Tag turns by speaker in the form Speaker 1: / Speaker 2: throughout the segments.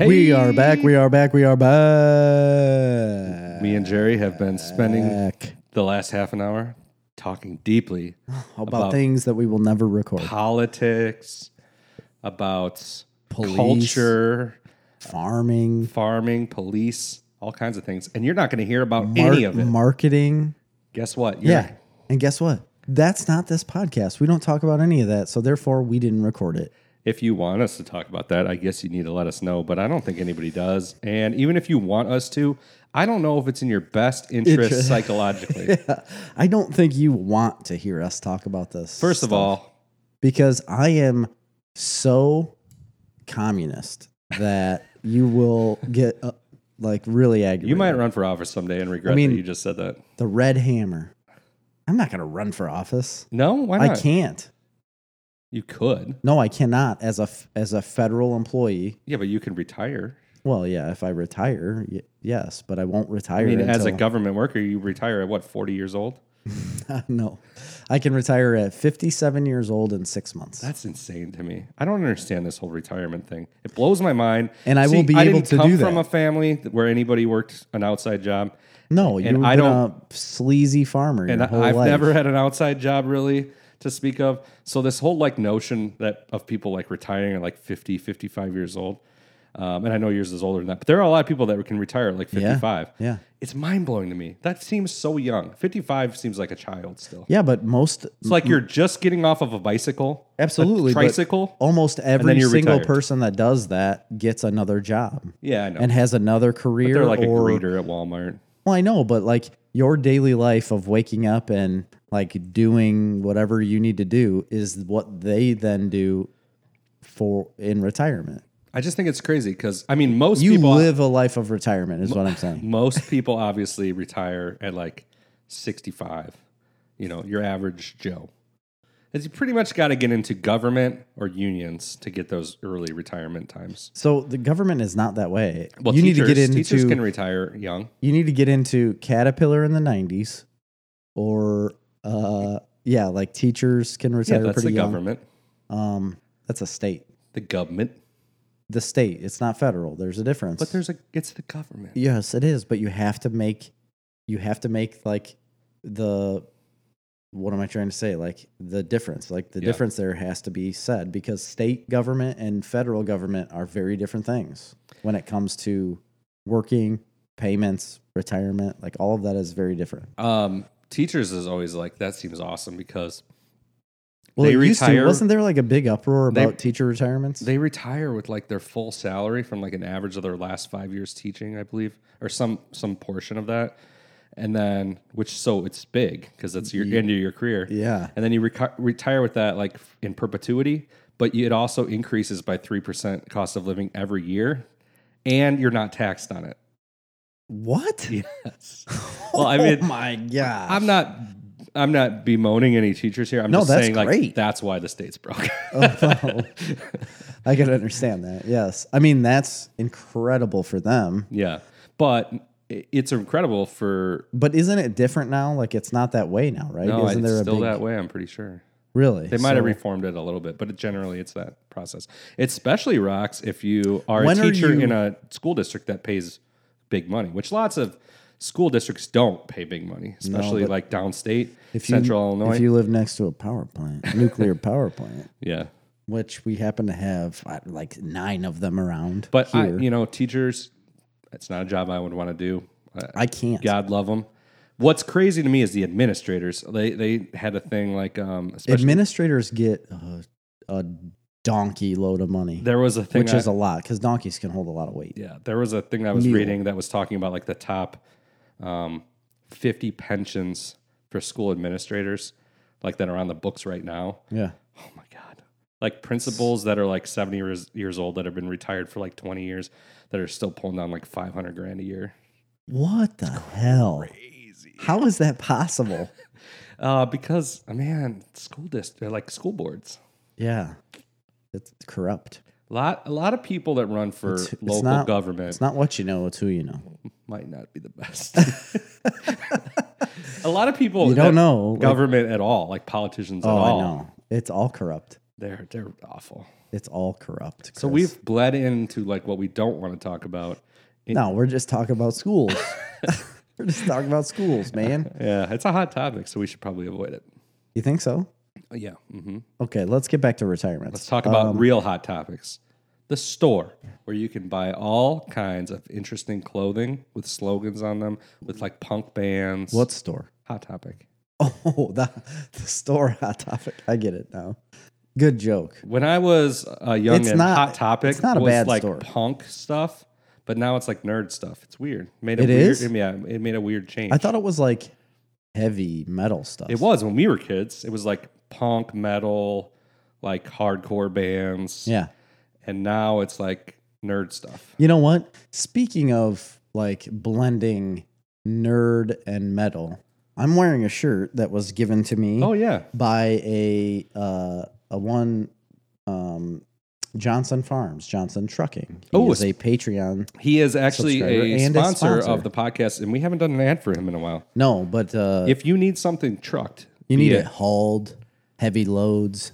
Speaker 1: We are back. We are back. We are back.
Speaker 2: Me and Jerry have been spending
Speaker 1: Back.
Speaker 2: the last half an hour talking deeply
Speaker 1: How about, things that we will never record?
Speaker 2: politics, about
Speaker 1: Police.
Speaker 2: culture,
Speaker 1: Farming,
Speaker 2: farming, police, all kinds of things. And you're not going to hear about
Speaker 1: mar-
Speaker 2: any of it.
Speaker 1: marketing.
Speaker 2: Guess what? You're-
Speaker 1: Yeah. And guess what? That's not this podcast. We don't talk about any of that. So therefore, we didn't record it.
Speaker 2: If you want us to talk about that, I guess you need to let us know, but I don't think anybody does. And even if you want us to, I don't know if it's in your best interest psychologically.
Speaker 1: I don't think you want to hear us talk about this.
Speaker 2: First of all,
Speaker 1: because I am so communist that you will get uh, like really aggravated.
Speaker 2: you might run for office someday and regret
Speaker 1: mean-
Speaker 2: that you just said that.
Speaker 1: the red hammer. I'm not going to run for office.
Speaker 2: No, why not?
Speaker 1: I can't.
Speaker 2: You could.
Speaker 1: No, I cannot as a f- as a federal employee.
Speaker 2: Yeah, but you can retire.
Speaker 1: Well, yeah, if I retire, y- yes, but I won't retire.
Speaker 2: I mean, as a
Speaker 1: until-
Speaker 2: government worker, you retire at what, 40 years old?
Speaker 1: no, I can retire at 57 years old in six months.
Speaker 2: That's insane to me. I don't understand this whole retirement thing. It blows my mind.
Speaker 1: And I will be
Speaker 2: I
Speaker 1: able
Speaker 2: didn't
Speaker 1: to
Speaker 2: come
Speaker 1: do
Speaker 2: from
Speaker 1: that.
Speaker 2: a family where anybody worked an outside job.
Speaker 1: no,
Speaker 2: and
Speaker 1: you've
Speaker 2: I
Speaker 1: been a sleazy farmer
Speaker 2: And
Speaker 1: your whole
Speaker 2: I've
Speaker 1: life.
Speaker 2: never had an outside job really to speak of. So this whole like notion that of people like retiring at like 50, 55 years old. Um, and I know yours is older than that, but there are a lot of people that can retire at like 55.
Speaker 1: yeah.
Speaker 2: It's mind blowing to me. That seems so young. 55 seems like a child still.
Speaker 1: Yeah, but most
Speaker 2: It's like you're just getting off of a bicycle.
Speaker 1: Mm-hmm. absolutely
Speaker 2: A
Speaker 1: but
Speaker 2: tricycle.
Speaker 1: Almost every
Speaker 2: then you're
Speaker 1: single
Speaker 2: retired.
Speaker 1: person that does that gets another job
Speaker 2: Yeah, I know.
Speaker 1: and has another career.
Speaker 2: They're like a
Speaker 1: or,
Speaker 2: greeter at Walmart.
Speaker 1: Well, I know, but like your daily life of waking up and like doing whatever you need to do is what they then do for in retirement.
Speaker 2: I just think it's crazy because I mean most
Speaker 1: You
Speaker 2: people uh,
Speaker 1: live a life of retirement, is what I'm saying.
Speaker 2: most people obviously retire at like 65. You know, your average Joe. Is you pretty much got to get into government or unions to get those early retirement times.
Speaker 1: So the government is not that way.
Speaker 2: Well,
Speaker 1: you
Speaker 2: teachers,
Speaker 1: need to get
Speaker 2: teachers
Speaker 1: into
Speaker 2: can retire young.
Speaker 1: you need to get into Caterpillar in the '90s, or uh, yeah, like teachers can
Speaker 2: Yeah,
Speaker 1: retire
Speaker 2: that's
Speaker 1: pretty
Speaker 2: the
Speaker 1: young.
Speaker 2: government.
Speaker 1: Um, that's a state.
Speaker 2: The government,
Speaker 1: The state. It's not federal. There's a difference.
Speaker 2: but there's a it's the government.
Speaker 1: Yes, it is, but you have to make you have to make like the what am I trying to say? Like the difference. Like the
Speaker 2: Yeah.
Speaker 1: difference there has to be said because state government and federal government are very different things when it comes to working, payments, retirement, like all of that is very different.
Speaker 2: Um, teachers is always like that seems awesome because
Speaker 1: Well,
Speaker 2: They
Speaker 1: it used to-
Speaker 2: retire-
Speaker 1: wasn't there like a big uproar
Speaker 2: They-
Speaker 1: about teacher retirements?
Speaker 2: They retire with like their full salary from like an average of their last five years teaching, I believe, or some some portion of that, and then which so it's big because that's your end of your career.
Speaker 1: Yeah.
Speaker 2: and then you reco- retire with that like in perpetuity, but you, it also increases by three percent cost of living every year, and you're not taxed on it.
Speaker 1: what?
Speaker 2: Yes. well, I mean,
Speaker 1: oh my god.
Speaker 2: I'm not. I'm not bemoaning any teachers here. I'm
Speaker 1: No,
Speaker 2: just
Speaker 1: that's
Speaker 2: saying, like,
Speaker 1: great.
Speaker 2: that's why the state's broke.
Speaker 1: Oh, no. I can understand that. Yes. I mean, that's incredible for them.
Speaker 2: yeah, but i- it's incredible for
Speaker 1: But isn't it different now? Like, it's not that way now, right?
Speaker 2: No,
Speaker 1: isn't
Speaker 2: Oh, it's still that way. I'm pretty sure
Speaker 1: Really?
Speaker 2: they might have reformed it a little bit, but it, generally it's that process. It especially rocks if you are
Speaker 1: When
Speaker 2: a
Speaker 1: are
Speaker 2: teacher
Speaker 1: you-
Speaker 2: in a school district that pays big money, which lots of school districts don't pay big money, especially like downstate,
Speaker 1: if you-
Speaker 2: central Illinois.
Speaker 1: If you live next to a power plant, nuclear power plant,
Speaker 2: yeah,
Speaker 1: which we happen to have uh, like nine of them around.
Speaker 2: but I,
Speaker 1: here,
Speaker 2: you know, teachers, it's not a job I would want to do. I-
Speaker 1: I can't.
Speaker 2: God love them. What's crazy to me is the administrators. They they had a thing like um, especially
Speaker 1: Administrators get a, a donkey load of money,
Speaker 2: there was a thing
Speaker 1: which
Speaker 2: I-
Speaker 1: is a lot because donkeys can hold a lot of weight.
Speaker 2: Yeah, there was a thing I was
Speaker 1: Mule.
Speaker 2: reading that was talking about like the top um, 50 pensions for school administrators, like that are on the books right now.
Speaker 1: Yeah.
Speaker 2: Oh my God. Like principals that are like 70 years, years old that have been retired for like 20 years that are still pulling down like 500 grand a year.
Speaker 1: What the hell?
Speaker 2: Easy.
Speaker 1: How is that possible?
Speaker 2: Uh, because, uh, man, school district, like school boards.
Speaker 1: Yeah. It's corrupt.
Speaker 2: Lot, a lot of people that run for
Speaker 1: It's- it's
Speaker 2: local
Speaker 1: not-
Speaker 2: government
Speaker 1: It's not what you know, it's who you know.
Speaker 2: might not be the best. a lot of people
Speaker 1: You don't
Speaker 2: that-
Speaker 1: know. like-
Speaker 2: government at all, like politicians at
Speaker 1: oh, I
Speaker 2: all.
Speaker 1: know. It's all corrupt.
Speaker 2: They're they're awful.
Speaker 1: It's all corrupt.
Speaker 2: So
Speaker 1: Chris.
Speaker 2: we've bled into like what we don't want to talk about.
Speaker 1: no, we're just talking about schools. we're just talking about schools, man.
Speaker 2: Yeah, it's a hot topic, so we should probably avoid it.
Speaker 1: You think so?
Speaker 2: Yeah. hmm
Speaker 1: Okay, let's get back to retirements.
Speaker 2: Let's talk
Speaker 1: Um,
Speaker 2: about real hot topics. The store where you can buy all kinds of interesting clothing with slogans on them, with like punk bands.
Speaker 1: what store?
Speaker 2: hot topic?
Speaker 1: Oh, the, the store hot topic. I get it now. Good joke.
Speaker 2: When I was uh, young,
Speaker 1: It's
Speaker 2: and
Speaker 1: not-
Speaker 2: hot topic
Speaker 1: it's not a
Speaker 2: was
Speaker 1: bad
Speaker 2: like
Speaker 1: store.
Speaker 2: punk stuff, but now it's like nerd stuff. It's weird. Made a
Speaker 1: It
Speaker 2: weird,
Speaker 1: is?
Speaker 2: Yeah, it made a weird change.
Speaker 1: I thought it was like heavy metal stuff.
Speaker 2: It was when we were kids. It was like punk metal, like hardcore bands.
Speaker 1: Yeah.
Speaker 2: And now it's like nerd stuff.
Speaker 1: You know what? Speaking of like blending nerd and metal, I'm wearing a shirt that was given to me
Speaker 2: Oh yeah.
Speaker 1: by a uh, a one um, Johnson Farms, Johnson Trucking. He
Speaker 2: Oh,
Speaker 1: is a Patreon.
Speaker 2: He is actually
Speaker 1: Subscriber
Speaker 2: a
Speaker 1: and a
Speaker 2: sponsor,
Speaker 1: sponsor.
Speaker 2: of the podcast, and we haven't done an ad for him in a while.
Speaker 1: No, but uh,
Speaker 2: If you need something trucked,
Speaker 1: you need
Speaker 2: be
Speaker 1: it hauled, heavy loads.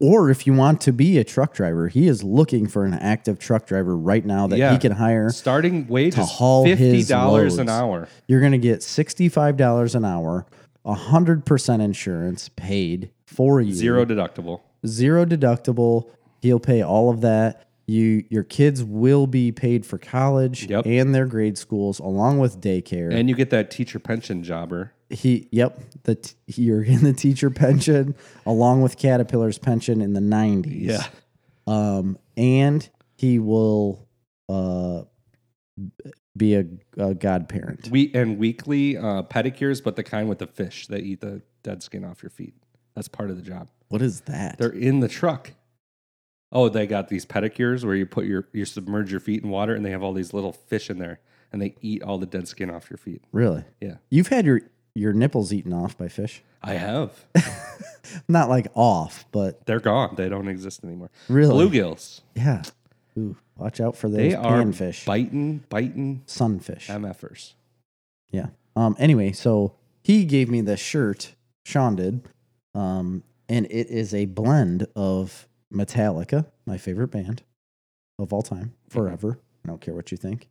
Speaker 1: Or if you want to be a truck driver, he is looking for an active truck driver right now that
Speaker 2: Yeah.
Speaker 1: he can hire.
Speaker 2: starting wage is
Speaker 1: haul
Speaker 2: fifty
Speaker 1: his
Speaker 2: dollars an
Speaker 1: loads.
Speaker 2: hour.
Speaker 1: you're going to get $65 an hour, 100% insurance paid for you,
Speaker 2: Zero deductible.
Speaker 1: zero deductible. He'll pay all of that. You your kids will be paid for college
Speaker 2: Yep.
Speaker 1: and their grade schools along with daycare.
Speaker 2: And you get that teacher pension jobber.
Speaker 1: he yep, the t- you're in the teacher pension along with Caterpillar's pension in the 90s. Um and he will uh b- be a, a godparent.
Speaker 2: We and weekly uh, pedicures, but the kind with the fish that eat the dead skin off your feet. That's part of the job.
Speaker 1: What is that?
Speaker 2: They're in the truck. Oh, they got these pedicures where you put your you submerge your feet in water, and they have all these little fish in there, and they eat all the dead skin off your feet.
Speaker 1: Really?
Speaker 2: Yeah,
Speaker 1: You've had your your nipples eaten off by fish.
Speaker 2: I have.
Speaker 1: Not like off, but
Speaker 2: They're gone. They don't exist anymore.
Speaker 1: really.
Speaker 2: Bluegills.
Speaker 1: Yeah. Ooh, watch out for those
Speaker 2: They are
Speaker 1: panfish,
Speaker 2: biting, biting
Speaker 1: sunfish.
Speaker 2: MFers.
Speaker 1: yeah. Um. Anyway, so he gave me this shirt. Sean did. Um. And it is a blend of Metallica, my favorite band of all time,
Speaker 2: Mm-hmm.
Speaker 1: forever. I don't care what you think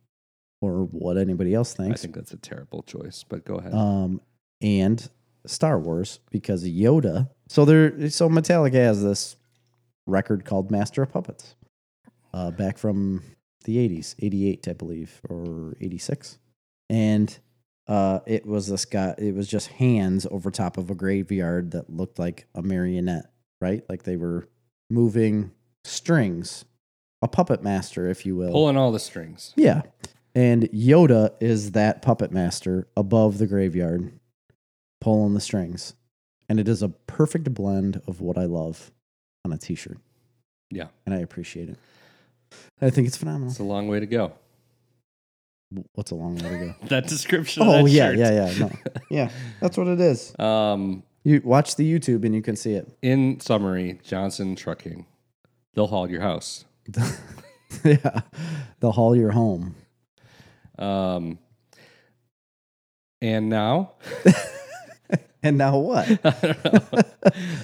Speaker 1: or what anybody else
Speaker 2: I
Speaker 1: thinks.
Speaker 2: think that's a terrible choice, but go ahead.
Speaker 1: um, and Star Wars because Yoda. So there, so Metallica has this record called Master of Puppets, uh, back from the '80s, '88, I believe, or '86, and uh, it was this guy. It was just hands over top of a graveyard that looked like a marionette, right? Like they were moving strings, a puppet master, if you will.
Speaker 2: Pulling all the strings.
Speaker 1: Yeah. And Yoda is that puppet master above the graveyard, pulling the strings. And it is a perfect blend of what I love on a t shirt.
Speaker 2: Yeah.
Speaker 1: And I appreciate it. I think it's phenomenal.
Speaker 2: It's a long way to go.
Speaker 1: What's a long way to go?
Speaker 2: That description. of
Speaker 1: Oh,
Speaker 2: that
Speaker 1: yeah,
Speaker 2: shirt.
Speaker 1: yeah, yeah. No. Yeah, that's what it is.
Speaker 2: Um,
Speaker 1: You watch the YouTube and you can see it.
Speaker 2: in summary, Johnson Trucking, they'll haul your house.
Speaker 1: yeah. They'll haul your home.
Speaker 2: Um, and now
Speaker 1: And now what?
Speaker 2: I don't know.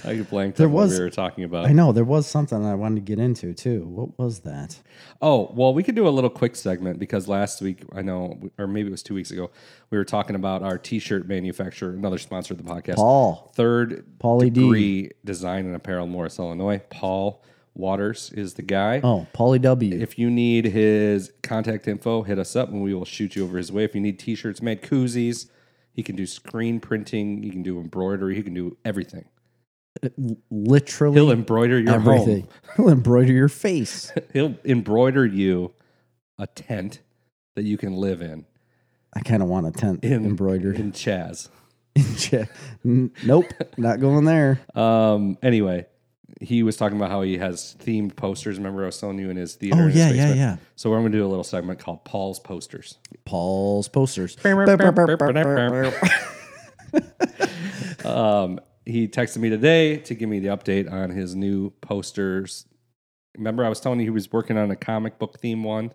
Speaker 2: I could blank. There
Speaker 1: There
Speaker 2: was
Speaker 1: was-
Speaker 2: we were talking about.
Speaker 1: I know there was something I wanted to get into too. What was that?
Speaker 2: Oh, well, we could do a little quick segment because last week, I know, or maybe it was two weeks ago, we were talking about our t shirt manufacturer, another sponsor of the podcast,
Speaker 1: Paul.
Speaker 2: Third
Speaker 1: Paulie D.
Speaker 2: Degree Design and Apparel, Morris, Illinois. Paul Waters is the guy.
Speaker 1: Oh, Paulie W.
Speaker 2: If you need his contact info, hit us up and we will shoot you over his way. If you need t shirts made, koozies, he can do screen printing, he can do embroidery, he can do everything.
Speaker 1: literally
Speaker 2: He'll embroider your
Speaker 1: everything.
Speaker 2: home,
Speaker 1: He'll embroider your face.
Speaker 2: he'll embroider you a tent that you can live in.
Speaker 1: I kind of want a tent
Speaker 2: in
Speaker 1: embroidered.
Speaker 2: in Chaz.
Speaker 1: Yeah. N- nope, not going there.
Speaker 2: Um, anyway, he was talking about how he has themed posters. Remember, I was telling you in his theater.
Speaker 1: Oh,
Speaker 2: in his
Speaker 1: yeah, yeah,
Speaker 2: basement.
Speaker 1: yeah.
Speaker 2: So we're going to do a little segment called Paul's Posters.
Speaker 1: Paul's posters.
Speaker 2: Um, he texted me today to give me the update on his new posters. Remember, I was telling you he was working on a comic book theme one.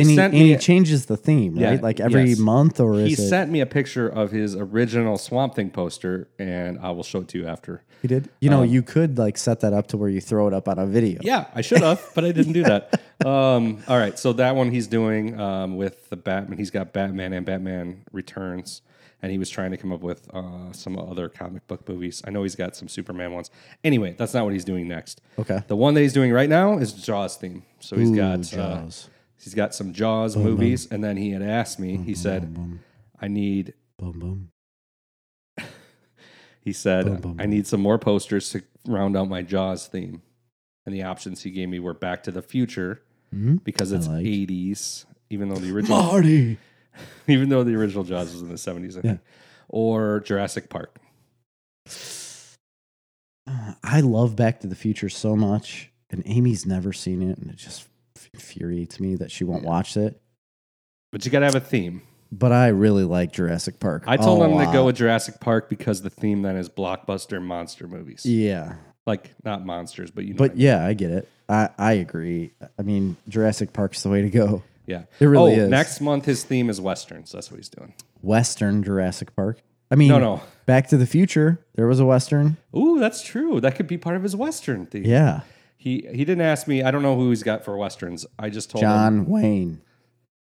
Speaker 1: and, he,
Speaker 2: sent
Speaker 1: and
Speaker 2: me
Speaker 1: he changes the theme,
Speaker 2: Yeah,
Speaker 1: right? Like every
Speaker 2: yes.
Speaker 1: month, or
Speaker 2: he
Speaker 1: is it?
Speaker 2: sent me a picture of his original Swamp Thing poster, and I will show it to you after.
Speaker 1: he did. You know, you could like set that up to where you throw it up on a video.
Speaker 2: Um, Yeah, I should have, but I didn't do that. Um, all right, so that one he's doing um, with the Batman. He's got Batman and Batman Returns, and he was trying to come up with uh, some other comic book movies. I know he's got some Superman ones. Anyway, that's not what he's doing next.
Speaker 1: Okay.
Speaker 2: The one that he's doing right now is Jaws theme. So he's got uh,
Speaker 1: Jaws.
Speaker 2: he's got some Jaws movies, and then he had asked me. He said, "I need."
Speaker 1: Boom, boom.
Speaker 2: He said,
Speaker 1: Boom, boom,
Speaker 2: "I need some more posters to round out my Jaws theme." And the options he gave me were Back to the Future.
Speaker 1: Hmm?
Speaker 2: because it's
Speaker 1: like.
Speaker 2: 80s, even though the original,
Speaker 1: Marty.
Speaker 2: even though the original Jaws was in the 70s, I think. or Jurassic Park.
Speaker 1: Uh, I love Back to the Future so much, and Amy's never seen it, and it just infuriates me that she won't watch it.
Speaker 2: But you got to have a theme.
Speaker 1: But I really like Jurassic Park.
Speaker 2: I told
Speaker 1: a
Speaker 2: him to go
Speaker 1: lot.
Speaker 2: with Jurassic Park because the theme then is blockbuster monster movies,
Speaker 1: Yeah,
Speaker 2: like not monsters, but you know,
Speaker 1: E but
Speaker 2: what I mean.
Speaker 1: yeah, I get it. I I agree. I mean, Jurassic Park's the way to go.
Speaker 2: yeah,
Speaker 1: It really
Speaker 2: oh,
Speaker 1: is.
Speaker 2: Next month his theme is westerns. That's what he's doing.
Speaker 1: Western Jurassic Park. I mean,
Speaker 2: No, no.
Speaker 1: Back to the Future. There was a Western.
Speaker 2: Ooh, that's true. That could be part of his western theme.
Speaker 1: Yeah,
Speaker 2: He he didn't ask me. I don't know who he's got for westerns. I just told him.
Speaker 1: John Wayne,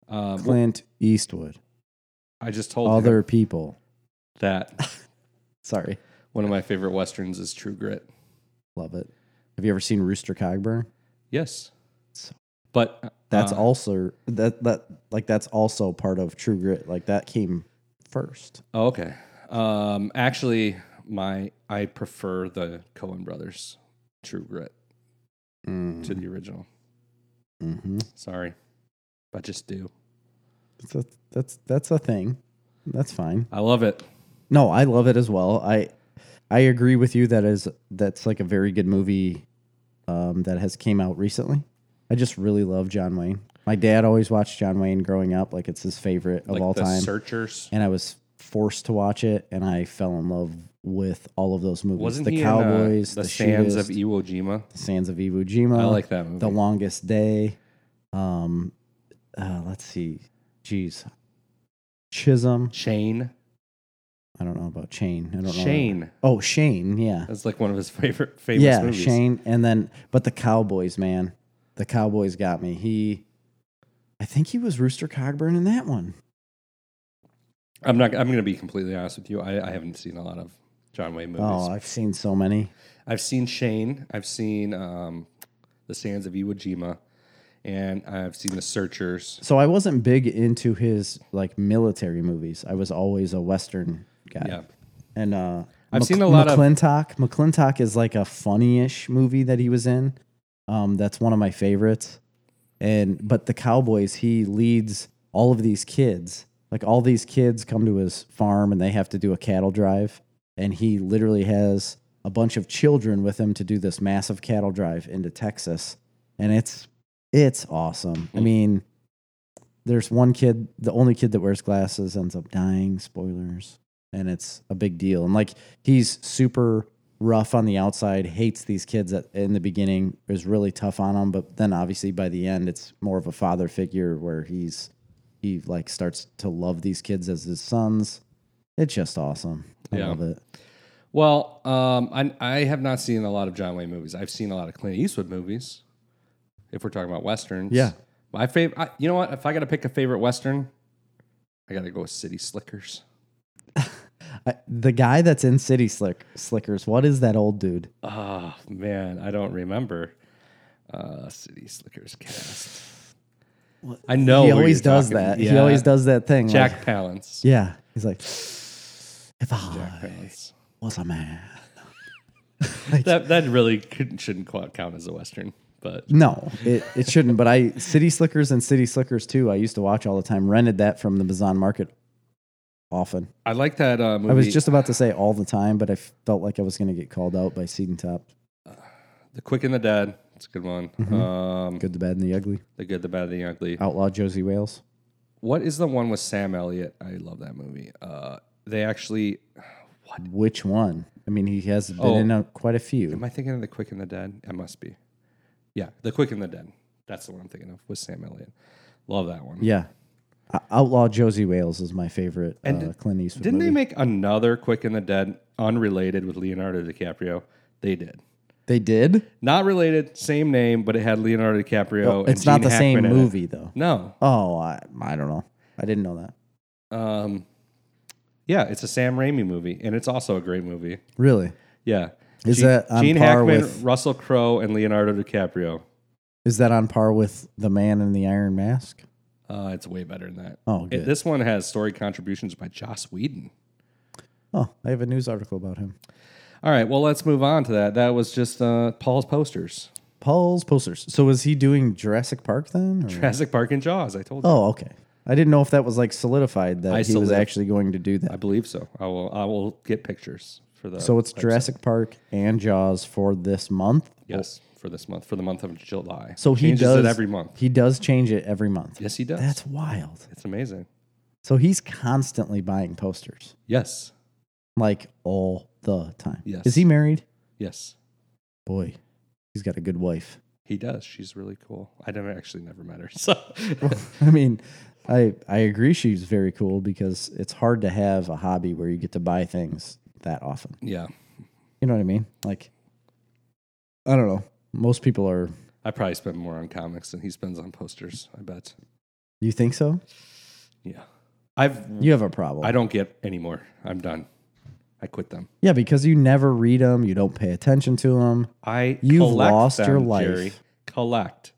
Speaker 2: Uh, well,
Speaker 1: Clint Eastwood,
Speaker 2: I just told him
Speaker 1: other people.
Speaker 2: that
Speaker 1: Sorry,
Speaker 2: one of my favorite westerns is True Grit.
Speaker 1: love it. Have you ever seen Rooster Cogburn?
Speaker 2: Yes.
Speaker 1: So-
Speaker 2: But uh,
Speaker 1: That's also that that like that's also part of True Grit. Like that came first.
Speaker 2: oh, okay. Um, actually, my I prefer the Cohen Brothers True Grit to
Speaker 1: Mm.
Speaker 2: the original.
Speaker 1: Mhm.
Speaker 2: Sorry, I just do.
Speaker 1: That's a, that's that's a thing. That's fine.
Speaker 2: I love it.
Speaker 1: No, I love it as well. I I agree with you. That is that's like a very good movie um, that has came out recently. I just really love John Wayne. My dad always watched John Wayne growing up. Like it's his favorite of
Speaker 2: Like
Speaker 1: all
Speaker 2: the
Speaker 1: time.
Speaker 2: Searchers.
Speaker 1: and I was forced to watch it, and I fell in love with all of those movies.
Speaker 2: Wasn't
Speaker 1: the
Speaker 2: he in, uh,
Speaker 1: Cowboys,
Speaker 2: the,
Speaker 1: the,
Speaker 2: Sands
Speaker 1: Shootist,
Speaker 2: of Iwo Jima?
Speaker 1: the Sands of Iwo Jima.
Speaker 2: I like that movie.
Speaker 1: The Longest Day. Um, uh, let's see. Jeez. Chisholm.
Speaker 2: Shane.
Speaker 1: I don't know about Chain. I don't know.
Speaker 2: Shane.
Speaker 1: Oh, Shane. Yeah.
Speaker 2: That's like one of his favorite famous
Speaker 1: Yeah,
Speaker 2: movies.
Speaker 1: Shane. And then, but the Cowboys, man. The Cowboys got me. He, I think he was Rooster Cogburn in that one.
Speaker 2: I'm not. I'm going to be completely honest with you. I, I haven't seen a lot of John Wayne movies.
Speaker 1: Oh, I've seen so many.
Speaker 2: I've seen Shane. I've seen um, the Sands of Iwo Jima, and I've seen the Searchers.
Speaker 1: So I wasn't big into his like military movies. I was always a Western guy.
Speaker 2: Yeah,
Speaker 1: And uh,
Speaker 2: I've seen a lot of-
Speaker 1: McClintock. McClintock is like a funny-ish movie that he was in. Um, that's one of my favorites. And but the Cowboys, he leads all of these kids. Like all these kids come to his farm and they have to do a cattle drive, and he literally has a bunch of children with him to do this massive cattle drive into Texas, and it's it's awesome.
Speaker 2: Mm.
Speaker 1: I mean, there's one kid, the only kid that wears glasses ends up dying. Spoilers and it's a big deal. And like he's super rough on the outside, hates these kids at, in the beginning, is really tough on them, but then obviously by the end, it's more of a father figure where he's he like starts to love these kids as his sons. It's just awesome. I
Speaker 2: Yeah.
Speaker 1: love it.
Speaker 2: Well, um, I, I have not seen a lot of John Wayne movies. I've seen a lot of Clint Eastwood movies. If we're talking about westerns,
Speaker 1: Yeah.
Speaker 2: My favorite. You know what? If I got to pick a favorite western, I got to go with City Slickers.
Speaker 1: I, the guy that's in City Slick Slickers, what is that old dude?
Speaker 2: Oh man, I don't remember uh, City Slickers cast. I know
Speaker 1: he
Speaker 2: who
Speaker 1: always
Speaker 2: you're
Speaker 1: does
Speaker 2: talking-
Speaker 1: that. He
Speaker 2: Yeah.
Speaker 1: always does that thing. like-
Speaker 2: Jack Palance.
Speaker 1: yeah. He's like, if I
Speaker 2: Palance.
Speaker 1: was a man.
Speaker 2: that that really couldn't, shouldn't quite count as a western, but
Speaker 1: No, it, it shouldn't. But I City Slickers and City Slickers too. I used to watch all the time. Rented that from the Bazan Market often.
Speaker 2: I like that uh, movie.
Speaker 1: I was just about to say all the time, but I felt like I was going to get called out by Seed and Top.
Speaker 2: the Quick and the Dead. It's a good one.
Speaker 1: Mm-hmm.
Speaker 2: Um,
Speaker 1: Good, the bad, and the ugly.
Speaker 2: the Good, the Bad, and the Ugly.
Speaker 1: Outlaw Josie Wales.
Speaker 2: What is the one with Sam Elliott? I love that movie. Uh, they actually.
Speaker 1: Which one? I mean, he has been
Speaker 2: Oh.
Speaker 1: in a, quite a few.
Speaker 2: Am I thinking of the Quick and the Dead? I must be. Yeah, the Quick and the Dead. That's the one I'm thinking of with Sam Elliott. Love that one.
Speaker 1: Yeah. O- Outlaw Josie Wales is my favorite
Speaker 2: And
Speaker 1: uh, Clint Eastwood
Speaker 2: Didn't they
Speaker 1: movie.
Speaker 2: make another Quick and the Dead unrelated with Leonardo DiCaprio? They did.
Speaker 1: They, did?
Speaker 2: Not related, same name, but it had Leonardo DiCaprio. and
Speaker 1: it's not the
Speaker 2: Gene
Speaker 1: same
Speaker 2: Hackman in it.
Speaker 1: movie, though.
Speaker 2: No.
Speaker 1: Oh, I, I don't know. I didn't know that.
Speaker 2: Um, yeah, it's a Sam Raimi movie, and it's also a great movie.
Speaker 1: Really?
Speaker 2: Yeah.
Speaker 1: Is
Speaker 2: Gene,
Speaker 1: that on
Speaker 2: Gene
Speaker 1: par
Speaker 2: Hackman,
Speaker 1: with-
Speaker 2: Russell Crowe, and Leonardo DiCaprio?
Speaker 1: Is that on par with The Man in the Iron Mask?
Speaker 2: Uh, it's way better than that.
Speaker 1: Oh,
Speaker 2: It-
Speaker 1: good.
Speaker 2: this one has story contributions by Joss Whedon.
Speaker 1: Oh, I have a news article about him.
Speaker 2: All right, well, let's move on to that. That was just uh, Paul's posters.
Speaker 1: Paul's posters. So was he doing Jurassic Park then? or-
Speaker 2: Jurassic Park and Jaws. I told you.
Speaker 1: Oh, okay. I didn't know if that was like solidified that
Speaker 2: I
Speaker 1: he was
Speaker 2: solidif-
Speaker 1: actually going to do
Speaker 2: I
Speaker 1: that.
Speaker 2: believe so. I will. I will get pictures for the.
Speaker 1: Oh. So it's Jurassic Park and Jaws for this month.
Speaker 2: yes for this month for the month of July.
Speaker 1: So he
Speaker 2: Changes
Speaker 1: does
Speaker 2: it every month.
Speaker 1: He does change it every month.
Speaker 2: Yes, he does.
Speaker 1: That's wild.
Speaker 2: it's amazing.
Speaker 1: So he's constantly buying posters,
Speaker 2: Yes,
Speaker 1: like all the time.
Speaker 2: Yes.
Speaker 1: Is he married?
Speaker 2: yes,
Speaker 1: Boy, he's got a good wife.
Speaker 2: he does. She's really cool. I never actually never met her. So
Speaker 1: I mean, I I agree she's very cool because it's hard to have a hobby where you get to buy things that often.
Speaker 2: yeah,
Speaker 1: You know what I mean? Like, I don't know. Most people are.
Speaker 2: I probably spend more on comics than he spends on posters. I bet.
Speaker 1: You think so?
Speaker 2: Yeah, I've.
Speaker 1: You have a problem.
Speaker 2: I don't get any more. I'm done. I quit them.
Speaker 1: yeah, because you never read them. You don't pay attention to them.
Speaker 2: I
Speaker 1: You've
Speaker 2: collect
Speaker 1: lost
Speaker 2: them,
Speaker 1: your life.
Speaker 2: Jerry. Collect.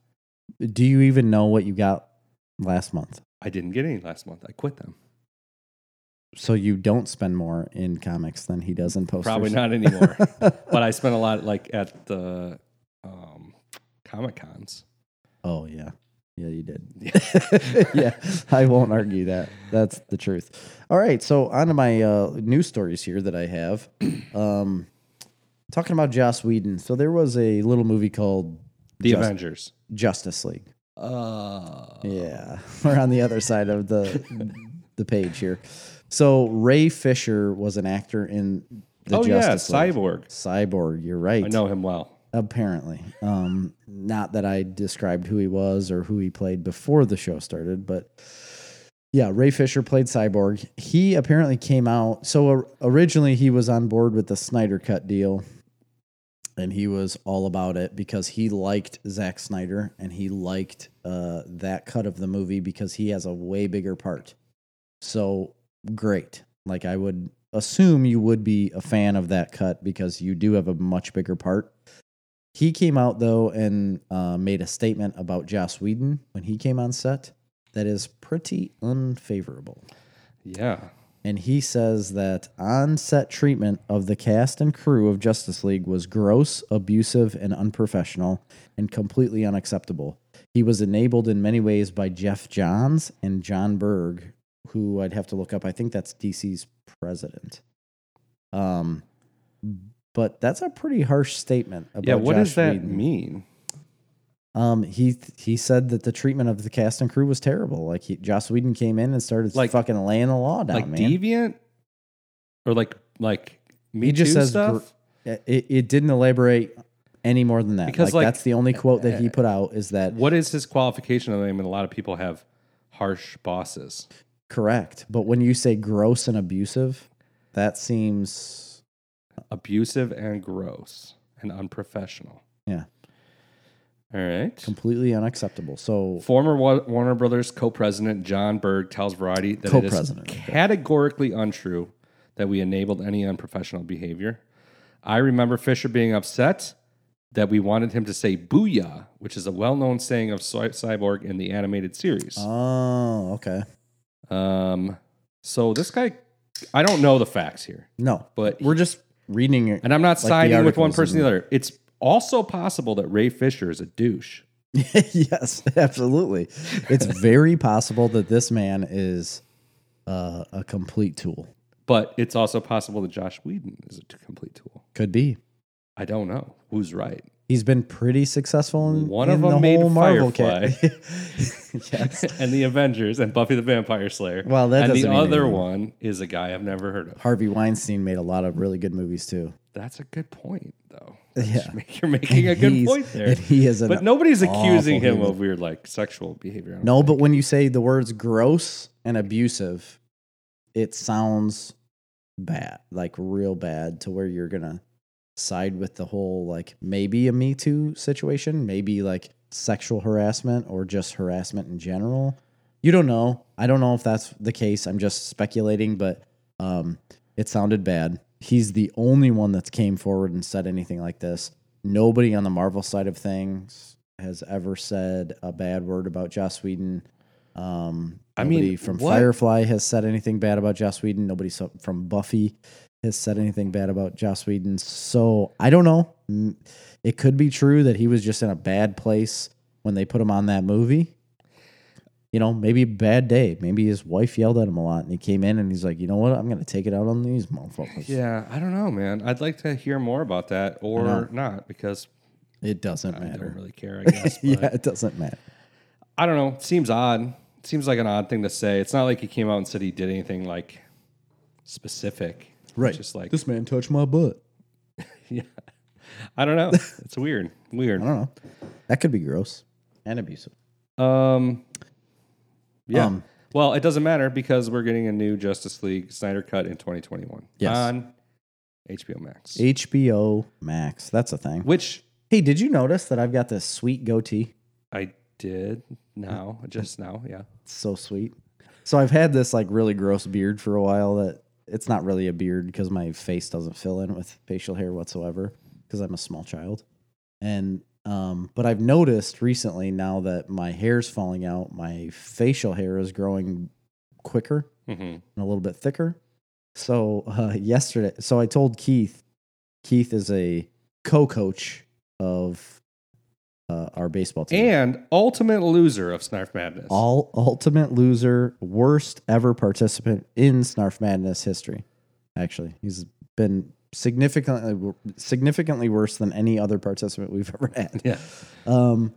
Speaker 1: Do you even know what you got last month?
Speaker 2: I didn't get any last month. I quit them.
Speaker 1: So you don't spend more in comics than he does in posters.
Speaker 2: Probably not anymore. but I spent a lot like at the um, comic cons.
Speaker 1: Oh yeah, yeah, you did.
Speaker 2: Yeah.
Speaker 1: yeah, I won't argue that. That's the truth. All right, so on to my uh, news stories here that I have. Um, talking about Joss Whedon. So there was a little movie called
Speaker 2: The
Speaker 1: Just-
Speaker 2: Avengers.
Speaker 1: Justice League.
Speaker 2: Uh,
Speaker 1: Yeah, we're on the other side of the the page here. So Ray Fisher was an actor in the
Speaker 2: oh yeah,
Speaker 1: Justice League.
Speaker 2: Cyborg.
Speaker 1: Cyborg, you're right.
Speaker 2: I know him well.
Speaker 1: Apparently, um, not that I described who he was or who he played before the show started, but yeah, Ray Fisher played Cyborg. He apparently came out. So or- originally, he was on board with the Snyder Cut deal, and he was all about it because he liked Zack Snyder and he liked uh, that cut of the movie because he has a way bigger part. So great. Like, I would assume you would be a fan of that cut because you do have a much bigger part. He came out though and uh, made a statement about Joss Whedon when he came on set that is pretty unfavorable.
Speaker 2: Yeah.
Speaker 1: And he says that on set treatment of the cast and crew of Justice League was gross, abusive, and unprofessional, and completely unacceptable. He was enabled in many ways by Jeff Johns and John Berg, who I'd have to look up. I think that's DC's president. Um, but that's a pretty harsh statement about
Speaker 2: Yeah. What does
Speaker 1: Joss
Speaker 2: that
Speaker 1: Whedon.
Speaker 2: mean?
Speaker 1: Um, he he said that the treatment of the cast and crew was terrible. Like he, Joss Whedon came in and started
Speaker 2: Like-
Speaker 1: fucking laying the law down,
Speaker 2: like
Speaker 1: man.
Speaker 2: deviant, or like like me
Speaker 1: He just
Speaker 2: Too
Speaker 1: says
Speaker 2: stuff.
Speaker 1: it, it didn't elaborate any more than that.
Speaker 2: Because,
Speaker 1: like,
Speaker 2: like-
Speaker 1: that's the only quote that he put out is that
Speaker 2: what is his qualification? I mean, a lot of people have harsh bosses.
Speaker 1: correct. But when you say gross and abusive, that seems
Speaker 2: abusive and gross and unprofessional.
Speaker 1: Yeah.
Speaker 2: All right.
Speaker 1: completely unacceptable. So
Speaker 2: Former Wa- Warner Brothers co-president John Berg tells Variety that it is
Speaker 1: Co-president, okay.
Speaker 2: categorically untrue that we enabled any unprofessional behavior. I remember Fisher being upset that we wanted him to say "booyah," which is a well-known saying of Cy- Cyborg in the animated series.
Speaker 1: oh, okay.
Speaker 2: Um, so this guy, I don't know the facts here,
Speaker 1: No,
Speaker 2: but
Speaker 1: we're just reading it.
Speaker 2: And I'm not
Speaker 1: Like the
Speaker 2: siding with one
Speaker 1: articles
Speaker 2: person or
Speaker 1: and-
Speaker 2: the other. It's also possible that Ray Fisher is a douche.
Speaker 1: yes, absolutely. It's very possible that this man is uh, a complete tool.
Speaker 2: But it's also possible that Josh Whedon is a complete tool.
Speaker 1: Could be.
Speaker 2: I don't know who's right.
Speaker 1: He's been pretty successful in
Speaker 2: One
Speaker 1: in
Speaker 2: of
Speaker 1: the
Speaker 2: them made
Speaker 1: whole Marvel
Speaker 2: Firefly.
Speaker 1: ca- yes,
Speaker 2: and the Avengers and Buffy the Vampire Slayer.
Speaker 1: Well, that
Speaker 2: and the
Speaker 1: doesn't mean
Speaker 2: other
Speaker 1: anything.
Speaker 2: one is a guy I've never heard of.
Speaker 1: Harvey Weinstein made a lot of really good movies too.
Speaker 2: That's a good point, though.
Speaker 1: Yeah.
Speaker 2: You're making a good
Speaker 1: He's-
Speaker 2: point there.
Speaker 1: and he is an
Speaker 2: But nobody's accusing
Speaker 1: awful
Speaker 2: him
Speaker 1: human.
Speaker 2: of weird like sexual behavior. I don't
Speaker 1: No,
Speaker 2: think.
Speaker 1: but when you say the words gross and abusive, it sounds bad, like real bad, to where you're going to side with the whole like maybe a Me Too situation, maybe like sexual harassment or just harassment in general. You don't know. I don't know if that's the case. I'm just speculating, but um, it sounded bad. He's the only one that's came forward and said anything like this. Nobody on the Marvel side of things has ever said a bad word about Joss Whedon. Um,
Speaker 2: I mean,
Speaker 1: nobody from
Speaker 2: what-
Speaker 1: Firefly has said anything bad about Joss Whedon. Nobody so- from Buffy has said anything bad about Joss Whedon. So I don't know. Mm, It could be true that he was just in a bad place when they put him on that movie. You know, maybe a bad day. Maybe his wife yelled at him a lot and he came in and he's like, you know what? I'm going to take it out on these motherfuckers.
Speaker 2: Yeah, I don't know, man. I'd like to hear more about that or not because
Speaker 1: It doesn't
Speaker 2: I don't
Speaker 1: matter.
Speaker 2: really care, I guess. but-
Speaker 1: yeah, it doesn't matter.
Speaker 2: I don't know. It seems odd. It seems like an odd thing to say. It's not like he came out and said he did anything like specific. It's Just like
Speaker 1: this man touched my butt.
Speaker 2: yeah. I don't know. It's weird. Weird.
Speaker 1: I don't know. That could be gross and abusive.
Speaker 2: Um, yeah.
Speaker 1: Um,
Speaker 2: well, it doesn't matter because we're getting a new Justice League Snyder cut in 2021
Speaker 1: Yes.
Speaker 2: on HBO Max.
Speaker 1: HBO Max. That's a thing.
Speaker 2: Which
Speaker 1: Hey, did you notice that I've got this sweet goatee?
Speaker 2: I did now,
Speaker 1: Mm-hmm.
Speaker 2: just now. Yeah.
Speaker 1: It's so sweet. So I've had this like really gross beard for a while that it's not really a beard because my face doesn't fill in with facial hair whatsoever because I'm a small child. And um but I've noticed recently now that my hair's falling out, my facial hair is growing quicker
Speaker 2: hmm
Speaker 1: and a little bit thicker. So uh, yesterday, so I told Keith. Keith is a co-coach of uh, our baseball team.
Speaker 2: And ultimate loser of Snarf Madness.
Speaker 1: All ultimate loser, worst ever participant in Snarf Madness history. Actually, he's been significantly significantly worse than any other participant we've ever had.
Speaker 2: yeah.
Speaker 1: Um,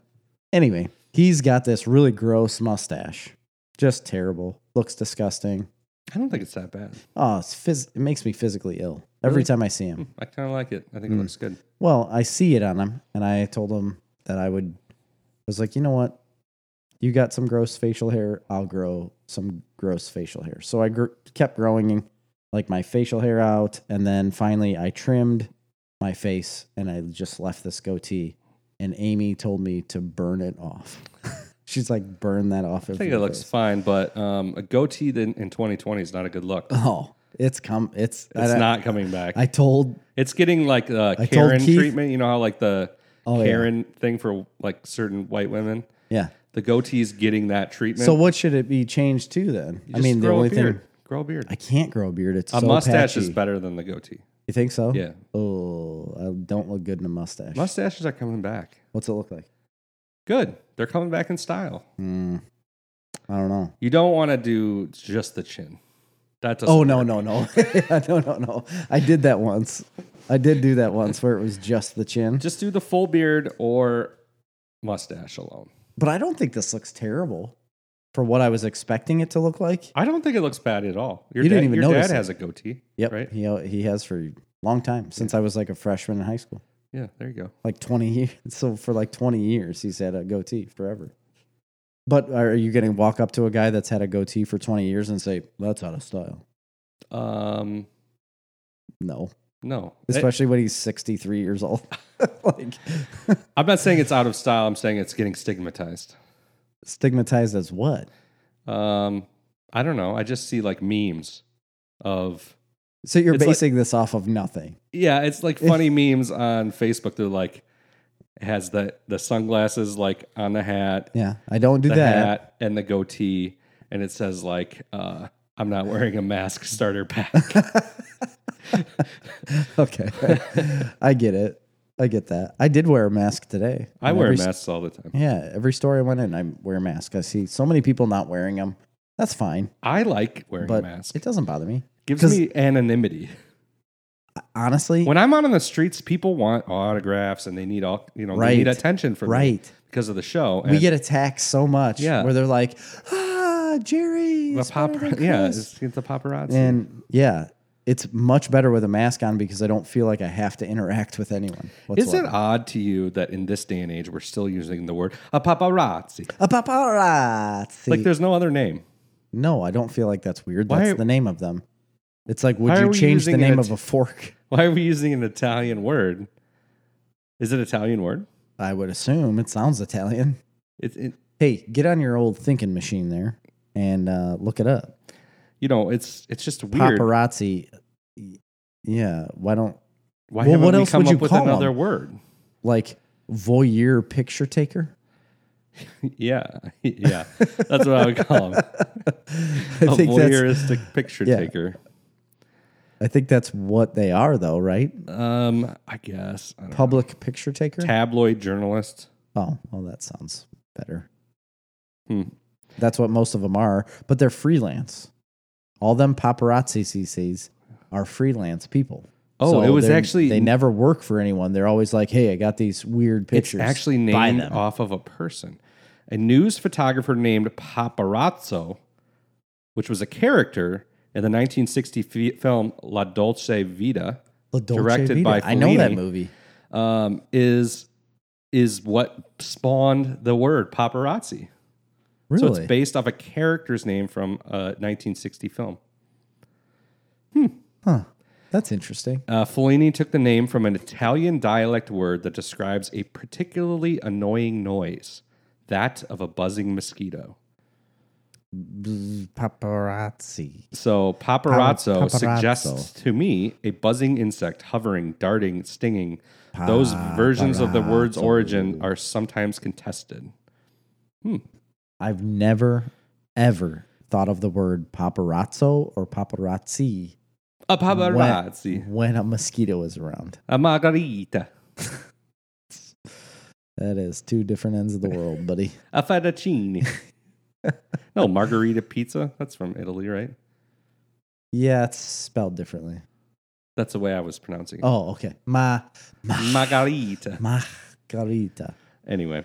Speaker 1: anyway, he's got this really gross mustache, just terrible. Looks disgusting.
Speaker 2: I don't think it's that bad.
Speaker 1: Oh, it's phys- it makes me physically ill every
Speaker 2: Really?
Speaker 1: time I see him.
Speaker 2: I kind of like it. I
Speaker 1: Mm.
Speaker 2: think it looks good.
Speaker 1: Well, I see it on him, and I told him that I would. I was like, you know what? You got some gross facial hair. I'll grow some gross facial hair. So I gr- kept growing like my facial hair out, and then finally I trimmed my face, and I just left this goatee. And Amy told me to burn it off. She's like, burn that off.
Speaker 2: I think it looks fine, but um, a goatee in, in 2020 is not a good look.
Speaker 1: Oh, it's come. It's,
Speaker 2: It's
Speaker 1: I,
Speaker 2: not coming back.
Speaker 1: I told
Speaker 2: it's getting like uh,
Speaker 1: told
Speaker 2: Karen
Speaker 1: Keith-
Speaker 2: treatment. You know how like the
Speaker 1: Oh, yeah.
Speaker 2: Karen thing for like certain white women.
Speaker 1: yeah.
Speaker 2: The goatee's getting that treatment.
Speaker 1: So what should it be changed to then?
Speaker 2: You
Speaker 1: I
Speaker 2: just
Speaker 1: mean, the
Speaker 2: grow
Speaker 1: only
Speaker 2: a beard.
Speaker 1: thing
Speaker 2: grow a beard.
Speaker 1: I can't grow a beard. It's
Speaker 2: a
Speaker 1: so
Speaker 2: mustache
Speaker 1: patchy.
Speaker 2: is better than the goatee.
Speaker 1: You think so?
Speaker 2: Yeah,
Speaker 1: Oh, I don't look good in a mustache.
Speaker 2: mustaches are coming back.
Speaker 1: What's it look like?
Speaker 2: Good. They're coming back in style.
Speaker 1: Hmm. I don't know.
Speaker 2: You don't want to do just the chin. That doesn't.
Speaker 1: Oh no no no no no no! I did that once. I did do that once where it was just the chin.
Speaker 2: Just do the full beard or mustache alone.
Speaker 1: But I don't think this looks terrible for what I was expecting it to look like.
Speaker 2: I don't think it looks bad at all. Your
Speaker 1: You
Speaker 2: dad,
Speaker 1: didn't even
Speaker 2: your
Speaker 1: notice
Speaker 2: dad
Speaker 1: it.
Speaker 2: has a goatee.
Speaker 1: Yep,
Speaker 2: Right?
Speaker 1: he uh, he has for a long time since I was like a freshman in high school,
Speaker 2: Yeah, there you go.
Speaker 1: like twenty years. So for like twenty years, he's had a goatee forever. But are you going to walk up to a guy that's had a goatee for twenty years and say that's out of style?
Speaker 2: Um,
Speaker 1: No.
Speaker 2: no.
Speaker 1: especially when he's 63 years old. like
Speaker 2: I'm not saying it's out of style. I'm saying it's getting stigmatized.
Speaker 1: stigmatized as what?
Speaker 2: Um, I don't know. I just see like memes of
Speaker 1: So you're
Speaker 2: It's like-
Speaker 1: basing this off of nothing.
Speaker 2: yeah, it's like funny memes on Facebook. They're like has the the sunglasses like on the hat,
Speaker 1: Yeah, I don't do
Speaker 2: the
Speaker 1: that.
Speaker 2: hat and the goatee, and it says like uh, I'm not wearing a mask starter pack.
Speaker 1: Okay, I get it. I get that. I did wear a mask today.
Speaker 2: I
Speaker 1: And
Speaker 2: wear
Speaker 1: every-
Speaker 2: masks all the time.
Speaker 1: Yeah, every store I went in, I wear a mask. I see so many people not wearing them. That's fine,
Speaker 2: I like wearing a
Speaker 1: but
Speaker 2: mask.
Speaker 1: it doesn't bother me.
Speaker 2: Gives
Speaker 1: 'cause-
Speaker 2: me anonymity.
Speaker 1: Honestly,
Speaker 2: When I'm out on the streets, people want autographs and they need all you know they
Speaker 1: Right.
Speaker 2: need attention from me
Speaker 1: right?
Speaker 2: because of the show.
Speaker 1: We
Speaker 2: and-
Speaker 1: get attacked so much.
Speaker 2: Yeah.
Speaker 1: where they're like, ah, Jerry,
Speaker 2: The
Speaker 1: it's better
Speaker 2: papar-
Speaker 1: than
Speaker 2: yeah,
Speaker 1: Chris."
Speaker 2: it's, it's the paparazzi.
Speaker 1: and yeah, it's much better with a mask on because I don't feel like I have to interact with anyone.
Speaker 2: Is it
Speaker 1: whatsoever.
Speaker 2: odd to you that in this day and age we're still using the word a paparazzi?
Speaker 1: a paparazzi?
Speaker 2: Like there's no other name.
Speaker 1: no, I don't feel like that's weird.
Speaker 2: Why-
Speaker 1: that's the name of them. It's like,
Speaker 2: Why
Speaker 1: would
Speaker 2: are
Speaker 1: you
Speaker 2: we
Speaker 1: change the
Speaker 2: using
Speaker 1: name
Speaker 2: it?
Speaker 1: of a fork?
Speaker 2: Why are we using an Italian word? Is it Italian word?
Speaker 1: I would assume it sounds Italian.
Speaker 2: It's it,
Speaker 1: Hey, get on your old thinking machine there and uh, look it up.
Speaker 2: you know it's it's just weird.
Speaker 1: Paparazzi. Yeah, why don't
Speaker 2: Why
Speaker 1: Well,
Speaker 2: haven't
Speaker 1: what
Speaker 2: we
Speaker 1: else
Speaker 2: come
Speaker 1: would you
Speaker 2: up with
Speaker 1: call 'em?
Speaker 2: another word?
Speaker 1: like voyeur picture taker?
Speaker 2: Yeah, yeah, that's what I would call him.
Speaker 1: I
Speaker 2: A
Speaker 1: think that's
Speaker 2: voyeuristic picture
Speaker 1: Yeah.
Speaker 2: taker.
Speaker 1: I think that's what they are though, right?
Speaker 2: Um, I guess I don't know.
Speaker 1: Public picture taker.
Speaker 2: tabloid journalist.
Speaker 1: Oh, well, that sounds better.
Speaker 2: Hmm.
Speaker 1: That's what most of them are, but they're freelance. All them paparazzi CCs are freelance people.
Speaker 2: Oh, it was
Speaker 1: they're-
Speaker 2: actually-
Speaker 1: they never work for anyone. They're always like, "Hey, I got these weird
Speaker 2: It's
Speaker 1: pictures."
Speaker 2: actually
Speaker 1: Buy
Speaker 2: named
Speaker 1: them.
Speaker 2: off of a person. A news photographer named Paparazzo, which was a character in the 1960 fi- film La Dolce Vita,
Speaker 1: La Dolce
Speaker 2: directed by
Speaker 1: I know that
Speaker 2: Fellini.
Speaker 1: movie.
Speaker 2: um, is is what spawned the word paparazzi.
Speaker 1: Really?
Speaker 2: So it's based off a character's name from a 1960 film.
Speaker 1: huh. That's interesting.
Speaker 2: Uh, Fellini took the name from an Italian dialect word that describes a particularly annoying noise, that of a buzzing mosquito.
Speaker 1: Paparazzi.
Speaker 2: So paparazzo,
Speaker 1: Paparazzo.
Speaker 2: suggests to me a buzzing insect hovering, darting, stinging. Those versions of the word's origin are sometimes contested.
Speaker 1: I've never ever thought of the word paparazzo or paparazzi
Speaker 2: A
Speaker 1: when-
Speaker 2: paparazzi,
Speaker 1: when a mosquito is around.
Speaker 2: a margarita,
Speaker 1: That is two different ends of the world, buddy.
Speaker 2: a fettuccine. no, margarita pizza. That's from Italy, right?
Speaker 1: Yeah, it's spelled differently.
Speaker 2: That's the way I was pronouncing it.
Speaker 1: Oh, okay. Ma, ma,
Speaker 2: Margarita.
Speaker 1: margarita.
Speaker 2: Anyway,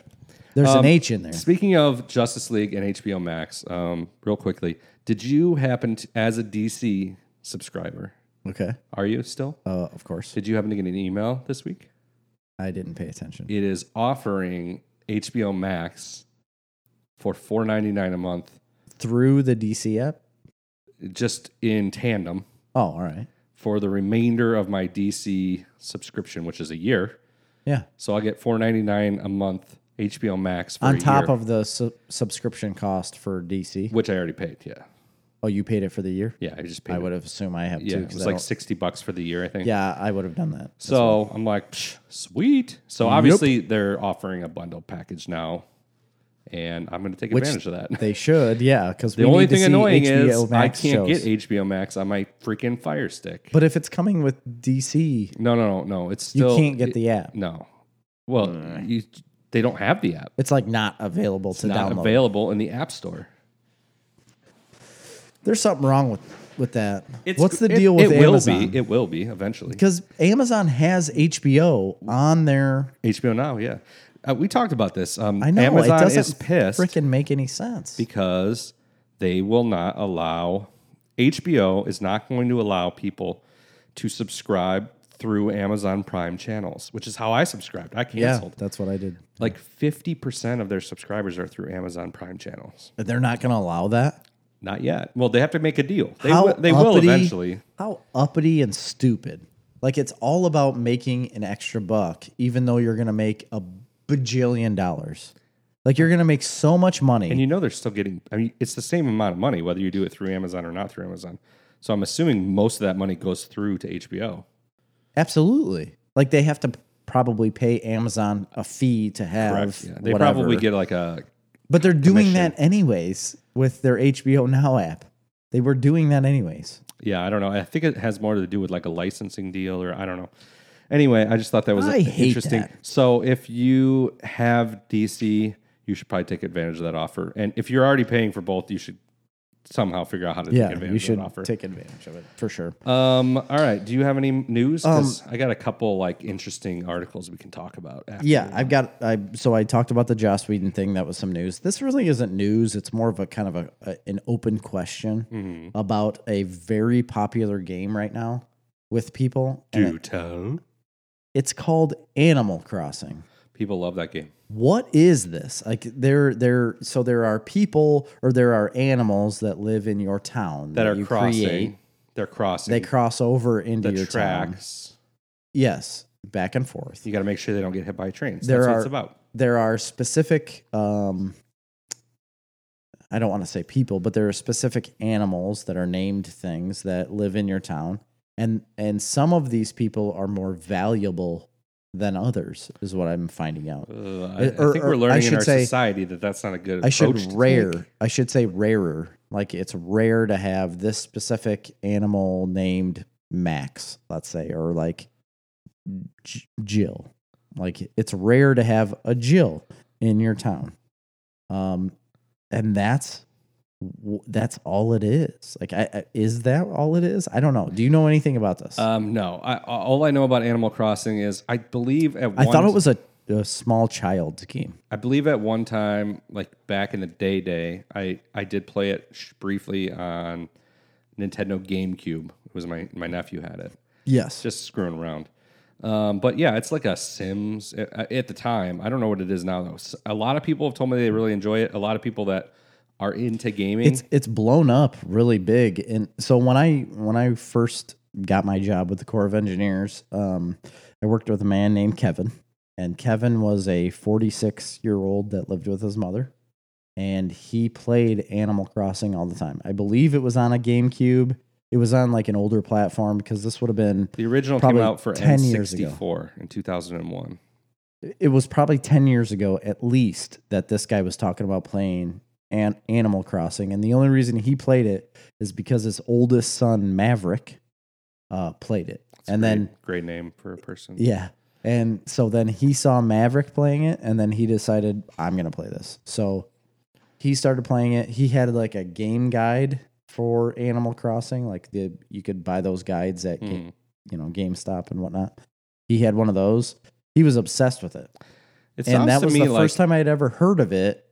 Speaker 1: There's
Speaker 2: Um,
Speaker 1: an H in there.
Speaker 2: Speaking of Justice League and HBO Max, um, real quickly, did you happen to, as a DC subscriber,
Speaker 1: Okay.
Speaker 2: are you still?
Speaker 1: Uh, of course.
Speaker 2: Did you happen to get an email this week?
Speaker 1: I didn't pay attention.
Speaker 2: It is offering HBO Max for four ninety nine a month,
Speaker 1: Through the DC app?
Speaker 2: just in tandem
Speaker 1: Oh, all right.
Speaker 2: for the remainder of my DC subscription, which is a year.
Speaker 1: Yeah.
Speaker 2: So I'll get four ninety nine a month HBO Max for
Speaker 1: On
Speaker 2: a
Speaker 1: top
Speaker 2: year,
Speaker 1: of the su- subscription cost for DC.
Speaker 2: which I already paid. Yeah,
Speaker 1: Oh, you paid it for the year?
Speaker 2: yeah, I just paid.
Speaker 1: I
Speaker 2: it.
Speaker 1: would have assumed I have
Speaker 2: Yeah,
Speaker 1: too.
Speaker 2: it
Speaker 1: 'cause
Speaker 2: was
Speaker 1: I
Speaker 2: like
Speaker 1: don't-
Speaker 2: sixty bucks for the year, I think.
Speaker 1: yeah, I would have done that.
Speaker 2: So I'm like, "Psh, sweet. So obviously they're offering a bundle package now, and I'm going to take advantage of that.
Speaker 1: They should, yeah, because
Speaker 2: The only thing annoying is I can't get HBO Max on my freaking Fire Stick.
Speaker 1: But if it's coming with DC,
Speaker 2: No, no, no, no. It's
Speaker 1: you
Speaker 2: still
Speaker 1: can't get the app.
Speaker 2: no. Well, you, they don't have the app.
Speaker 1: It's like not available to
Speaker 2: Not
Speaker 1: download.
Speaker 2: available in the App Store.
Speaker 1: There's something wrong with with that. What's the deal
Speaker 2: it,
Speaker 1: with
Speaker 2: it Will
Speaker 1: Amazon?
Speaker 2: be, it will be eventually.
Speaker 1: Because Amazon has HBO on their.
Speaker 2: HBO Now, yeah. Uh, we talked about this. Um,
Speaker 1: I know
Speaker 2: Amazon
Speaker 1: it doesn't
Speaker 2: is pissed
Speaker 1: Freaking make any sense.
Speaker 2: because they will not allow HBO is not going to allow people to subscribe through Amazon Prime channels, which is how I subscribed. I
Speaker 1: yeah,
Speaker 2: canceled.
Speaker 1: that's what I did.
Speaker 2: Like 50% of their subscribers are through Amazon Prime channels.
Speaker 1: But they're not going to allow that.
Speaker 2: Not yet. Well, they have to make a deal. They,
Speaker 1: How
Speaker 2: will, they will
Speaker 1: uppity-
Speaker 2: eventually.
Speaker 1: How uppity and stupid! Like it's all about making an extra buck, even though you're going to make a bajillion dollars. Like you're going to make so much money.
Speaker 2: And you know they're still getting, I mean, it's the same amount of money whether you do it through Amazon or not through Amazon. So I'm assuming most of that money goes through to HBO.
Speaker 1: Absolutely. Like they have to probably pay Amazon a fee to have.
Speaker 2: Correct. Yeah. They
Speaker 1: whatever.
Speaker 2: probably get like a
Speaker 1: But they're doing that anyways with their HBO Now app. They were doing that anyways.
Speaker 2: Yeah, I don't know. I think it has more to do with like a licensing deal or I don't know. Anyway, I just thought that was
Speaker 1: I hate
Speaker 2: interesting.
Speaker 1: that.
Speaker 2: So if you have DC, you should probably take advantage of that offer. And if you're already paying for both, you should somehow figure out how to take
Speaker 1: Yeah,
Speaker 2: advantage
Speaker 1: you should
Speaker 2: of that offer.
Speaker 1: take advantage of it for sure.
Speaker 2: um, all right. Do you have any news?
Speaker 1: Um,
Speaker 2: 'Cause I got a couple like interesting articles we can talk about. After.
Speaker 1: Yeah, I've got. I so I talked about the Joss Whedon thing. That was some news. This really isn't news. It's more of a kind of a, a an open question
Speaker 2: Mm-hmm.
Speaker 1: about a very popular game right now with people. and it-
Speaker 2: Do tell.
Speaker 1: it's called Animal Crossing.
Speaker 2: People love that game.
Speaker 1: What is this? Like there, there. So there are people or there are animals that live in your town
Speaker 2: That are
Speaker 1: you
Speaker 2: crossing.
Speaker 1: create.
Speaker 2: They're crossing.
Speaker 1: They cross over into
Speaker 2: the
Speaker 1: your town.
Speaker 2: tracks.
Speaker 1: Yes, back and forth.
Speaker 2: You got to make sure they don't get hit by trains.
Speaker 1: There
Speaker 2: That's
Speaker 1: are-
Speaker 2: what it's about.
Speaker 1: there are specific um I don't want to say people, but there are specific animals that are named things that live in your town. And and some of these people are more valuable than others is what I'm finding out.
Speaker 2: Uh, I,
Speaker 1: Uh, or-
Speaker 2: I think
Speaker 1: or I
Speaker 2: we're learning in
Speaker 1: should
Speaker 2: our
Speaker 1: say-
Speaker 2: society that that's not a good.
Speaker 1: I
Speaker 2: approach
Speaker 1: should
Speaker 2: to
Speaker 1: rare.
Speaker 2: take.
Speaker 1: I should say rarer. Like it's rare to have this specific animal named Max, let's say, or like J- Jill. Like it's rare to have a Jill in your town. Um, and that's w- that's all it is. Like, I, I, is that all it is? I don't know. Do you know anything about this?
Speaker 2: Um, no, I, all I know about Animal Crossing is I believe at
Speaker 1: I
Speaker 2: one
Speaker 1: thought it was a, a small child's game.
Speaker 2: I believe at one time, like back in the day, day I I did play it sh- briefly on Nintendo GameCube. It was my my nephew had it,
Speaker 1: Yes.
Speaker 2: just screwing around. Um, but yeah, it's like a Sims at, at the time. I don't know what it is now though. S- A lot of people have told me they really enjoy it. A lot of people that are into gaming.
Speaker 1: it's it's blown up really big and so when i when i first got my job with the corps of engineers um, i worked with a man named kevin and kevin was a 46 year old that lived with his mother and he played animal crossing all the time i believe it was on a gamecube it was on like an older platform because this would have been
Speaker 2: the original came
Speaker 1: probably
Speaker 2: out for
Speaker 1: 10
Speaker 2: N64
Speaker 1: years ago.
Speaker 2: in 2001.
Speaker 1: it was probably 10 years ago at least that this guy was talking about playing an Animal Crossing. And the only reason he played it is because his oldest son, Maverick, uh, played it.
Speaker 2: It's a
Speaker 1: and
Speaker 2: great-
Speaker 1: then,
Speaker 2: great name for a person.
Speaker 1: yeah. And so then he saw Maverick playing it and then he decided, I'm going to play this. So he started playing it. He had like a game guide for Animal Crossing. Like the, you could buy those guides at, Ga-
Speaker 2: Hmm.
Speaker 1: you know, GameStop and whatnot. He had one of those. He was obsessed with it
Speaker 2: It sounds
Speaker 1: and that
Speaker 2: to
Speaker 1: was
Speaker 2: me
Speaker 1: the
Speaker 2: like
Speaker 1: first time I had ever heard of it.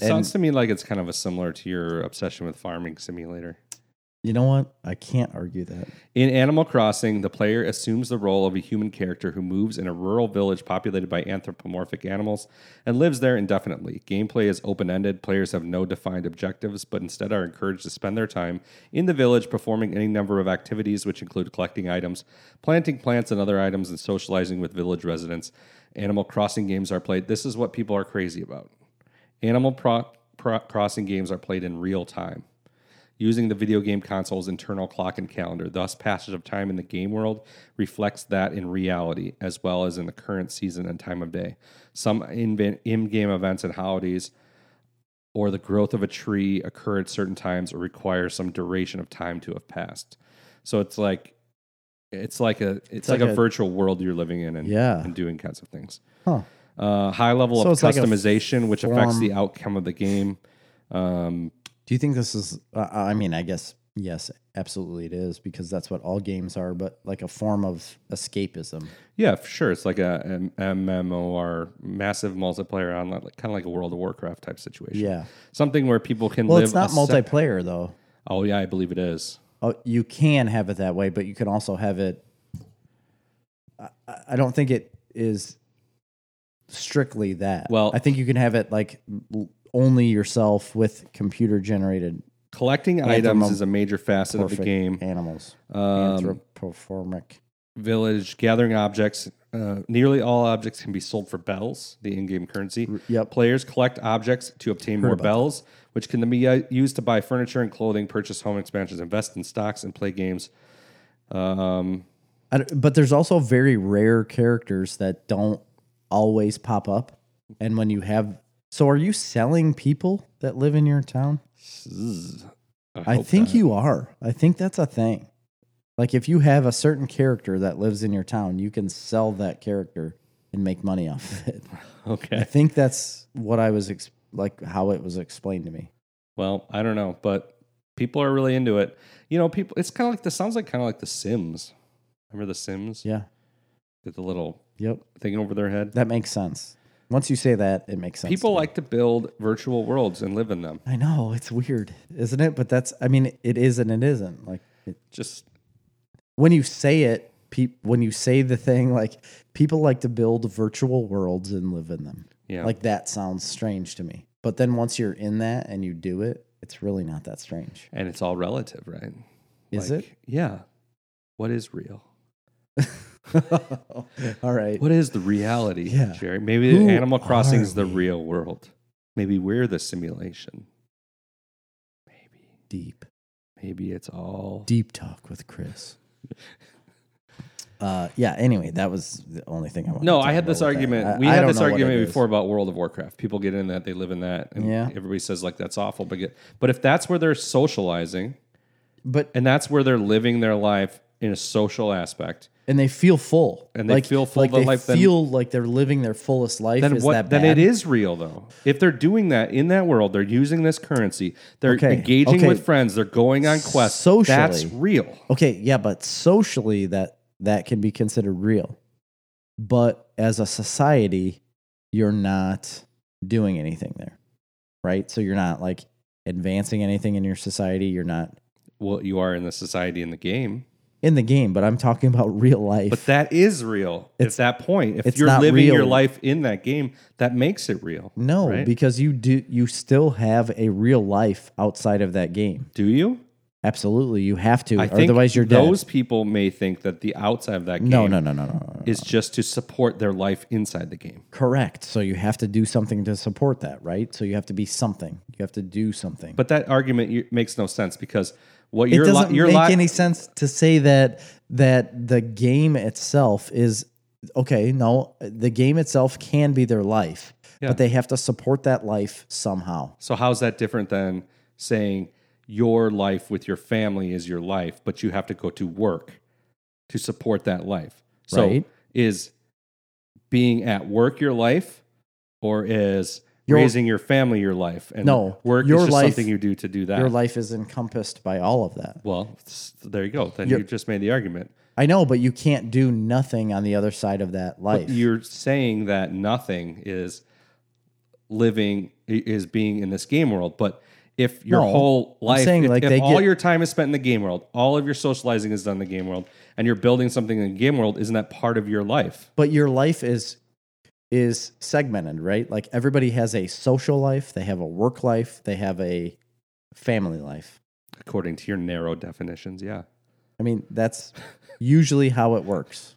Speaker 1: and-
Speaker 2: sounds to me like it's kind of a similar to your obsession with farming simulator.
Speaker 1: You know what? I can't argue that.
Speaker 2: In Animal Crossing, the player assumes the role of a human character who moves in a rural village populated by anthropomorphic animals and lives there indefinitely. Gameplay is open ended, players have no defined objectives, but instead are encouraged to spend their time in the village performing any number of activities, which include collecting items, planting plants and other items, and socializing with village residents. Animal Crossing games are played. This is what people are crazy about. Animal pro- pro- Crossing games are played in real time using the video game console's internal clock and calendar. Thus, passage of time in the game world reflects that in reality, as well as in the current season and time of day. Some in- in-game events and holidays, or the growth of a tree, occur at certain times or require some duration of time to have passed. So it's like it's like a it's, like,
Speaker 1: like
Speaker 2: a,
Speaker 1: a-
Speaker 2: virtual world you're living in and,
Speaker 1: Yeah.
Speaker 2: and doing kinds of things.
Speaker 1: Huh.
Speaker 2: Uh, high level
Speaker 1: So
Speaker 2: of
Speaker 1: it's like a
Speaker 2: customization, which affects
Speaker 1: form-
Speaker 2: the outcome of the game. Um,
Speaker 1: Do you think this is? Uh, I mean, I guess yes, absolutely it is because that's what all games are, but like a form of escapism.
Speaker 2: Yeah, for sure. It's like a M- MMOR, massive multiplayer online, like, kind of like a World of Warcraft type situation.
Speaker 1: Yeah.
Speaker 2: something where people can
Speaker 1: Well,
Speaker 2: live.
Speaker 1: it's not
Speaker 2: a sep-
Speaker 1: multiplayer though.
Speaker 2: oh yeah, I believe it is.
Speaker 1: Oh, you can have it that way, but you can also have it. I- I, I don't think it is strictly that.
Speaker 2: Well-
Speaker 1: I think you can have it like l- only yourself with computer generated
Speaker 2: Collecting items is a major facet of the game.
Speaker 1: animals.
Speaker 2: Um,
Speaker 1: Anthropomorphic.
Speaker 2: village gathering objects. Uh, nearly all objects can be sold for bells, the in-game currency.
Speaker 1: yep.
Speaker 2: Players collect objects to obtain more bells, which can then be uh, used to buy furniture and clothing, purchase home expansions, invest in stocks, and play games. Um,
Speaker 1: I d- but there's also very rare characters that don't always pop up. And when you have, so are you selling people that live in your town? I,
Speaker 2: hope
Speaker 1: think
Speaker 2: not.
Speaker 1: you are. I think that's a thing. Like if you have a certain character that lives in your town, you can sell that character and make money off of it.
Speaker 2: okay.
Speaker 1: I think that's what I was ex- like how it was explained to me.
Speaker 2: Well, I don't know, but People are really into it. You know, people. It's kind of like this. Sounds like kind of like The Sims. Remember The Sims?
Speaker 1: Yeah.
Speaker 2: Did the little
Speaker 1: Yep.
Speaker 2: thing over their head.
Speaker 1: That makes sense. Once you say that, it makes sense.
Speaker 2: People
Speaker 1: to me.
Speaker 2: like to build virtual worlds and live in them.
Speaker 1: I know it's weird, isn't it? But that's. I mean, it is and it isn't. Like it,
Speaker 2: Just
Speaker 1: when you say it, peop, when you say the thing, like people like to build virtual worlds and live in them.
Speaker 2: yeah.
Speaker 1: Like that sounds strange to me. But then once you're in that and you do it, it's really not that strange.
Speaker 2: and it's all relative, right?
Speaker 1: Is
Speaker 2: Like, Yeah. What is real?
Speaker 1: it? All right.
Speaker 2: What is the reality,
Speaker 1: Yeah.
Speaker 2: Jerry? Maybe
Speaker 1: Who
Speaker 2: Animal Crossing
Speaker 1: are
Speaker 2: is the
Speaker 1: we?
Speaker 2: real world. Maybe we're the simulation. Maybe,
Speaker 1: Deep,
Speaker 2: maybe it's all.
Speaker 1: deep talk with Chris. Uh, yeah. Anyway, that was the only thing I wanted.
Speaker 2: No,
Speaker 1: to
Speaker 2: I
Speaker 1: talk
Speaker 2: had this
Speaker 1: about with that.
Speaker 2: argument.
Speaker 1: I-
Speaker 2: we
Speaker 1: I
Speaker 2: had
Speaker 1: don't
Speaker 2: this
Speaker 1: know what it
Speaker 2: argument
Speaker 1: is.
Speaker 2: before about World of Warcraft. People get in that, they live in that, and
Speaker 1: Yeah.
Speaker 2: everybody says like that's awful. But get, but if that's where they're socializing
Speaker 1: but
Speaker 2: and that's where they're living their life in a social aspect,
Speaker 1: and they feel full,
Speaker 2: And they
Speaker 1: Like-
Speaker 2: feel full
Speaker 1: Like
Speaker 2: the
Speaker 1: they
Speaker 2: life, then-
Speaker 1: feel like they're living their fullest life.
Speaker 2: then
Speaker 1: is
Speaker 2: what?
Speaker 1: that
Speaker 2: then
Speaker 1: bad?
Speaker 2: it is real though. If they're doing that in that world, they're using this currency. They're
Speaker 1: Okay,
Speaker 2: engaging
Speaker 1: okay.
Speaker 2: with friends. They're going on quests. that's
Speaker 1: Socially.
Speaker 2: real.
Speaker 1: Okay, yeah, but socially that that can be considered real. But as a society, you're not doing anything there. Right? So you're not like advancing anything in your society, you're not
Speaker 2: Well, you are in the society in the game,
Speaker 1: in the game, but I'm talking about real life.
Speaker 2: but that is real. It's that point. If
Speaker 1: it's
Speaker 2: you're
Speaker 1: not
Speaker 2: living your
Speaker 1: real. Mm.
Speaker 2: life in that game, that makes it real.
Speaker 1: no,
Speaker 2: right?
Speaker 1: because you do you still have a real life outside of that game.
Speaker 2: Do you?
Speaker 1: Absolutely, you have to.
Speaker 2: I think
Speaker 1: Otherwise you're dead.
Speaker 2: those people may think that the outside of that game
Speaker 1: no, no, no, no, no, no.
Speaker 2: is just to support their life inside the game.
Speaker 1: Correct. So you have to do something to support that, right? So you have to be something. You have to do something.
Speaker 2: But that argument you- makes no sense because what
Speaker 1: it
Speaker 2: your
Speaker 1: doesn't
Speaker 2: li- your
Speaker 1: make
Speaker 2: li-
Speaker 1: any sense to say that that the game itself is okay. No, the game itself can be their life,
Speaker 2: Yeah.
Speaker 1: but they have to support that life somehow.
Speaker 2: So how's that different than saying your life with your family is your life, but you have to go to work to support that life? So
Speaker 1: Right.
Speaker 2: is being at work your life, or is
Speaker 1: Your-
Speaker 2: raising your family your life? And
Speaker 1: No,
Speaker 2: work
Speaker 1: your
Speaker 2: is just
Speaker 1: life-
Speaker 2: something you do to do that.
Speaker 1: Your life is encompassed by all of that.
Speaker 2: Well, s- there you go. Then
Speaker 1: Your-
Speaker 2: you just made the argument.
Speaker 1: I know, but you can't do nothing on the other side of that life.
Speaker 2: You're saying that nothing is living i- is being in this game world, but if your
Speaker 1: No,
Speaker 2: whole life,
Speaker 1: saying,
Speaker 2: if,
Speaker 1: like,
Speaker 2: if
Speaker 1: they
Speaker 2: all
Speaker 1: get-
Speaker 2: your time is spent in the game world, all of your socializing is done in the game world, and you're building something in the game world, isn't that part of your life?
Speaker 1: but your life is is segmented right like everybody has a social life they have a work life they have a family life
Speaker 2: According to your narrow definitions, yeah.
Speaker 1: i mean that's usually how it works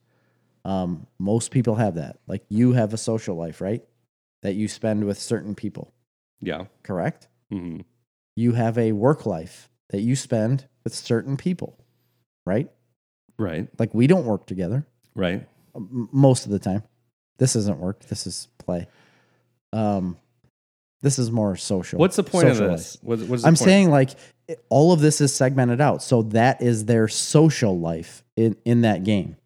Speaker 1: um, most people have that like you have a social life right that you spend with certain people
Speaker 2: Yeah.
Speaker 1: correct
Speaker 2: hmm
Speaker 1: you have a work life that you spend with certain people right
Speaker 2: Right.
Speaker 1: like we don't work together
Speaker 2: Right.
Speaker 1: m- most of the time. This isn't work. This is play. Um, this is more social.
Speaker 2: What's the point of
Speaker 1: social
Speaker 2: this? What, what is
Speaker 1: life.
Speaker 2: the
Speaker 1: I'm
Speaker 2: point?
Speaker 1: saying like it- all of this is segmented out, so that is their social life in in that game.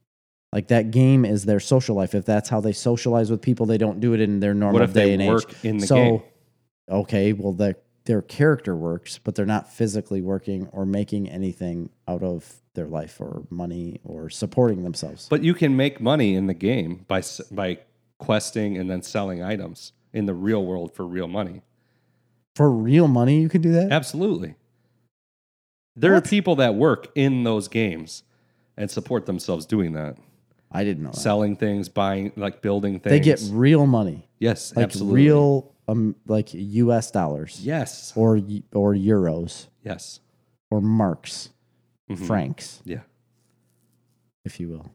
Speaker 1: Like that game is their social life. If that's how they socialize with people, they don't do it in their normal
Speaker 2: what if
Speaker 1: day
Speaker 2: they
Speaker 1: and
Speaker 2: work
Speaker 1: age.
Speaker 2: in the
Speaker 1: so,
Speaker 2: game?
Speaker 1: okay, well their their character works, but they're not physically working or making anything out of their life or money or supporting themselves.
Speaker 2: But you can make money in the game by s- by questing and then selling items in the real world for real money.
Speaker 1: For real money, you can do that.
Speaker 2: Absolutely. There
Speaker 1: What?
Speaker 2: are people that work in those games and support themselves doing that,
Speaker 1: I didn't know that.
Speaker 2: selling things, buying, like building things.
Speaker 1: They get real money,
Speaker 2: yes,
Speaker 1: like
Speaker 2: absolutely.
Speaker 1: real, um, like U.S. dollars
Speaker 2: Yes.
Speaker 1: or y- or euros
Speaker 2: Yes.
Speaker 1: or marks,
Speaker 2: Mhm.
Speaker 1: francs,
Speaker 2: Yeah.
Speaker 1: if you will.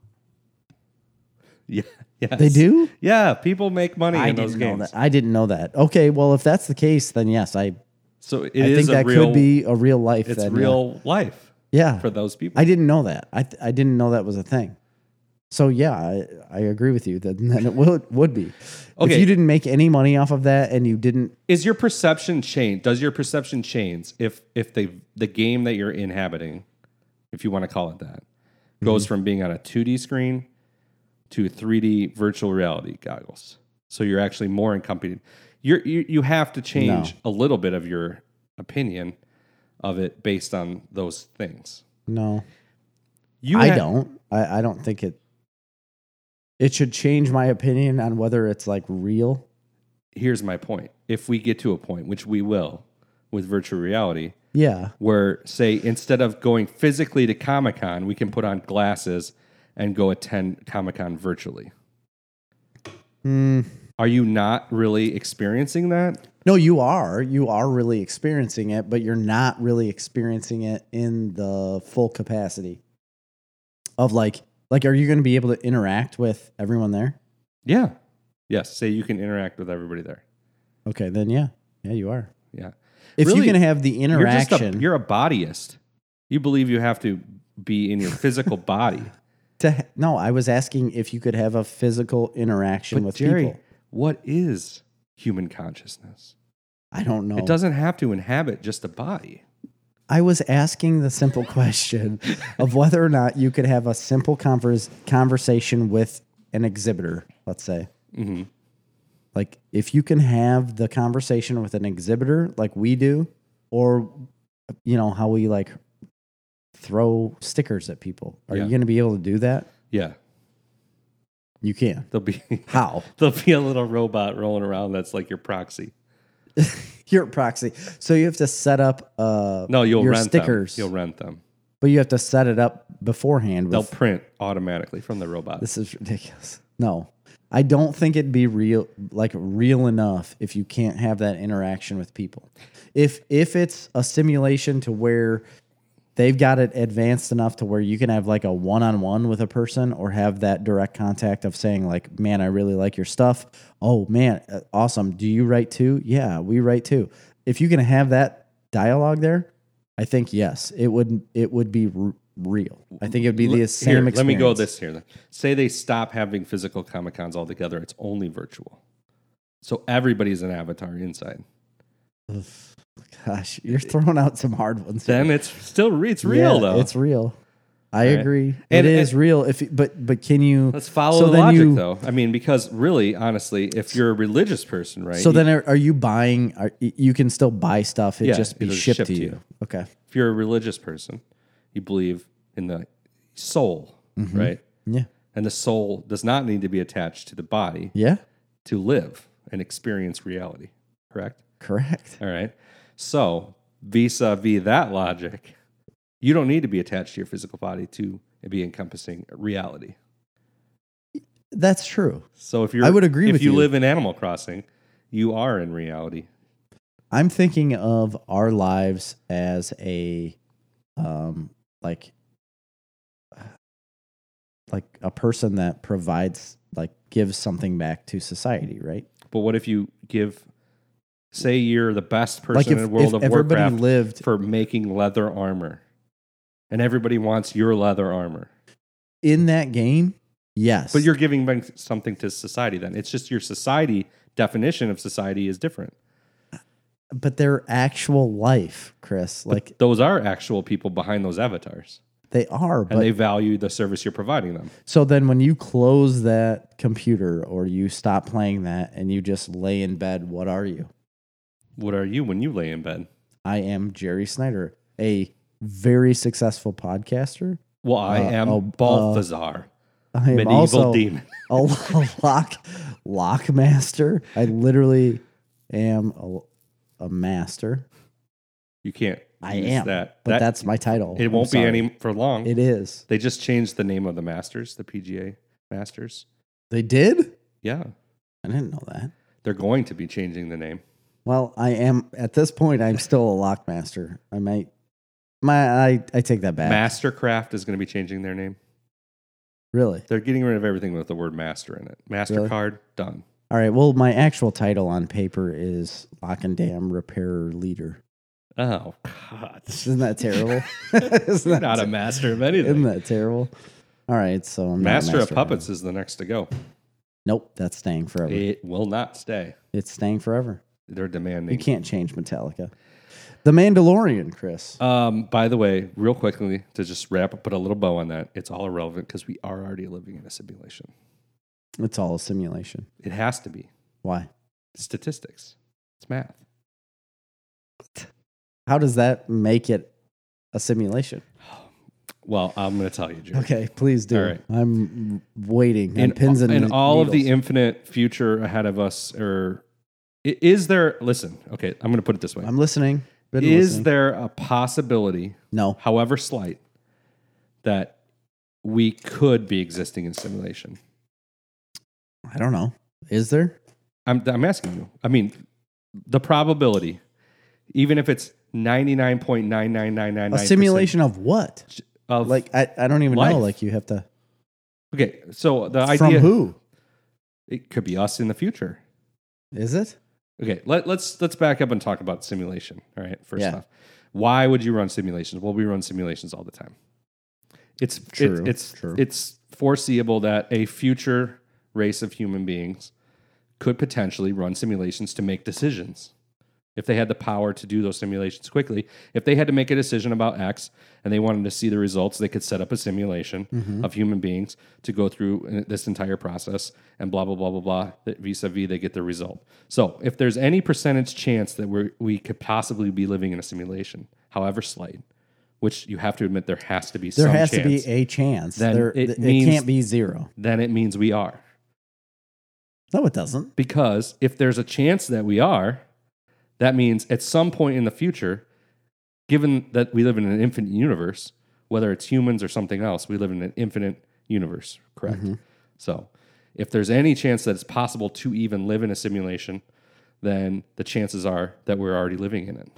Speaker 2: Yeah. Yes.
Speaker 1: They do.
Speaker 2: Yeah. People make money
Speaker 1: I
Speaker 2: in those
Speaker 1: didn't know
Speaker 2: games.
Speaker 1: that. I didn't know that. Okay, well, if that's the case, then yes, I
Speaker 2: So it
Speaker 1: I
Speaker 2: is
Speaker 1: think
Speaker 2: a
Speaker 1: that
Speaker 2: real,
Speaker 1: could be a real life.
Speaker 2: it's
Speaker 1: then, yeah.
Speaker 2: real life
Speaker 1: Yeah,
Speaker 2: for those people.
Speaker 1: I didn't know that. I th- I didn't know that was a thing. So yeah, I, I agree with you that then it would would be. If
Speaker 2: Okay.
Speaker 1: you didn't make any money off of that and you didn't
Speaker 2: is your perception change does your perception change if if the the game that you're inhabiting if you want to call it that goes
Speaker 1: Mm-hmm.
Speaker 2: from being on a 2d screen to 3d virtual reality goggles so you're actually more accompanied you're, you you have to change a little bit of your opinion of it based on those things.
Speaker 1: No,
Speaker 2: You
Speaker 1: I
Speaker 2: ha-
Speaker 1: don't. I, I don't think it. It should change my opinion on whether it's like real.
Speaker 2: Here's my point. If we get to a point, which we will, with virtual reality,
Speaker 1: Yeah,
Speaker 2: where say instead of going physically to Comic Con, we can put on glasses and go attend Comic Con virtually.
Speaker 1: Mm.
Speaker 2: Are you not really experiencing that?
Speaker 1: No, you are. You are really experiencing it, but you're not really experiencing it in the full capacity of like like are you going to be able to interact with everyone there?
Speaker 2: Yeah. Yes. Say you can interact with everybody there.
Speaker 1: Okay, then yeah. Yeah, you are.
Speaker 2: Yeah.
Speaker 1: If
Speaker 2: Really,
Speaker 1: you can have the
Speaker 2: You're just a,
Speaker 1: interaction
Speaker 2: you're a bodyist. You believe you have to be in your physical body.
Speaker 1: to ha- No, I was asking if you could have a physical interaction with people.
Speaker 2: what is human consciousness?
Speaker 1: I don't know.
Speaker 2: It doesn't have to inhabit just a body.
Speaker 1: I was asking the simple question of whether or not you could have a simple converse, conversation with an exhibitor, let's say.
Speaker 2: Mhm.
Speaker 1: Like, if you can have the conversation with an exhibitor like we do, or, you know, how we like throw stickers at people, are
Speaker 2: Yeah.
Speaker 1: you going to be able to do that?
Speaker 2: Yeah.
Speaker 1: You can.
Speaker 2: There'll be
Speaker 1: How?
Speaker 2: there'll be a little robot rolling around that's like your proxy.
Speaker 1: You're a proxy. So you have to set up uh,
Speaker 2: No, you'll
Speaker 1: your
Speaker 2: rent
Speaker 1: stickers,
Speaker 2: them. You'll rent them.
Speaker 1: but you have to set it up beforehand. With
Speaker 2: They'll print automatically from the robot.
Speaker 1: This is ridiculous. No, I don't think it'd be real, like real enough if you can't have that interaction with people. If if it's a simulation to where they've got it advanced enough to where you can have like a one on one with a person or have that direct contact of saying like, man, I really like your stuff. Oh man, uh, awesome. Do you write too? Yeah, we write too. If you can have that dialogue there, I think yes, it would it would be r- real. I think it would be the same
Speaker 2: Here,
Speaker 1: experience.
Speaker 2: let me go this here. Then. Say they stop having physical Comic Cons altogether. It's only virtual. So everybody's an avatar inside.
Speaker 1: Ugh, Gosh, you're throwing out some hard ones. here.
Speaker 2: Then it's still it's real
Speaker 1: Yeah,
Speaker 2: though.
Speaker 1: It's real. I
Speaker 2: Right.
Speaker 1: agree. it
Speaker 2: And-
Speaker 1: is
Speaker 2: and-
Speaker 1: real. If but but can you?
Speaker 2: Let's follow
Speaker 1: so
Speaker 2: the
Speaker 1: then
Speaker 2: logic
Speaker 1: you-
Speaker 2: though. I mean, because really, honestly, if you're a religious person, right?
Speaker 1: So
Speaker 2: you-
Speaker 1: then, are, are you buying? Are, y- you can still buy stuff. It
Speaker 2: Yeah,
Speaker 1: just be
Speaker 2: it'll
Speaker 1: shipped
Speaker 2: ship
Speaker 1: to
Speaker 2: to
Speaker 1: you.
Speaker 2: you.
Speaker 1: Okay.
Speaker 2: if you're a religious person, you believe in the soul,
Speaker 1: Mm-hmm.
Speaker 2: right?
Speaker 1: Yeah.
Speaker 2: And the soul does not need to be attached to the body
Speaker 1: Yeah.
Speaker 2: to live and experience reality, correct?
Speaker 1: Correct.
Speaker 2: All right. So, vis a vis that logic, you don't need to be attached to your physical body to be encompassing reality.
Speaker 1: That's true.
Speaker 2: So, if you're,
Speaker 1: I would agree
Speaker 2: if
Speaker 1: with
Speaker 2: you
Speaker 1: you.
Speaker 2: live in Animal Crossing, you are in reality.
Speaker 1: I'm thinking of our lives as a, um, like, like a person that provides, like, gives something back to society, right?
Speaker 2: But what if you give, say, you're the best person
Speaker 1: like if,
Speaker 2: in the world
Speaker 1: if
Speaker 2: of
Speaker 1: everybody
Speaker 2: Warcraft
Speaker 1: lived
Speaker 2: for making leather armor, and everybody wants your leather armor,
Speaker 1: in that game, yes.
Speaker 2: but you're giving back something to society. Then it's just your society definition of society is different.
Speaker 1: but their actual life, Chris, like
Speaker 2: Those are actual people behind those avatars,
Speaker 1: they are.
Speaker 2: and
Speaker 1: But
Speaker 2: they value the service you're providing them.
Speaker 1: so then when you close that computer or you stop playing that and you just lay in bed, what are you?
Speaker 2: What are you when you lay in bed?
Speaker 1: I am Jerry Snyder, a very successful podcaster.
Speaker 2: Well, I
Speaker 1: Uh,
Speaker 2: am
Speaker 1: oh, uh,
Speaker 2: Balthazar,
Speaker 1: I am
Speaker 2: medieval
Speaker 1: also
Speaker 2: demon.
Speaker 1: a lo- lock lock master. I literally am a, a master.
Speaker 2: You can't.
Speaker 1: I
Speaker 2: use
Speaker 1: am,
Speaker 2: that.
Speaker 1: but
Speaker 2: That-
Speaker 1: that's my title.
Speaker 2: it.
Speaker 1: I'm
Speaker 2: Won't be
Speaker 1: sorry.
Speaker 2: any for long.
Speaker 1: It is.
Speaker 2: They just changed the name of the Masters, the PGA Masters.
Speaker 1: They did.
Speaker 2: Yeah,
Speaker 1: I didn't know that.
Speaker 2: they're going to be changing the name.
Speaker 1: Well, I am at this point. I'm still a lockmaster. I might. My I, I take that back.
Speaker 2: Mastercraft is going to be changing their name.
Speaker 1: really?
Speaker 2: They're getting rid of everything with the word master in it. Mastercard done.
Speaker 1: All right. Well, my actual title on paper is Lock and Dam Repairer Leader.
Speaker 2: Oh God,
Speaker 1: Isn't that terrible? isn't,
Speaker 2: you're
Speaker 1: that
Speaker 2: not a master of
Speaker 1: isn't
Speaker 2: anything.
Speaker 1: that terrible? All right. So I'm not a
Speaker 2: master, of
Speaker 1: master
Speaker 2: puppets is the next to go.
Speaker 1: Nope, that's staying forever.
Speaker 2: It will not stay.
Speaker 1: It's staying forever.
Speaker 2: They're
Speaker 1: You
Speaker 2: demanding.
Speaker 1: can't change Metallica. The Mandalorian, Chris.
Speaker 2: Um, by the way, real quickly to just wrap up, put a little bow on that. It's all irrelevant because we are already living in a simulation.
Speaker 1: It's all a simulation.
Speaker 2: It has to be
Speaker 1: Why?
Speaker 2: statistics. It's math.
Speaker 1: How does that make it a simulation?
Speaker 2: Well, I'm going to tell you, Jerry.
Speaker 1: Okay, please do.
Speaker 2: All right.
Speaker 1: I'm waiting. And,
Speaker 2: And,
Speaker 1: pins and,
Speaker 2: and all of the
Speaker 1: needles.
Speaker 2: infinite future ahead of us are. i- Is there? Listen, okay, I'm going to put it this way:
Speaker 1: I'm listening. Been
Speaker 2: Is
Speaker 1: listening.
Speaker 2: there a possibility,
Speaker 1: no?
Speaker 2: however slight, that we could be existing in simulation?
Speaker 1: I don't know. Is there?
Speaker 2: I'm, I'm asking you. I mean, the probability, even if it's 99.99999
Speaker 1: A simulation of what?
Speaker 2: of
Speaker 1: Like I, I don't even
Speaker 2: Life.
Speaker 1: know. Like you have to
Speaker 2: okay. So the idea
Speaker 1: from who
Speaker 2: it could be us in the future.
Speaker 1: is it?
Speaker 2: Okay, let, let's let's back up and talk about simulation. All right, first
Speaker 1: Yeah.
Speaker 2: off, why would you run simulations? Well, we run simulations all the time. It's it-
Speaker 1: True,
Speaker 2: it's
Speaker 1: true.
Speaker 2: it's foreseeable that a future race of human beings could potentially run simulations to make decisions. If they had the power to do those simulations quickly, if they had to make a decision about X and they wanted to see the results, they could set up a simulation
Speaker 1: Mm-hmm.
Speaker 2: of human beings to go through uh, this entire process and blah, blah, blah, blah, blah. Vis a vis, they get the result. So, if there's any percentage chance that we're, we could possibly be living in a simulation, however slight, which you have to admit there has to be
Speaker 1: There
Speaker 2: some
Speaker 1: has
Speaker 2: chance,
Speaker 1: to be a chance.
Speaker 2: Then
Speaker 1: there
Speaker 2: it
Speaker 1: it, it
Speaker 2: means-
Speaker 1: can't be zero.
Speaker 2: then it means we are.
Speaker 1: No, it doesn't.
Speaker 2: because if there's a chance that we are, that means at some point in the future, given that we live in an infinite universe, whether it's humans or something else, we live in an infinite universe, correct?
Speaker 1: Mm-hmm.
Speaker 2: So if there's any chance that it's possible to even live in a simulation, then the chances are that we're already living in it.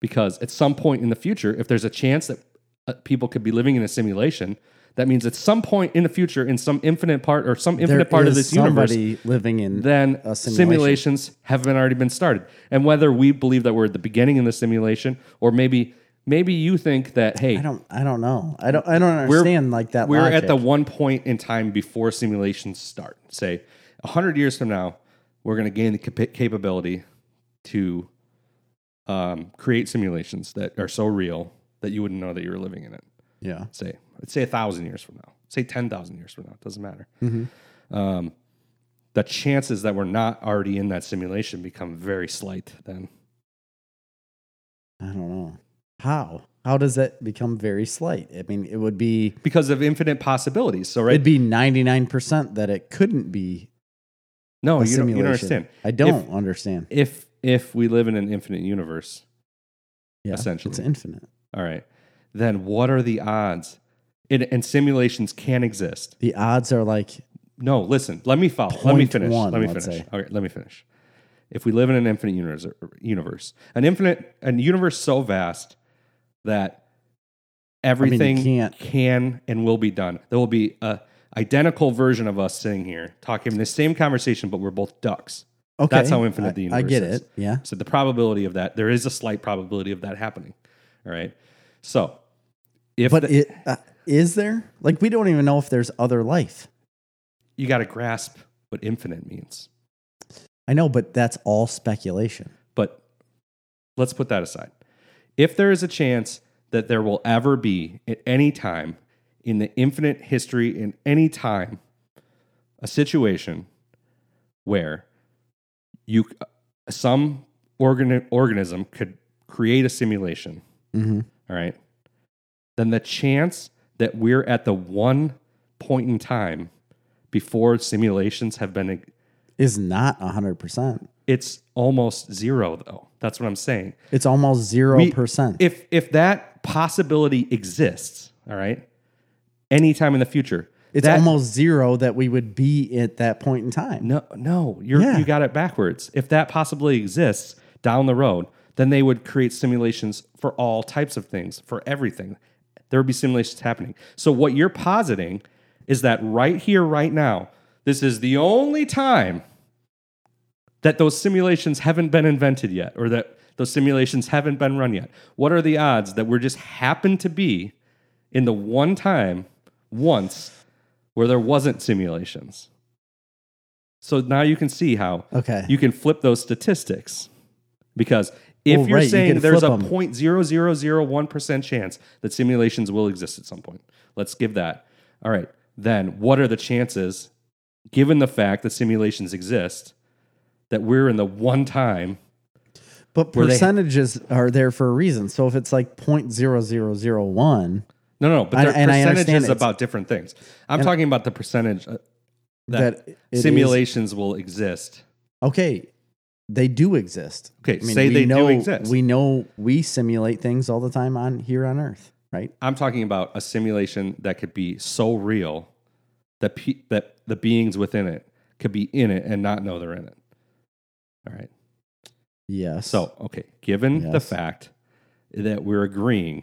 Speaker 2: Because at some point in the future, if there's a chance that uh, people could be living in a simulation, that means at some point in the future, in some infinite part or some infinite
Speaker 1: There
Speaker 2: part of
Speaker 1: is
Speaker 2: this universe,
Speaker 1: somebody living in.
Speaker 2: then
Speaker 1: a simulation.
Speaker 2: simulations have been already been started. And whether we believe that we're at the beginning of the simulation, or maybe maybe you think that hey,
Speaker 1: I don't. I don't know. I don't. I don't
Speaker 2: We're-
Speaker 1: understand like that.
Speaker 2: we're at the
Speaker 1: logic.
Speaker 2: one point in time before simulations start. Say, 100 years from now, we're going to gain the cap- capability to um, create simulations that are so real that you wouldn't know that you were living in it.
Speaker 1: yeah.
Speaker 2: Say, let's say 1,000 years from now, say 10,000 years from now, it doesn't matter.
Speaker 1: Mm-hmm.
Speaker 2: Um, the chances that we're not already in that simulation become very slight then.
Speaker 1: I don't know how. How does that become very slight? I mean, it would be.
Speaker 2: because of infinite possibilities. So right,
Speaker 1: It'd be ninety nine percent that it couldn't be a
Speaker 2: no, you don't, you
Speaker 1: simulation.
Speaker 2: don't understand.
Speaker 1: I don't understand.
Speaker 2: If if we live in an infinite universe,
Speaker 1: Yeah,
Speaker 2: essentially.
Speaker 1: it's infinite.
Speaker 2: all right, then what are the odds? It, and simulations can exist.
Speaker 1: The odds are like
Speaker 2: No, listen. Let me follow. let me
Speaker 1: Point
Speaker 2: finish.
Speaker 1: one,
Speaker 2: let me
Speaker 1: let's
Speaker 2: finish.
Speaker 1: say.
Speaker 2: All right, let me finish. If we live in an infinite universe, universe, an infinite, an universe so vast that everything
Speaker 1: can't-
Speaker 2: can and will be done. There will be a identical version of us sitting here talking the same conversation, but we're both ducks.
Speaker 1: okay.
Speaker 2: That's how infinite
Speaker 1: I-
Speaker 2: the universe
Speaker 1: I get
Speaker 2: is.
Speaker 1: it. Yeah.
Speaker 2: So the probability of that, there is a slight probability of that happening. All right. So if
Speaker 1: But
Speaker 2: the-
Speaker 1: it, uh, is there? Like, we don't even know if there's other life.
Speaker 2: you got to grasp what infinite means,
Speaker 1: I know, but that's all speculation.
Speaker 2: but let's put that aside. If there is a chance that there will ever be at any time in the infinite history, in any time, a situation where you uh, some organ, organism could create a simulation
Speaker 1: Mm-hmm.
Speaker 2: all right, then the chance that we're at the one point in time before simulations have been,
Speaker 1: Is not hundred percent.
Speaker 2: it's almost zero though. That's what I'm saying.
Speaker 1: It's almost zero
Speaker 2: We-
Speaker 1: percent.
Speaker 2: If if that possibility exists, all right, anytime in the future,
Speaker 1: It's
Speaker 2: that-
Speaker 1: almost zero that we would be at that point in time.
Speaker 2: no no you're,
Speaker 1: Yeah.
Speaker 2: you got it backwards. If that possibility exists down the road, then they would create simulations for all types of things for everything. There would be simulations happening. So what you're positing is that right here, right now, this is the only time that those simulations haven't been invented yet or that those simulations haven't been run yet what are the odds that we're just happen to be in the one time once where there wasn't simulations so now you can see how
Speaker 1: Okay.
Speaker 2: you can flip those statistics because if
Speaker 1: Well,
Speaker 2: you're
Speaker 1: right, you
Speaker 2: saying
Speaker 1: can
Speaker 2: there's a
Speaker 1: flip 'em.
Speaker 2: 0.0001% chance that simulations will exist at some point let's give that all right then what are the chances given the fact that simulations exist that we're in the one time
Speaker 1: But
Speaker 2: Were they-
Speaker 1: percentages are there for a reason. So if it's like 0.0001,
Speaker 2: No, no, but
Speaker 1: I-
Speaker 2: there are
Speaker 1: and I understand
Speaker 2: percentages
Speaker 1: it's-
Speaker 2: about different things. I'm talking about the percentage uh, that,
Speaker 1: that, it is-
Speaker 2: simulations will exist.
Speaker 1: okay, they do exist.
Speaker 2: Okay, say
Speaker 1: we
Speaker 2: they do
Speaker 1: know,
Speaker 2: exist.
Speaker 1: We know we simulate things all the time on here on Earth, right?
Speaker 2: I'm talking about a simulation that could be so real that pe- that the beings within it could be in it and not know they're in it. All right.
Speaker 1: Yes.
Speaker 2: So, okay, given the
Speaker 1: Yes.
Speaker 2: fact that we're agreeing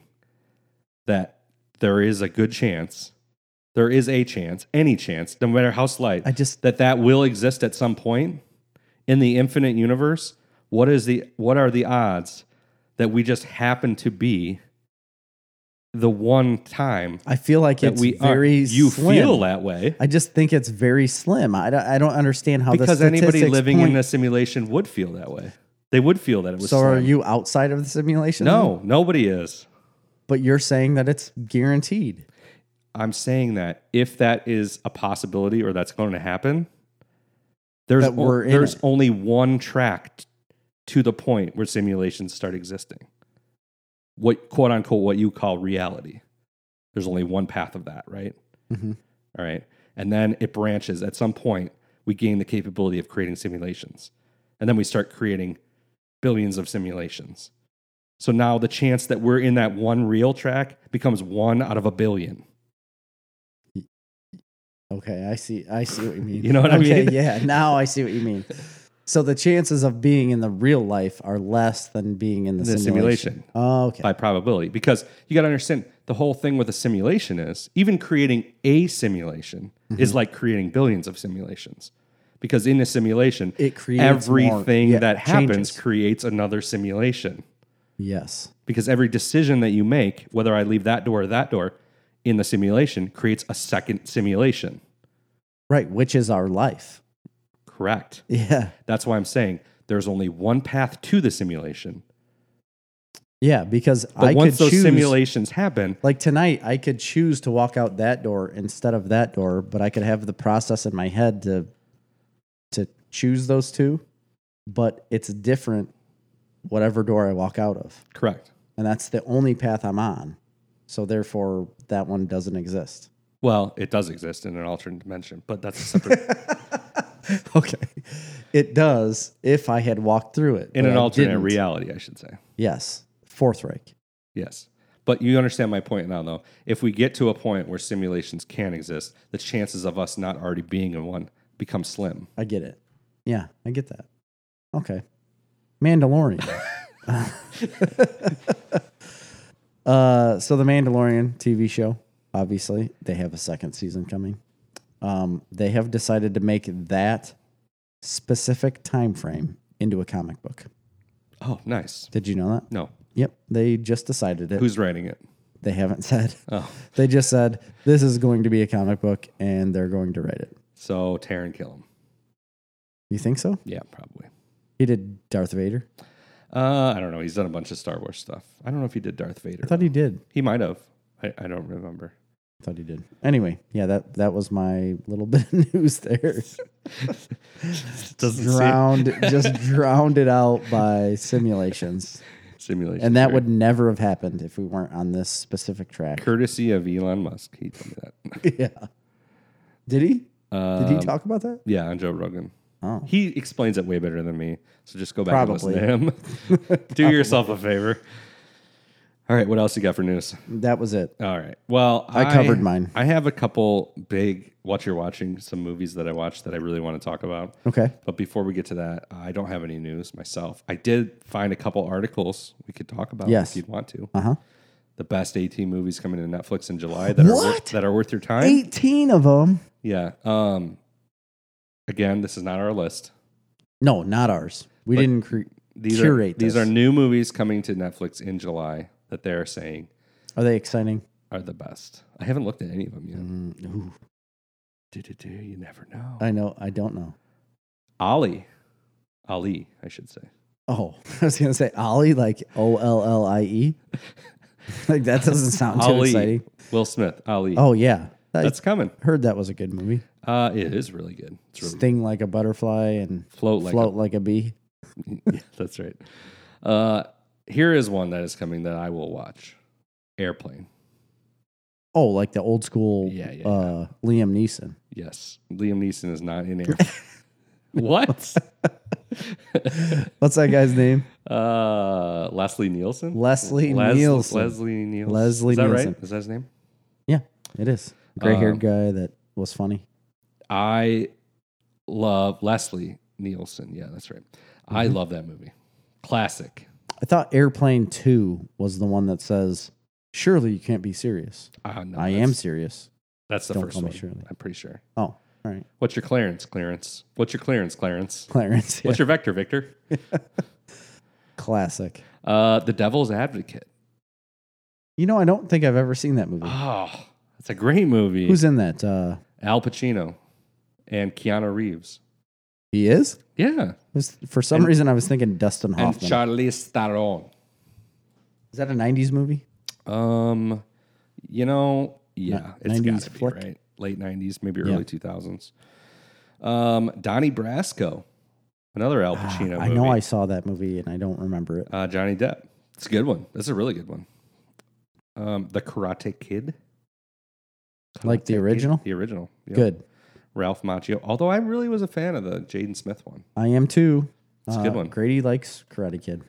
Speaker 2: that there is a good chance, there is a chance, any chance, no matter how slight,
Speaker 1: I just
Speaker 2: that that will exist at some point in the infinite universe what is the what are the odds that we just happen to be the one time
Speaker 1: I feel like
Speaker 2: that
Speaker 1: it's
Speaker 2: we are
Speaker 1: very
Speaker 2: you
Speaker 1: slim.
Speaker 2: feel that way
Speaker 1: I just think it's very slim. I don't, I don't understand how
Speaker 2: because
Speaker 1: the statistics
Speaker 2: anybody living
Speaker 1: point.
Speaker 2: in a simulation would feel that way they would feel that it was
Speaker 1: So are
Speaker 2: slim.
Speaker 1: you outside of the simulation?
Speaker 2: no nobody is
Speaker 1: but you're saying that it's guaranteed.
Speaker 2: i'm saying that if that is a possibility or that's going to happen there's,
Speaker 1: That
Speaker 2: o-
Speaker 1: we're in
Speaker 2: there's
Speaker 1: it.
Speaker 2: only one track t- to the point where simulations start existing what quote unquote what you call reality there's only one path of that right
Speaker 1: Mhm.
Speaker 2: All right and then it branches at some point we gain the capability of creating simulations and then we start creating billions of simulations so now the chance that we're in that one real track becomes one out of a billion
Speaker 1: Okay, I see. I see what you mean.
Speaker 2: You know what I
Speaker 1: okay,
Speaker 2: mean?
Speaker 1: Yeah, now I see what you mean. So the chances of being in the real life are less than being in the,
Speaker 2: The
Speaker 1: simulation.
Speaker 2: simulation.
Speaker 1: Oh, okay.
Speaker 2: by probability because you got to understand the whole thing with a simulation is even creating a simulation is
Speaker 1: Mm-hmm.
Speaker 2: like creating billions of simulations because in a simulation
Speaker 1: It creates more-
Speaker 2: everything
Speaker 1: yeah,
Speaker 2: that
Speaker 1: it
Speaker 2: happens
Speaker 1: changes.
Speaker 2: creates another simulation
Speaker 1: Yes.
Speaker 2: because every decision that you make whether i leave that door or that door in the simulation creates a second simulation
Speaker 1: Right, which is our life.
Speaker 2: correct
Speaker 1: Yeah.
Speaker 2: that's why i'm saying there's only one path to the simulation
Speaker 1: Yeah, because
Speaker 2: but
Speaker 1: I
Speaker 2: once
Speaker 1: could
Speaker 2: those
Speaker 1: choose
Speaker 2: simulations happen
Speaker 1: like tonight I could choose to walk out that door instead of that door, but I could have the process in my head to to choose those two, but it's different whatever door I walk out of.
Speaker 2: correct
Speaker 1: and that's the only path I'm on. So therefore, that one doesn't exist.
Speaker 2: well it does exist in an alternate dimension but that's a separate
Speaker 1: Okay, it does if I had walked through it
Speaker 2: in
Speaker 1: but
Speaker 2: an
Speaker 1: I
Speaker 2: alternate
Speaker 1: didn't.
Speaker 2: reality, I should say.
Speaker 1: Yes, fourth Reich.
Speaker 2: Yes. But you understand my point now, though. If we get to a point where simulations can exist, the chances of us not already being in one become slim.
Speaker 1: I get it. Yeah, I get that. Okay, Mandalorian. uh, so the Mandalorian TV show, obviously, they have a second season coming. Um, they have decided to make that specific time frame into a comic book.
Speaker 2: Oh, nice.
Speaker 1: Did you know that?
Speaker 2: No.
Speaker 1: Yep, they just decided it.
Speaker 2: Who's writing it?
Speaker 1: they haven't said.
Speaker 2: Oh,
Speaker 1: They just said this is going to be a comic book, and they're going to write it.
Speaker 2: so Taron Killam.
Speaker 1: You think so?
Speaker 2: Yeah, probably.
Speaker 1: He did Darth Vader.
Speaker 2: Uh, I don't know. He's done a bunch of Star Wars stuff. I don't know if he did Darth Vader.
Speaker 1: I thought he did.
Speaker 2: He might have. I, I don't remember.
Speaker 1: I thought he did. Anyway, yeah that that was my little bit of news there.
Speaker 2: Doesn't
Speaker 1: drowned, just drowned it out by simulations,
Speaker 2: simulation.
Speaker 1: and that
Speaker 2: theory.
Speaker 1: would never have happened if we weren't on this specific track.
Speaker 2: courtesy of Elon Musk. He told me that.
Speaker 1: yeah. Did he? Did
Speaker 2: Um,
Speaker 1: he talk about that?
Speaker 2: Yeah, on Joe Rogan.
Speaker 1: Oh.
Speaker 2: He explains it way better than me. So just go back
Speaker 1: Probably.
Speaker 2: and listen to him. Do yourself a favor. All right, what else you got for news?
Speaker 1: That was it.
Speaker 2: All right. Well,
Speaker 1: I covered mine.
Speaker 2: I have a couple big what you're watching, some movies that I watched that I really want to talk about.
Speaker 1: Okay.
Speaker 2: But before we get to that, I don't have any news myself. I did find a couple articles we could talk about
Speaker 1: Yes.
Speaker 2: if you'd want to.
Speaker 1: Uh huh.
Speaker 2: The best 18 movies coming to Netflix in July that are
Speaker 1: What?
Speaker 2: worth, that are worth your time.
Speaker 1: Eighteen of them.
Speaker 2: Yeah. Um again, this is not our list.
Speaker 1: No, not ours. We
Speaker 2: But-
Speaker 1: didn't create.
Speaker 2: these
Speaker 1: curate
Speaker 2: are these
Speaker 1: this.
Speaker 2: are new movies coming to Netflix in July that they are saying
Speaker 1: Are they exciting?
Speaker 2: are the best. I haven't looked at any of them yet.
Speaker 1: Mm, ooh,
Speaker 2: Du-du-du, you never know. Uh,
Speaker 1: I know. I don't know.
Speaker 2: Ali, Ali, I should say.
Speaker 1: Oh, I was gonna say Ollie, like O L L I E. Like that doesn't sound too
Speaker 2: Ali.
Speaker 1: exciting.
Speaker 2: Will Smith, Ali.
Speaker 1: Oh yeah, I
Speaker 2: That's coming.
Speaker 1: heard that was a good movie.
Speaker 2: Uh, it is really good. It's really
Speaker 1: Sting like a butterfly and
Speaker 2: float like
Speaker 1: float like a bee.
Speaker 2: A, yeah, that's right. Uh, here is one that is coming that I will watch. Airplane.
Speaker 1: Oh, like the old school
Speaker 2: Yeah, yeah,
Speaker 1: uh, Liam Neeson.
Speaker 2: Yes, Liam Neeson is not in Airplane. what?
Speaker 1: What's that guy's name?
Speaker 2: uh, Leslie Nielsen.
Speaker 1: Leslie
Speaker 2: Les-
Speaker 1: Nielsen.
Speaker 2: Leslie Nielsen.
Speaker 1: Leslie
Speaker 2: is that
Speaker 1: Nielsen.
Speaker 2: right? Is that his name?
Speaker 1: Yeah, it is. Gray haired
Speaker 2: Um,
Speaker 1: guy that was funny.
Speaker 2: I love Leslie Nielsen. Yeah, that's right. I
Speaker 1: Mm-hmm.
Speaker 2: love that movie. Classic.
Speaker 1: I thought Airplane 2 was the one that says, Surely you can't be serious.
Speaker 2: Ah, no,
Speaker 1: I am
Speaker 2: that's-
Speaker 1: serious.
Speaker 2: That's the
Speaker 1: Don't
Speaker 2: first
Speaker 1: call me
Speaker 2: one.
Speaker 1: Shirley.
Speaker 2: I'm pretty sure.
Speaker 1: Oh, all right.
Speaker 2: What's your clearance, Clarence? What's your clearance, Clarence?
Speaker 1: Clarence. yeah.
Speaker 2: What's your vector, Victor?
Speaker 1: Classic.
Speaker 2: Uh, the Devil's Advocate.
Speaker 1: You know, I don't think I've ever seen that movie.
Speaker 2: Oh, that's a great movie.
Speaker 1: Who's in that? Uh,
Speaker 2: Al Pacino and Keanu Reeves.
Speaker 1: he is?
Speaker 2: Yeah,
Speaker 1: Was- For some reason, I was thinking Dustin
Speaker 2: and
Speaker 1: Hoffman.
Speaker 2: Charlie Theron.
Speaker 1: is that a 90s movie?
Speaker 2: Um, you know, yeah,
Speaker 1: Ni-
Speaker 2: it's
Speaker 1: 90s
Speaker 2: gotta be
Speaker 1: flick.
Speaker 2: right. Late nineties, maybe
Speaker 1: Yeah.
Speaker 2: early two thousands. Um, Donnie Brasco, another Al Pacino.
Speaker 1: Ah, I know I
Speaker 2: movie.
Speaker 1: saw that movie and I don't remember it.
Speaker 2: uh, Johnny Depp. It's a good one. That's a really good one. Um, the Karate Kid.
Speaker 1: Like the
Speaker 2: Karate Kid,
Speaker 1: original?
Speaker 2: The original. Yep.
Speaker 1: Good.
Speaker 2: Ralph Macchio. Although I really was a fan of the Jaden Smith one.
Speaker 1: I am too. Uh,
Speaker 2: It's a good one.
Speaker 1: Grady likes Karate Kid.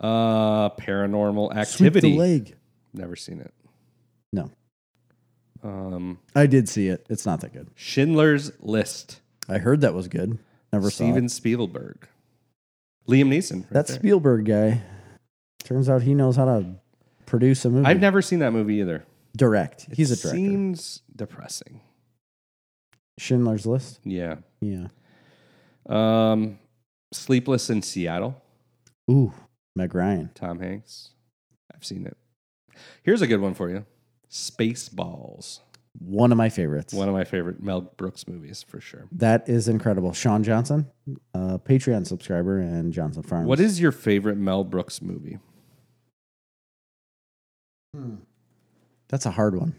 Speaker 2: Uh, Paranormal
Speaker 1: Sweep
Speaker 2: Activity.
Speaker 1: the leg.
Speaker 2: Never seen it.
Speaker 1: No.
Speaker 2: Um,
Speaker 1: I did see it. It's not that good.
Speaker 2: Schindler's List.
Speaker 1: I heard that was good. Never saw it.
Speaker 2: Steven Spielberg. Liam Neeson. right
Speaker 1: That
Speaker 2: there.
Speaker 1: Spielberg guy. Turns out he knows how to produce a movie.
Speaker 2: I've never seen that movie either.
Speaker 1: direct.
Speaker 2: It
Speaker 1: He's a director.
Speaker 2: Seems depressing.
Speaker 1: Schindler's List.
Speaker 2: Yeah.
Speaker 1: Yeah.
Speaker 2: Um, Sleepless in Seattle.
Speaker 1: Ooh, Meg Ryan.
Speaker 2: Tom Hanks. I've seen it. Here's a good one for you. Spaceballs.
Speaker 1: One of my favorites.
Speaker 2: One of my favorite Mel Brooks movies for sure.
Speaker 1: That is incredible. Sean Johnson, uh, Patreon subscriber, and Johnson Farms.
Speaker 2: What is your favorite Mel Brooks movie?
Speaker 1: That's a hard one.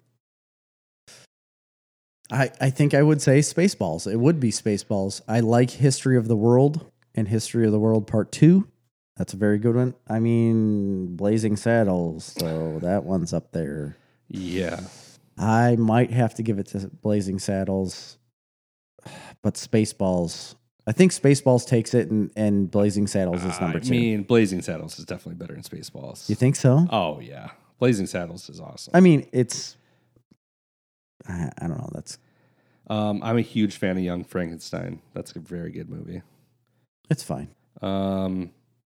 Speaker 1: I I think I would say Spaceballs. It would be Spaceballs. I like History of the World and History of the World Part Two. That's a very good one. I mean, Blazing Saddles. So that one's up there.
Speaker 2: Yeah.
Speaker 1: I might have to give it to Blazing Saddles, but Spaceballs. I think Spaceballs takes it, and, and Blazing Saddles is number
Speaker 2: I
Speaker 1: two.
Speaker 2: mean, Blazing Saddles is definitely better than Spaceballs.
Speaker 1: you think so?
Speaker 2: Oh yeah, Blazing Saddles is awesome.
Speaker 1: I mean, it's. I, I don't know. That's
Speaker 2: Um, I'm a huge fan of Young Frankenstein. That's a very good movie.
Speaker 1: it's fine.
Speaker 2: Um,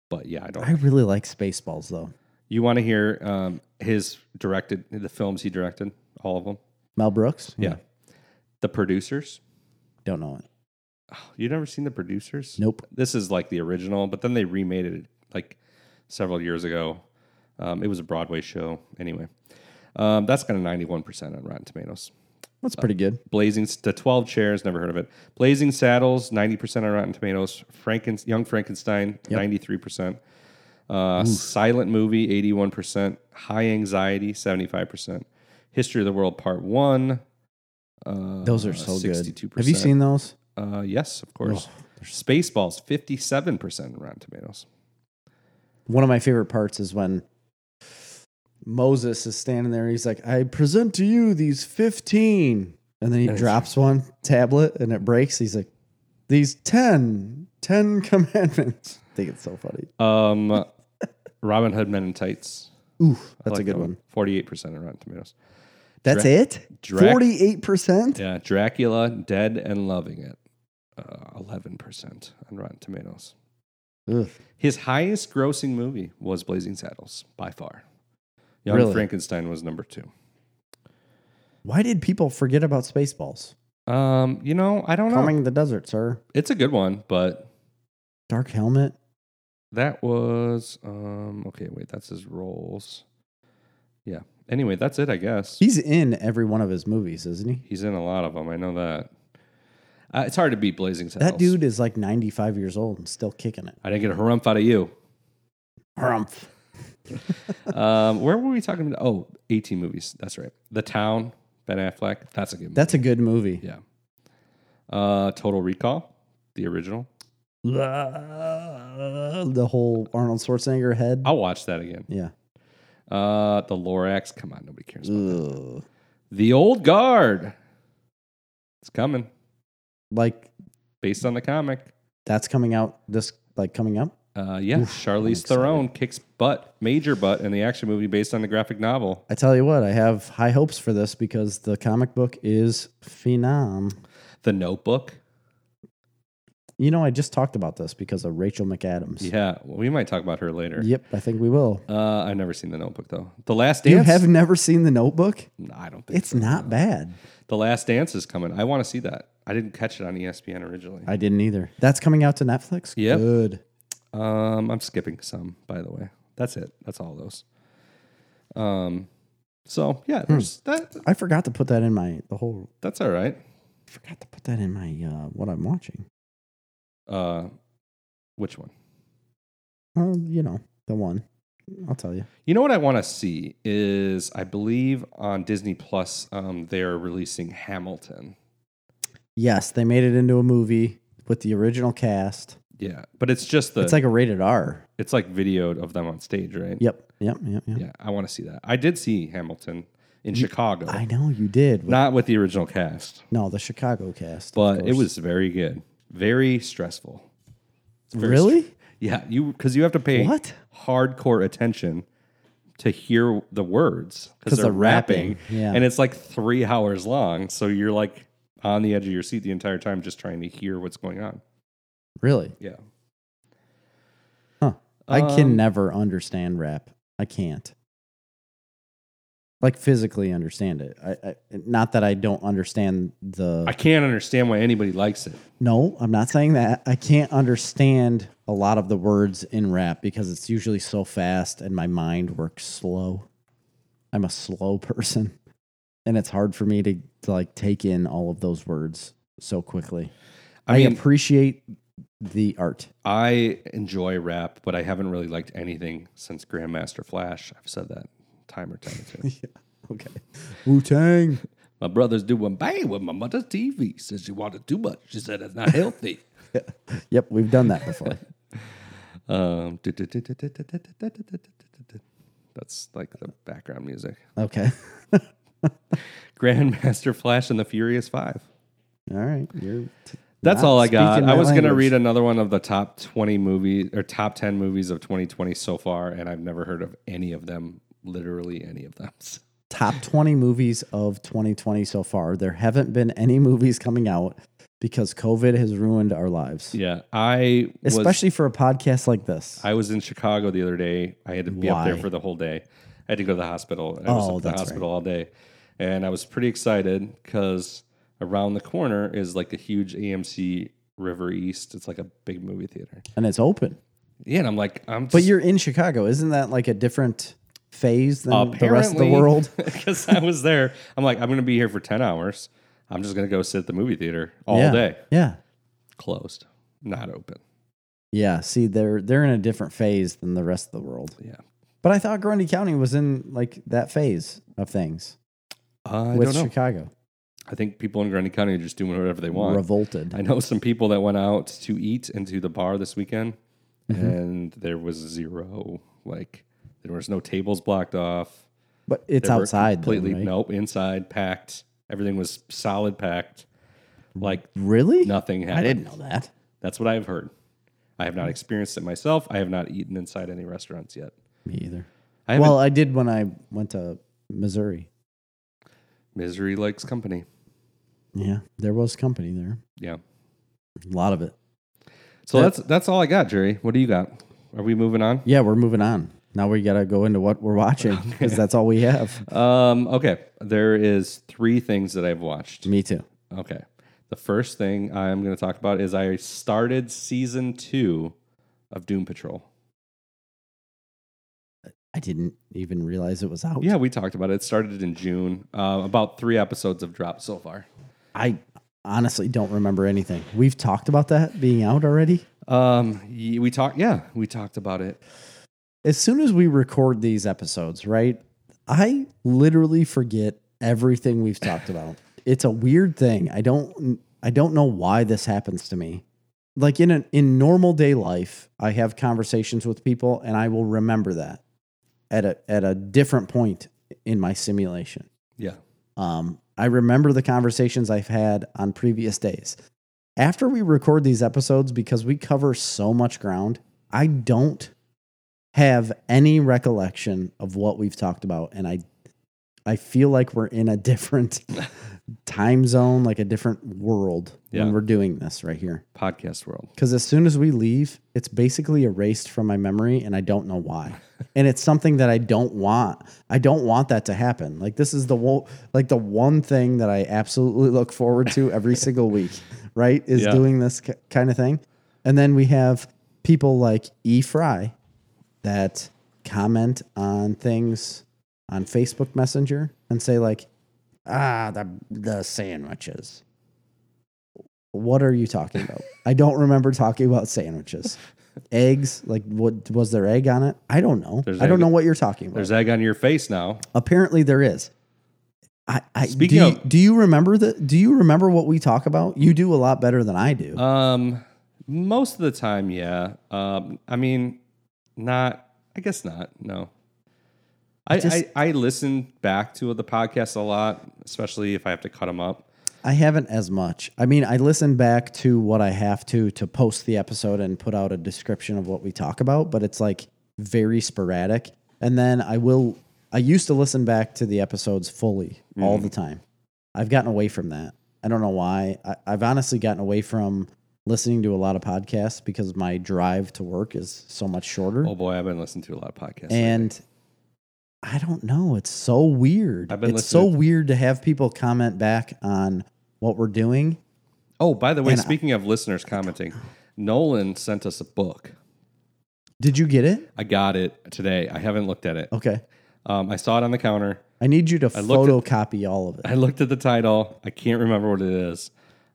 Speaker 2: but yeah, I don't.
Speaker 1: I really like Spaceballs though.
Speaker 2: you want to hear um, his directed the films he directed, all of them.
Speaker 1: Mel Brooks.
Speaker 2: Yeah. The Producers.
Speaker 1: don't know it.
Speaker 2: You never seen The Producers?
Speaker 1: Nope.
Speaker 2: This is like the original, but then they remade it like several years ago. Um, it was a Broadway show. Anyway, um, that's got a 91% on Rotten Tomatoes.
Speaker 1: That's pretty good.
Speaker 2: Blazing the Twelve Chairs, never heard of it. Blazing Saddles, ninety percent on Rotten Tomatoes. Franken, Young Frankenstein, ninety three percent. Uh, Silent Movie, eighty one percent. High Anxiety, seventy five percent. History of the World Part One. Uh,
Speaker 1: Those are so good.
Speaker 2: 62%.
Speaker 1: Have you seen those?
Speaker 2: Uh, yes, of course. Spaceballs, fifty seven percent on Rotten Tomatoes.
Speaker 1: One of my favorite parts is when Moses is standing there. He's like, "I present to you these 15. and then he
Speaker 2: And it's-
Speaker 1: drops one tablet and it breaks. He's like, "These 10, 10 commandments." I think it's so funny.
Speaker 2: Um, Robin Hood Men in Tights.
Speaker 1: Ooh, that's a good one.
Speaker 2: Forty eight percent on Rotten Tomatoes.
Speaker 1: That's it.
Speaker 2: Drac-
Speaker 1: Forty-eight percent.
Speaker 2: Yeah, Dracula, Dead and Loving It, Uh, eleven percent on Rotten Tomatoes. His highest grossing movie was Blazing Saddles by far. Young
Speaker 1: Really?
Speaker 2: Frankenstein was number two.
Speaker 1: Why did people forget about Spaceballs?
Speaker 2: Um, you know, I don't know.
Speaker 1: Coming the desert, sir.
Speaker 2: It's a good one, but
Speaker 1: Dark helmet.
Speaker 2: that was um okay. Wait, that's his roles. Yeah. Anyway, that's it. I guess
Speaker 1: He's in every one of his movies, isn't he?
Speaker 2: he's in a lot of them. I know that. Uh, it's hard to beat Blazing Saddles.
Speaker 1: That dude is like 95 years old and still kicking it.
Speaker 2: I didn't get a harumph out of you.
Speaker 1: Harumph.
Speaker 2: um, where were we talking about? Oh, 18 movies. That's right. The Town, Ben Affleck. That's a good movie.
Speaker 1: That's a good movie.
Speaker 2: yeah. Uh, Total Recall, the original.
Speaker 1: the whole Arnold Schwarzenegger head.
Speaker 2: I'll watch that again.
Speaker 1: Yeah.
Speaker 2: Uh, the Lorax. Come on, nobody cares. About that.
Speaker 1: Ugh.
Speaker 2: The Old Guard. It's coming
Speaker 1: Like
Speaker 2: based on the comic.
Speaker 1: that's coming out this like coming up.
Speaker 2: Uh, yeah, Charlize
Speaker 1: excited.
Speaker 2: Theron kicks butt, major butt, in the action movie based on the graphic novel.
Speaker 1: I tell you what, I have high hopes for this because the comic book is phenom.
Speaker 2: The Notebook.
Speaker 1: You know, I just talked about this because of Rachel McAdams.
Speaker 2: Yeah, well, we might talk about her later.
Speaker 1: Yep, I think we will.
Speaker 2: Uh, I've never seen The Notebook though. The Last
Speaker 1: You
Speaker 2: Dance.
Speaker 1: have never seen The Notebook?
Speaker 2: I don't think
Speaker 1: It's
Speaker 2: so.
Speaker 1: not bad.
Speaker 2: The Last Dance is coming. I want to see that. I didn't catch it on E ESPN originally.
Speaker 1: I didn't either. That's coming out to Netflix.
Speaker 2: Yep.
Speaker 1: Good.
Speaker 2: Um, I'm skipping some, by the way. That's it. That's all those. Um, so yeah, there's
Speaker 1: Hmm.
Speaker 2: that.
Speaker 1: I forgot to put that in my the whole.
Speaker 2: That's all right.
Speaker 1: I forgot to put that in my uh, what I'm watching.
Speaker 2: Uh, which one?
Speaker 1: Uh, you know the one. I'll tell you.
Speaker 2: You know what I want to see is I believe on Disney Plus, um, they're releasing Hamilton.
Speaker 1: Yes, they made it into a movie with the original cast.
Speaker 2: Yeah, but it's just the
Speaker 1: it's like a rated R.
Speaker 2: it's like videoed of them on stage, right?
Speaker 1: Yep. Yep. Yep. Yep.
Speaker 2: Yeah, I want to see that. I did see Hamilton in Chicago,
Speaker 1: I know you did. with-
Speaker 2: not with the original cast,
Speaker 1: no, the Chicago cast. of
Speaker 2: but it
Speaker 1: course.
Speaker 2: was very good, very stressful. It's very
Speaker 1: really
Speaker 2: Yeah, you because you have to pay
Speaker 1: What?
Speaker 2: hardcore attention to hear the words
Speaker 1: 'Cause
Speaker 2: because they're
Speaker 1: they're rapping,
Speaker 2: rapping,
Speaker 1: yeah.
Speaker 2: and it's like three hours long. So you're like on the edge of your seat the entire time, just trying to hear what's going on.
Speaker 1: really.
Speaker 2: Yeah,
Speaker 1: Huh. I can
Speaker 2: Um,
Speaker 1: never understand rap. I can't. Like physically understand it. I, I not that I don't understand the
Speaker 2: I can't understand why anybody likes it.
Speaker 1: No, I'm not saying that. I can't understand a lot of the words in rap because it's usually so fast and my mind works slow. I'm a slow person and it's hard for me to, to like take in all of those words so quickly.
Speaker 2: I
Speaker 1: I,
Speaker 2: mean-
Speaker 1: appreciate the art.
Speaker 2: I enjoy rap, but I haven't really liked anything since Grandmaster Flash. I've said that time or time again.
Speaker 1: Okay. Wu Tang.
Speaker 2: my brother's doing bang with my mother's TV. Says she wanted too much. She said it's not healthy.
Speaker 1: Yep, we've done that before.
Speaker 2: Um, that's like the background music.
Speaker 1: okay.
Speaker 2: Grandmaster Flash and the Furious Five.
Speaker 1: All right. You're t-
Speaker 2: That's
Speaker 1: not
Speaker 2: all I got.
Speaker 1: speaking
Speaker 2: I
Speaker 1: my
Speaker 2: was gonna
Speaker 1: language.
Speaker 2: read another one of the top twenty movies or top ten movies of 2020 so far, and I've never heard of any of them. Literally any of them.
Speaker 1: top 20 movies of 2020 so far. There haven't been any movies coming out because COVID has ruined our lives,
Speaker 2: Yeah, I was.
Speaker 1: especially for a podcast like this.
Speaker 2: I was in Chicago the other day. I had to be up there
Speaker 1: Why?
Speaker 2: for the whole day. I had to go to the hospital. I
Speaker 1: Oh,
Speaker 2: was up at the
Speaker 1: that's
Speaker 2: hospital all day. And I was pretty excited because around the corner is like a huge AMC River East. It's like a big movie theater.
Speaker 1: and it's open.
Speaker 2: Yeah, and I'm like, I'm just
Speaker 1: But you're in Chicago. Isn't that like a different phase than the rest of the world?
Speaker 2: Because I was there. I'm like, I'm gonna be here for ten hours. I'm just gonna go sit at the movie theater all
Speaker 1: yeah.
Speaker 2: day.
Speaker 1: Yeah.
Speaker 2: Closed. Not open.
Speaker 1: Yeah. See, they're they're in a different phase than the rest of the world.
Speaker 2: Yeah.
Speaker 1: But I thought Grundy County was in like that phase of things
Speaker 2: I
Speaker 1: with
Speaker 2: don't know.
Speaker 1: Chicago.
Speaker 2: I think people in Grundy County are just doing whatever they want.
Speaker 1: Revolted.
Speaker 2: I know some people that went out to eat and to the bar this weekend,
Speaker 1: Mm-hmm.
Speaker 2: and there was zero. Like there was no tables blocked off.
Speaker 1: but it's
Speaker 2: They were
Speaker 1: outside though,
Speaker 2: completely.
Speaker 1: right?
Speaker 2: Nope, inside packed. Everything was solid packed. Like
Speaker 1: Really?
Speaker 2: nothing
Speaker 1: Mm-hmm.
Speaker 2: happened.
Speaker 1: I didn't know that.
Speaker 2: That's what I've heard. I have not experienced it myself. I have not eaten inside any restaurants yet.
Speaker 1: Me either.
Speaker 2: I haven't.
Speaker 1: Well, I did when I went to Missouri.
Speaker 2: misery likes company.
Speaker 1: Yeah, there was company there.
Speaker 2: Yeah.
Speaker 1: A lot of it.
Speaker 2: So that's that's all I got, Jerry. What do you got? Are we moving on?
Speaker 1: Yeah, we're moving on. Now we got to go into what we're watching because that's all we have.
Speaker 2: Um, okay. There is three things that I've watched.
Speaker 1: Me too.
Speaker 2: Okay. The first thing I'm going to talk about is I started season two of Doom Patrol.
Speaker 1: I didn't even realize it was out.
Speaker 2: Yeah, we talked about it. It started in June. Uh, about three episodes have dropped so far.
Speaker 1: I honestly don't remember anything. We've talked about that being out already.
Speaker 2: Um, y- we talked. Yeah, we talked about it.
Speaker 1: As soon as we record these episodes, right? I literally forget everything we've talked about. It's a weird thing. I don't I don't know why this happens to me. like in an in normal day life, I have conversations with people and I will remember that at a at a different point in my simulation.
Speaker 2: Yeah.
Speaker 1: Um, I remember the conversations I've had on previous days. After we record these episodes, because we cover so much ground, I don't have any recollection of what we've talked about, and I, I feel like we're in a different time zone, like a different world
Speaker 2: Yeah.
Speaker 1: when we're doing this right here.
Speaker 2: Podcast world.
Speaker 1: Because as soon as we leave, it's basically erased from my memory, and I don't know why. and it's something that I don't want. I don't want that to happen. Like this is the wo- like the one thing that I absolutely look forward to every single week. Right? Is
Speaker 2: Yeah.
Speaker 1: doing this ki kind of thing. And then we have people like E Fry that comment on things on Facebook Messenger and say like, ah, the the sandwiches what are you talking about? I don't remember talking about sandwiches. Eggs, like what was there egg on it? I don't know.
Speaker 2: There's
Speaker 1: I don't
Speaker 2: egg-
Speaker 1: know what you're talking about.
Speaker 2: There's egg on your face now.
Speaker 1: Apparently there is. I, I
Speaker 2: Speaking
Speaker 1: do, you,
Speaker 2: of-
Speaker 1: do you remember the do you remember what we talk about? You do a lot better than I do.
Speaker 2: Um, most of the time, yeah. Um, I mean, not. I guess not. No. I,
Speaker 1: just-
Speaker 2: I I listen back to the podcast a lot, especially if I have to cut them up.
Speaker 1: I haven't as much. I mean, I listen back to what I have to to post the episode and put out a description of what we talk about, but it's like very sporadic. And then I will I used to listen back to the episodes fully
Speaker 2: Mm.
Speaker 1: all the time. I've gotten away from that. I don't know why. I, I've honestly gotten away from listening to a lot of podcasts because my drive to work is so much shorter.
Speaker 2: Oh boy, I've been listening to a lot of podcasts.
Speaker 1: and I don't know. It's so weird.
Speaker 2: I've been
Speaker 1: it's
Speaker 2: listening-
Speaker 1: so weird to have people comment back on what we're doing
Speaker 2: oh, by the way,
Speaker 1: and I-
Speaker 2: speaking of listeners commenting, Nolan sent us a book.
Speaker 1: Did you get it?
Speaker 2: I got it today. I haven't looked at it.
Speaker 1: Okay.
Speaker 2: Um, I saw it on the counter.
Speaker 1: I need you to
Speaker 2: looked
Speaker 1: photocopy all of it.
Speaker 2: I looked at the title. I can't remember what it is.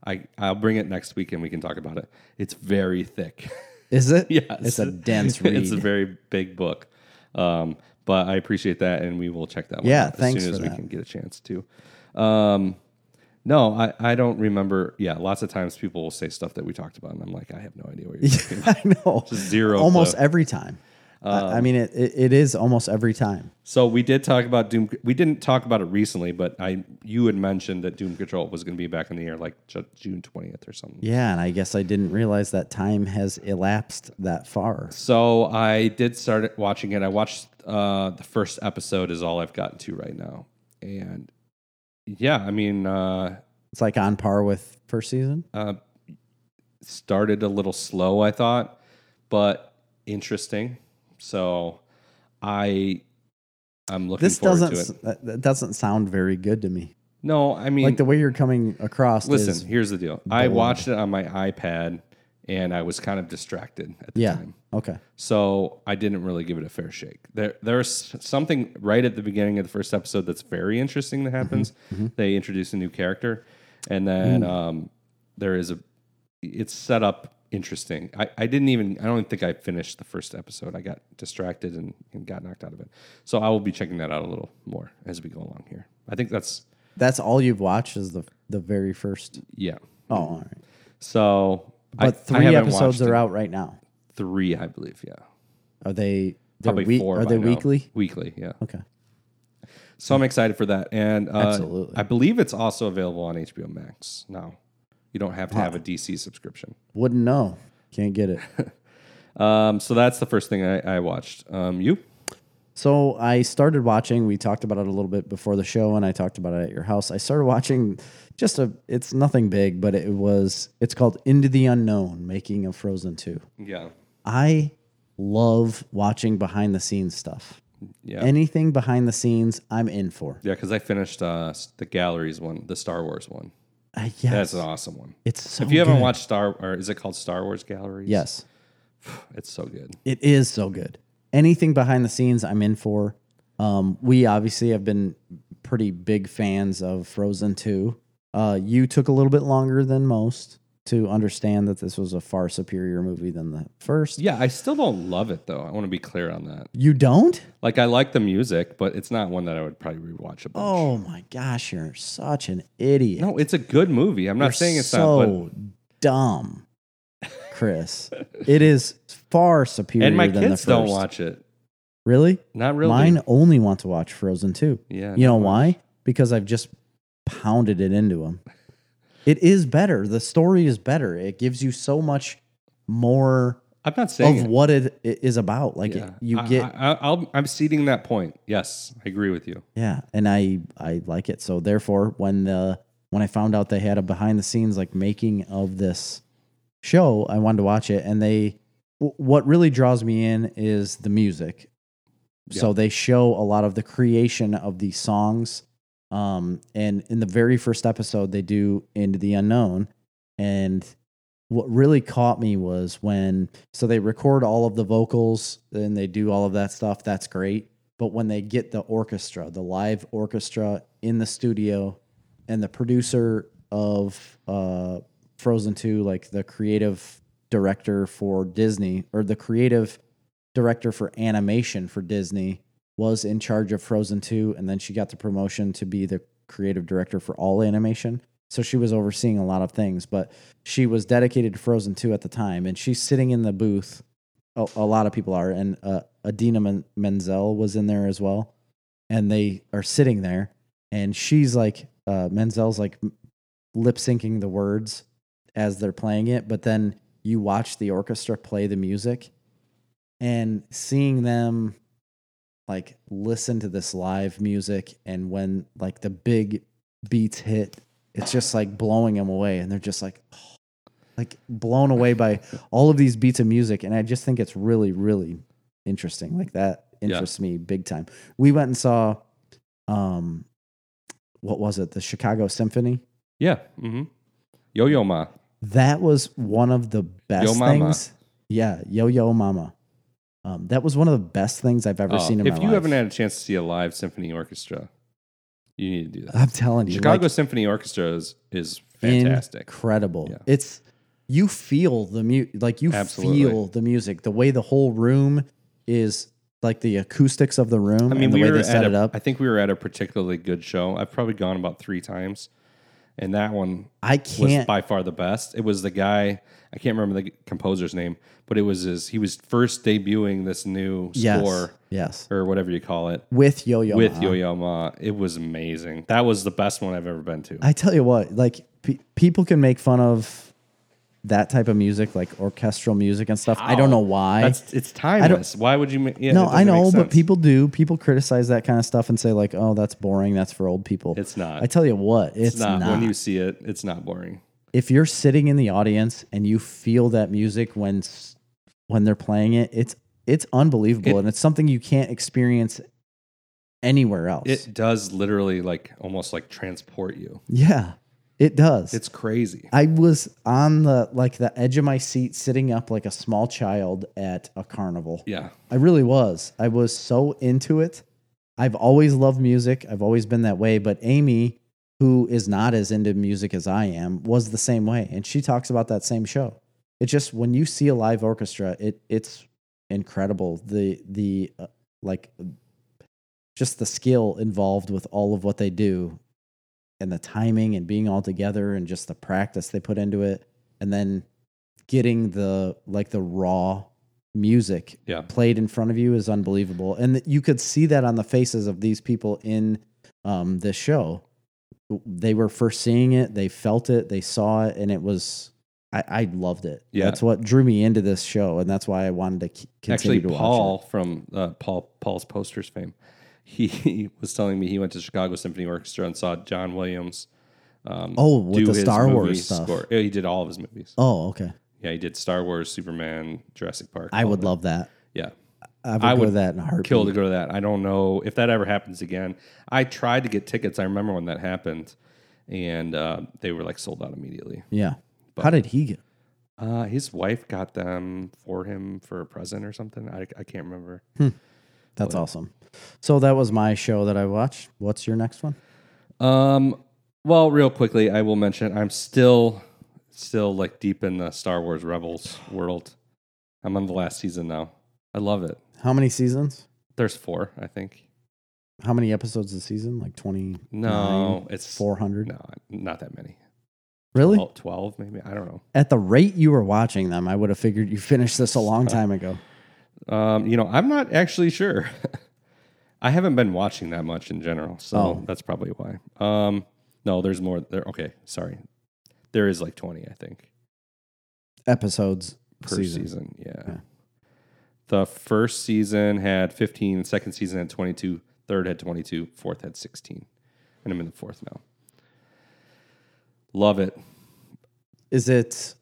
Speaker 2: I I'll bring it next week and we can talk about it. It's very thick.
Speaker 1: Is it?
Speaker 2: yes,
Speaker 1: It's a dense read.
Speaker 2: it's a very big book. Um, but I appreciate that, and we will check that one.
Speaker 1: Yeah,
Speaker 2: out
Speaker 1: thanks
Speaker 2: as soon as
Speaker 1: for
Speaker 2: we
Speaker 1: that.
Speaker 2: can get a chance to. Um, no, I, I don't remember. Yeah, lots of times people will say stuff that we talked about, and I'm like, I have no idea what you're talking about.
Speaker 1: I know.
Speaker 2: zero Um,
Speaker 1: Almost
Speaker 2: clue.
Speaker 1: every time. I, I mean, it, it, it is almost every time.
Speaker 2: So we did talk about Doom. We didn't talk about it recently, but I you had mentioned that Doom Control was going to be back in the air like Ju- June 20th or something.
Speaker 1: Yeah. And I guess I didn't realize that time has elapsed that far.
Speaker 2: So I did start watching it. I watched uh, the first episode is all I've gotten to right now, and yeah, I mean, uh,
Speaker 1: It's like on par with first season.
Speaker 2: started a little slow, I thought, but interesting. So I I'm looking
Speaker 1: This doesn't
Speaker 2: forward to
Speaker 1: s-
Speaker 2: it.
Speaker 1: that, that doesn't sound very good to me.
Speaker 2: No, I mean,
Speaker 1: Like the way you're coming across
Speaker 2: Mm. listen.
Speaker 1: is
Speaker 2: Here's the deal. I watched it on my iPad, and I was kind of distracted at the
Speaker 1: yeah.
Speaker 2: time.
Speaker 1: Okay.
Speaker 2: So I didn't really give it a fair shake. There, there's something right at the beginning of the first episode that's very interesting that happens.
Speaker 1: Mm-hmm,
Speaker 2: They introduce a new character, and then
Speaker 1: Mm.
Speaker 2: um, there is a. It's set up interesting. I, I didn't even. I don't think I finished the first episode. I got distracted and, and got knocked out of it. So I will be checking that out a little more as we go along here. I think that's
Speaker 1: That's all you've watched is the the very first.
Speaker 2: yeah.
Speaker 1: Oh, all right.
Speaker 2: So I-
Speaker 1: But
Speaker 2: I,
Speaker 1: three
Speaker 2: haven't
Speaker 1: episodes
Speaker 2: watched
Speaker 1: are
Speaker 2: it.
Speaker 1: out right now.
Speaker 2: Three, I believe. Yeah,
Speaker 1: Are they they're
Speaker 2: probably
Speaker 1: week-
Speaker 2: four.
Speaker 1: Are
Speaker 2: by
Speaker 1: they
Speaker 2: now.
Speaker 1: weekly?
Speaker 2: Weekly, yeah.
Speaker 1: Okay.
Speaker 2: So I'm excited for that, and uh,
Speaker 1: Absolutely.
Speaker 2: I believe it's also available on HBO Max now. You don't have to have a DC subscription.
Speaker 1: Wouldn't know. Can't get it.
Speaker 2: Um, so that's the first thing I, I watched. Um, you?
Speaker 1: So I started watching. We talked about it a little bit before the show, and I talked about it at your house. I started watching. Just a. It's nothing big, but it was. It's called Into the Unknown: Making of Frozen Two.
Speaker 2: Yeah,
Speaker 1: I love watching behind the scenes stuff.
Speaker 2: yeah,
Speaker 1: Anything behind the scenes, I'm in for.
Speaker 2: yeah. Because I finished uh, s- the galleries one, the Star Wars one.
Speaker 1: Uh,
Speaker 2: That's
Speaker 1: yes,
Speaker 2: an awesome one.
Speaker 1: it's so.
Speaker 2: If you haven't
Speaker 1: Oh, good.
Speaker 2: watched Star, or is it called Star Wars Galleries?
Speaker 1: yes,
Speaker 2: it's so good.
Speaker 1: It is so good. Anything behind the scenes, I'm in for. Um, we obviously have been pretty big fans of Frozen 2. Uh, you took a little bit longer than most to understand that this was a far superior movie than the first.
Speaker 2: Yeah, I still don't love it though. I want to be clear on that.
Speaker 1: You don't?
Speaker 2: Like, I like the music, but it's not one that I would probably rewatch a bunch.
Speaker 1: Oh my gosh, you're such an idiot.
Speaker 2: no, it's a good movie. I'm not saying it's not, but
Speaker 1: so dumb. Chris. It is far superior.
Speaker 2: and my
Speaker 1: than
Speaker 2: kids
Speaker 1: the
Speaker 2: don't
Speaker 1: first.
Speaker 2: watch it.
Speaker 1: Really?
Speaker 2: Not really.
Speaker 1: Mine only want to watch Frozen 2.
Speaker 2: Yeah.
Speaker 1: You know
Speaker 2: no.
Speaker 1: why? Because I've just pounded it into them. It is better. The story is better. It gives you so much more
Speaker 2: I'm not saying
Speaker 1: of
Speaker 2: it.
Speaker 1: what it i- is about. Like it,
Speaker 2: Yeah.
Speaker 1: you
Speaker 2: I,
Speaker 1: get,
Speaker 2: I, I, will I'm ceding that point. Yes, I agree with you.
Speaker 1: yeah, and I I like it. So therefore, when the when I found out they had a behind the scenes like making of this show, I wanted to watch it. And they, w- what really draws me in is the music. So
Speaker 2: Yeah.
Speaker 1: they show a lot of the creation of these songs. Um, and in the very first episode, they do Into the Unknown. And what really caught me was when, so they record all of the vocals and they do all of that stuff. That's great. But when they get the orchestra, the live orchestra in the studio, and the producer of uh, Frozen 2, like the creative director for Disney or the creative director for animation for Disney, was in charge of Frozen 2. And then she got the promotion to be the creative director for all animation. So she was overseeing a lot of things, but she was dedicated to Frozen 2 at the time. And she's sitting in the booth. A, a lot of people are. And uh, Adina Men- Menzel was in there as well. And they are sitting there and she's like uh Menzel's like lip syncing the words as they're playing it but then you watch the orchestra play the music and seeing them like listen to this live music and when like the big beats hit it's just like blowing them away and they're just like like blown away by all of these beats of music and i just think it's really really interesting like that
Speaker 2: Yeah.
Speaker 1: interests me big time we went and saw um what was it the chicago symphony
Speaker 2: Yeah. hmm Yo Yo Ma.
Speaker 1: that was one of the best
Speaker 2: Yo Mama.
Speaker 1: things yeah yo yo mama um, that was one of the best things i've ever
Speaker 2: Oh,
Speaker 1: seen in
Speaker 2: if
Speaker 1: my
Speaker 2: you
Speaker 1: life
Speaker 2: haven't had a chance to see a live symphony orchestra, you need to do that.
Speaker 1: i'm telling you
Speaker 2: Chicago
Speaker 1: like,
Speaker 2: Symphony Orchestra is, is fantastic.
Speaker 1: incredible
Speaker 2: Yeah.
Speaker 1: it's you feel the mu- like you
Speaker 2: Absolutely.
Speaker 1: feel the music the way the whole room is like the acoustics of the room
Speaker 2: I mean,
Speaker 1: and the
Speaker 2: we
Speaker 1: way
Speaker 2: were
Speaker 1: they set
Speaker 2: at a,
Speaker 1: it up
Speaker 2: I think we were at a particularly good show. I've probably gone about three times, and that one
Speaker 1: i
Speaker 2: was
Speaker 1: can't
Speaker 2: by far the best. It was the guy I can't remember the composer's name, but it was his. He was first debuting this new
Speaker 1: yes
Speaker 2: score
Speaker 1: yes
Speaker 2: or whatever you call it
Speaker 1: with yo yo
Speaker 2: with
Speaker 1: mama.
Speaker 2: Yo Yo Ma. It was amazing. That was the best one I've ever been to.
Speaker 1: I tell you what, like pe- people can make fun of that type of music, like orchestral music and stuff. I don't know why.
Speaker 2: That's it's timeless. Why would you? ma- Yeah, it
Speaker 1: no, I
Speaker 2: doesn't make
Speaker 1: know, but
Speaker 2: sense.
Speaker 1: people do. People criticize that kind of stuff and say like, "Oh, that's boring. That's for old people."
Speaker 2: It's not.
Speaker 1: I tell you what, it's,
Speaker 2: It's
Speaker 1: not.
Speaker 2: not, when you see it. It's not boring.
Speaker 1: if you're sitting in the audience and you feel that music when s- when they're playing it, it's it's unbelievable,
Speaker 2: It-
Speaker 1: and it's something you can't experience anywhere else.
Speaker 2: It does literally like almost like transport you.
Speaker 1: yeah, it does.
Speaker 2: It's crazy.
Speaker 1: I was on the like the edge of my seat, sitting up like a small child at a carnival.
Speaker 2: Yeah.
Speaker 1: I really was. I was so into it. I've always loved music. I've always been that way. But Amy, who is not as into music as I am, was the same way, and she talks about that same show. It's just when you see a live orchestra, it it's incredible. The the uh, like just the skill involved with all of what they do and the timing and being all together and just the practice they put into it and then getting the like the raw music
Speaker 2: Yeah.
Speaker 1: played in front of you is unbelievable and that you could see that on the faces of these people in um, this show they were first seeing it they felt it they saw it and it was i, I loved it
Speaker 2: Yeah.
Speaker 1: that's what drew me into this show and that's why i wanted to c- continue
Speaker 2: Actually,
Speaker 1: to
Speaker 2: Paul
Speaker 1: watch
Speaker 2: from uh, Paul Paul's posters fame, he, he was telling me he went to Chicago Symphony Orchestra and saw John Williams. Um,
Speaker 1: it oh with
Speaker 2: do
Speaker 1: the
Speaker 2: his
Speaker 1: star
Speaker 2: movie
Speaker 1: wars stuff
Speaker 2: Yeah, He did all of his movies.
Speaker 1: oh okay
Speaker 2: Yeah, he did Star Wars, Superman, Jurassic Park.
Speaker 1: i
Speaker 2: all
Speaker 1: would
Speaker 2: that.
Speaker 1: love that
Speaker 2: Yeah,
Speaker 1: I would
Speaker 2: I
Speaker 1: go
Speaker 2: would
Speaker 1: to that in a heartbeat.
Speaker 2: kill to go to that. I don't know if that ever happens again. I tried to get tickets. I remember when that happened, and uh, they were like sold out immediately.
Speaker 1: Yeah. How did he go?
Speaker 2: Uh, his wife got them for him for a present or something. I, I can't remember.
Speaker 1: That's awesome. So that was my show that I watched. What's your next one?
Speaker 2: Um, well, real quickly, I will mention I'm still, still like deep in the Star Wars Rebels world. I'm on the last season now. I love it.
Speaker 1: How many seasons?
Speaker 2: There's four, I think.
Speaker 1: How many episodes a season? Like 20?
Speaker 2: No, it's
Speaker 1: 400?
Speaker 2: No, not that many.
Speaker 1: Really?
Speaker 2: Well, 12 maybe. I don't know.
Speaker 1: At the rate you were watching them, I would have figured you finished this a long time ago.
Speaker 2: Um, you know, I'm not actually sure. I haven't been watching that much in general, so
Speaker 1: Oh.
Speaker 2: that's probably why. Um, no, there's more. There, okay, sorry. There is like 20, I think,
Speaker 1: Episodes
Speaker 2: per season.
Speaker 1: season.
Speaker 2: Yeah.
Speaker 1: Yeah.
Speaker 2: The first season had 15, second season had 22, third had 22, fourth had 16. And I'm in the fourth now. Love it.
Speaker 1: Is it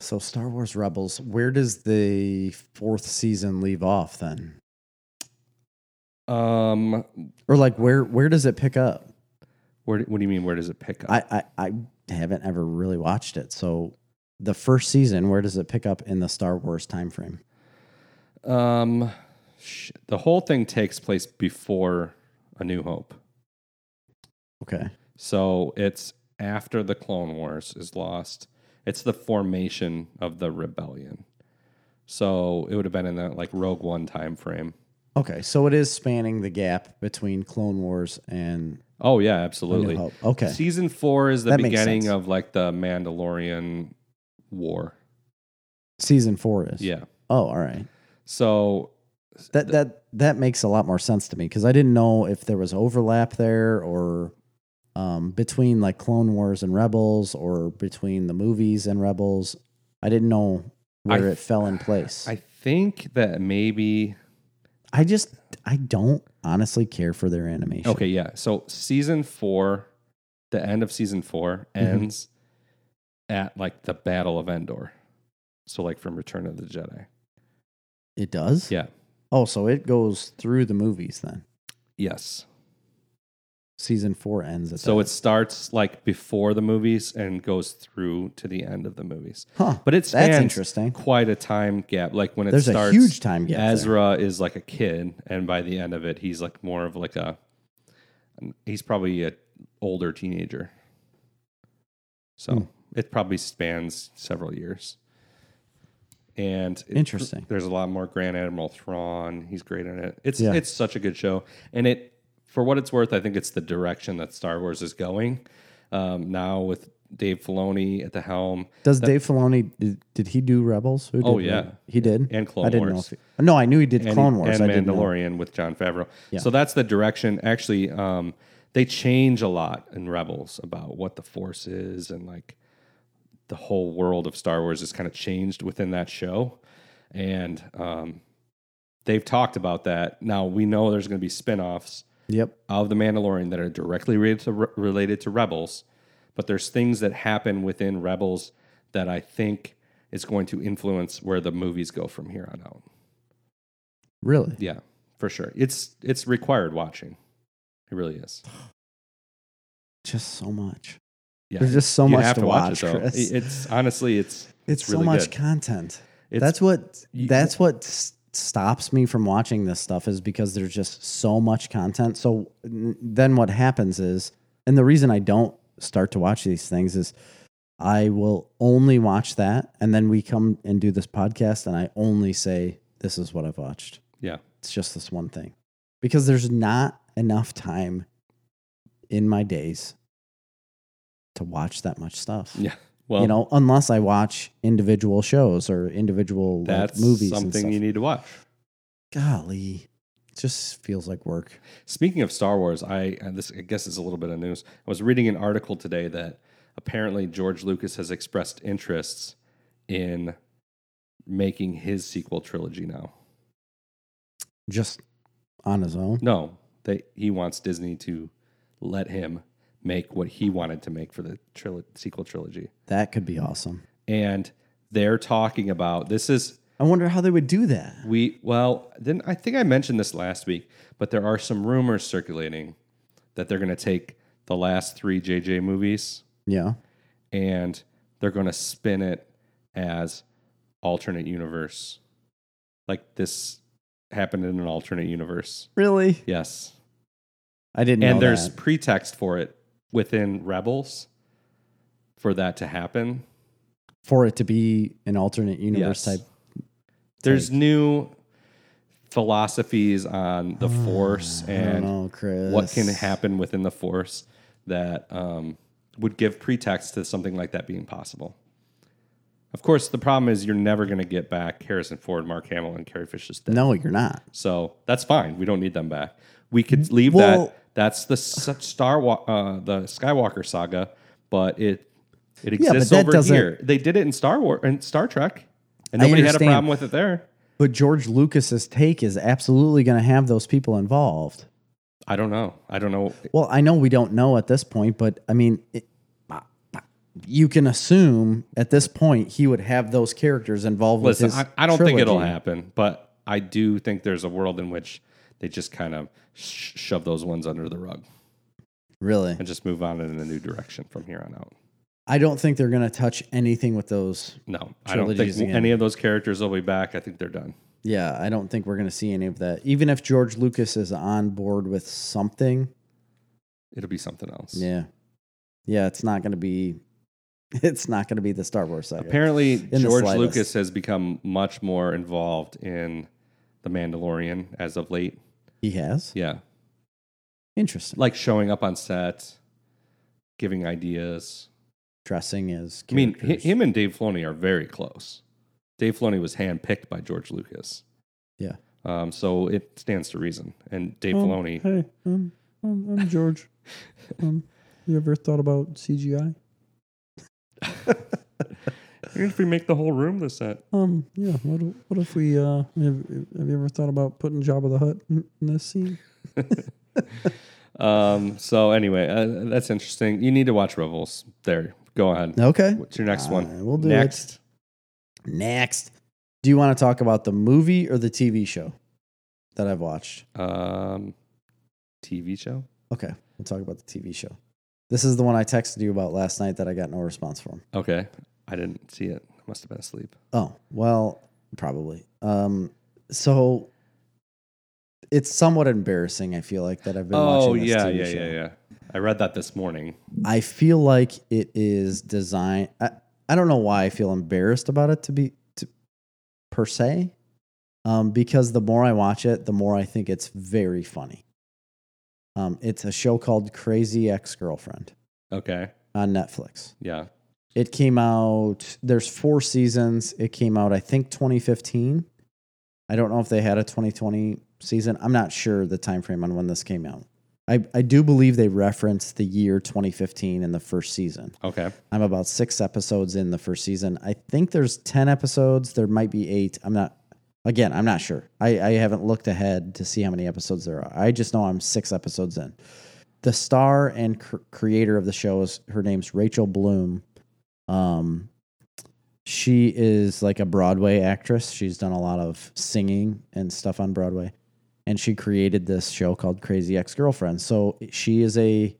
Speaker 1: so? Star Wars Rebels. Where does the fourth season leave off then,
Speaker 2: Um,
Speaker 1: or like where where does it pick up?
Speaker 2: where, do- what do you mean? Where does it pick up?
Speaker 1: I I, I haven't ever really watched it. So the first season, where does it pick up in the Star Wars time frame?
Speaker 2: Um, sh- the whole thing takes place before A New Hope,
Speaker 1: Okay.
Speaker 2: so it's after the Clone Wars is lost. It's the formation of the rebellion, so it would have been in that like Rogue One time frame.
Speaker 1: Okay, so it is spanning the gap between Clone Wars and
Speaker 2: Oh yeah,
Speaker 1: A New
Speaker 2: absolutely.
Speaker 1: Hope. Okay,
Speaker 2: Season four is the
Speaker 1: That makes
Speaker 2: beginning
Speaker 1: sense.
Speaker 2: of like the Mandalorian war.
Speaker 1: season four is.
Speaker 2: Yeah,
Speaker 1: Oh, all right.
Speaker 2: so
Speaker 1: That that that makes a lot more sense to me because I didn't know if there was overlap there or um, between like Clone Wars and Rebels or between the movies and Rebels. I didn't know
Speaker 2: I
Speaker 1: where
Speaker 2: th-
Speaker 1: it fell in place.
Speaker 2: I
Speaker 1: I,
Speaker 2: think that maybe
Speaker 1: just I don't honestly care for their animation.
Speaker 2: Okay, yeah. So season four, the end of season four
Speaker 1: Mhm.
Speaker 2: ends at like the Battle of Endor. So like from Return of the Jedi.
Speaker 1: It does.
Speaker 2: Yeah.
Speaker 1: Oh, so it goes through the movies then.
Speaker 2: Yes.
Speaker 1: Season four ends at
Speaker 2: So
Speaker 1: that.
Speaker 2: it starts like before the movies and goes through to the end of the movies.
Speaker 1: huh.
Speaker 2: But it
Speaker 1: That's
Speaker 2: spans
Speaker 1: interesting.
Speaker 2: quite a time gap. Like when it
Speaker 1: There's a
Speaker 2: starts
Speaker 1: huge time gap. there.
Speaker 2: Ezra is like a kid, and by the end of it, he's like more of like a he's probably a older teenager. So
Speaker 1: Hmm.
Speaker 2: it probably spans several years. And it-
Speaker 1: Interesting.
Speaker 2: there's a lot more Grand Admiral Thrawn. He's great in it. It's
Speaker 1: Yeah.
Speaker 2: it's such a good show, and it for what it's worth, I think it's the direction that Star Wars is going um, now with Dave Filoni at the helm.
Speaker 1: Does Dave Filoni did, did he do Rebels? Who
Speaker 2: Oh,
Speaker 1: did
Speaker 2: yeah.
Speaker 1: Rebels? he did.
Speaker 2: And Clone
Speaker 1: I didn't
Speaker 2: Wars.
Speaker 1: know. If he, no, I knew he did
Speaker 2: and,
Speaker 1: Clone Wars.
Speaker 2: and
Speaker 1: I didn't know.
Speaker 2: Mandalorian with John Favreau.
Speaker 1: Yeah.
Speaker 2: So that's the direction. Actually, um, they change a lot in Rebels about what the Force is and like the whole world of Star Wars is kind of changed within that show, and um, they've talked about that. Now we know there's going to be spin-offs
Speaker 1: Yep.
Speaker 2: of the Mandalorian that are directly related to, related to Rebels, but there's things that happen within Rebels that I think is going to influence where the movies go from here on out.
Speaker 1: Really?
Speaker 2: Yeah, for sure. It's it's required watching. It really is.
Speaker 1: Just so much.
Speaker 2: Yeah,
Speaker 1: There's just so
Speaker 2: you
Speaker 1: much
Speaker 2: have
Speaker 1: to,
Speaker 2: to
Speaker 1: watch.
Speaker 2: it though.
Speaker 1: Chris.
Speaker 2: It- It's honestly, it's
Speaker 1: it's so
Speaker 2: really
Speaker 1: much
Speaker 2: good.
Speaker 1: content.
Speaker 2: it's
Speaker 1: that's what
Speaker 2: you-
Speaker 1: that's what s- stops me from watching this stuff is because there's just so much content. So n- then what happens is, and the reason I don't start to watch these things is I will only watch that, and then we come and do this podcast, and I only say this is what I've watched.
Speaker 2: yeah.
Speaker 1: It's just this one thing because there's not enough time in my days to watch that much stuff
Speaker 2: Yeah. Well,
Speaker 1: you know, unless I watch individual shows or individual like,
Speaker 2: that's
Speaker 1: movies and
Speaker 2: something
Speaker 1: stuff.
Speaker 2: you need to watch.
Speaker 1: Golly, it just feels like work.
Speaker 2: Speaking of Star Wars, I and this I guess is a little bit of news. I was reading an article today that apparently George Lucas has expressed interests in making his sequel trilogy now.
Speaker 1: Just on his own.
Speaker 2: No, they, he wants Disney to let him make what he wanted to make for the trilo- sequel trilogy.
Speaker 1: That could be awesome.
Speaker 2: and they're talking about this is
Speaker 1: I wonder how they would do that.
Speaker 2: we well then I think I mentioned this last week, but there are some rumors circulating that they're going to take the last 3 JJ movies
Speaker 1: Yeah.
Speaker 2: and they're going to spin it as alternate universe. Like this happened in an alternate universe.
Speaker 1: Really?
Speaker 2: Yes.
Speaker 1: I didn't know
Speaker 2: And there's
Speaker 1: that.
Speaker 2: pretext for it within Rebels for that to happen.
Speaker 1: for it to be an alternate universe
Speaker 2: Yes.
Speaker 1: type.
Speaker 2: There's
Speaker 1: take.
Speaker 2: new philosophies on the force
Speaker 1: I don't
Speaker 2: and
Speaker 1: know, Chris.
Speaker 2: what can happen within the force that um, would give pretext to something like that being possible. Of course, the problem is you're never going to get back Harrison Ford, Mark Hamill, and Carrie Fisher's dead.
Speaker 1: No, you're not.
Speaker 2: So that's fine. We don't need them back. We could leave
Speaker 1: Mm-hmm. Well-
Speaker 2: that. That's the s- Star Wa- uh, the Skywalker saga, but it it
Speaker 1: but
Speaker 2: exists
Speaker 1: that
Speaker 2: over
Speaker 1: doesn't-
Speaker 2: here. They did it in Star War and Star Trek, and
Speaker 1: I
Speaker 2: nobody had a
Speaker 1: understand.
Speaker 2: problem with it there.
Speaker 1: But George Lucas's take is absolutely going to have those people involved.
Speaker 2: I don't know. I don't know.
Speaker 1: Well, I know we don't know at this point, but I mean, it, you can assume at this point he would have those characters involved
Speaker 2: Listen,
Speaker 1: with his
Speaker 2: I, I don't think it'll
Speaker 1: trilogy.
Speaker 2: happen, but I do think there's a world in which they just kind of sh- shove those ones under the rug
Speaker 1: Really?
Speaker 2: and just move on in a new direction from here on out.
Speaker 1: I don't think they're going to touch anything with those.
Speaker 2: No, I don't think
Speaker 1: Trilogies again.
Speaker 2: any of those characters will be back. I think they're done.
Speaker 1: Yeah, I don't think we're going to see any of that. Even if George Lucas is on board with something,
Speaker 2: It'll be something else.
Speaker 1: yeah. Yeah, it's not going to be it's not going to be the Star Wars saga.
Speaker 2: Apparently,
Speaker 1: the
Speaker 2: George
Speaker 1: slightest.
Speaker 2: Lucas has become much more involved in The Mandalorian as of late.
Speaker 1: he has.
Speaker 2: Yeah.
Speaker 1: Interesting.
Speaker 2: Like showing up on set, giving ideas.
Speaker 1: Dressing as
Speaker 2: I mean, hi-
Speaker 1: characters.
Speaker 2: him and Dave Filoni are very close. Dave Filoni was handpicked by George Lucas.
Speaker 1: Yeah.
Speaker 2: Um, so it stands to reason. And Dave Filoni,
Speaker 3: Hey, um, I'm, I'm George. Um, you ever thought about CGI?
Speaker 2: even if we make the whole room the set,
Speaker 3: Um, yeah. What, if- what if we? Uh, have, have you ever thought about putting Jabba the Hutt in, in this scene?
Speaker 2: Um, so anyway, uh, that's interesting. You need to watch Rebels. There, go ahead.
Speaker 1: Okay.
Speaker 2: What's your next one?
Speaker 1: Uh, we'll do it.
Speaker 2: next.
Speaker 1: Next. Do you want to talk about the movie or the TV show that I've watched?
Speaker 2: Um, TV show.
Speaker 1: Okay, we'll talk about the TV show. This is the one I texted you about last night that I got no response from.
Speaker 2: Okay, I didn't see it. I must have been asleep.
Speaker 1: Oh, well, probably. Um, so it's somewhat embarrassing, I feel like, that I've been
Speaker 2: Oh
Speaker 1: watching this
Speaker 2: yeah,
Speaker 1: TV
Speaker 2: yeah,
Speaker 1: show.
Speaker 2: yeah, yeah. I read that this morning.
Speaker 1: I feel like it is designed. I, I don't know why I feel embarrassed about it to be to, per se, um, because the more I watch it, the more I think it's very funny. Um, it's a show called Crazy Ex Girlfriend
Speaker 2: Okay,
Speaker 1: on Netflix.
Speaker 2: yeah.
Speaker 1: It came out. There's four seasons. It came out, I think, 2015. I don't know if they had a 2020 season. I'm not sure the time frame on when this came out. I, I do believe they referenced the year 2015 in the first season.
Speaker 2: Okay,
Speaker 1: I'm about six episodes in the first season. I think there's 10 episodes. There might be eight. I'm not, again, I'm not sure. I, I haven't looked ahead to see how many episodes there are. I just know I'm six episodes in. The star and cr- creator of the show is her name's Rachel Bloom. Um, she is like a Broadway actress. She's done a lot of singing and stuff on Broadway. And she created this show called Crazy Ex Girlfriend. So she is a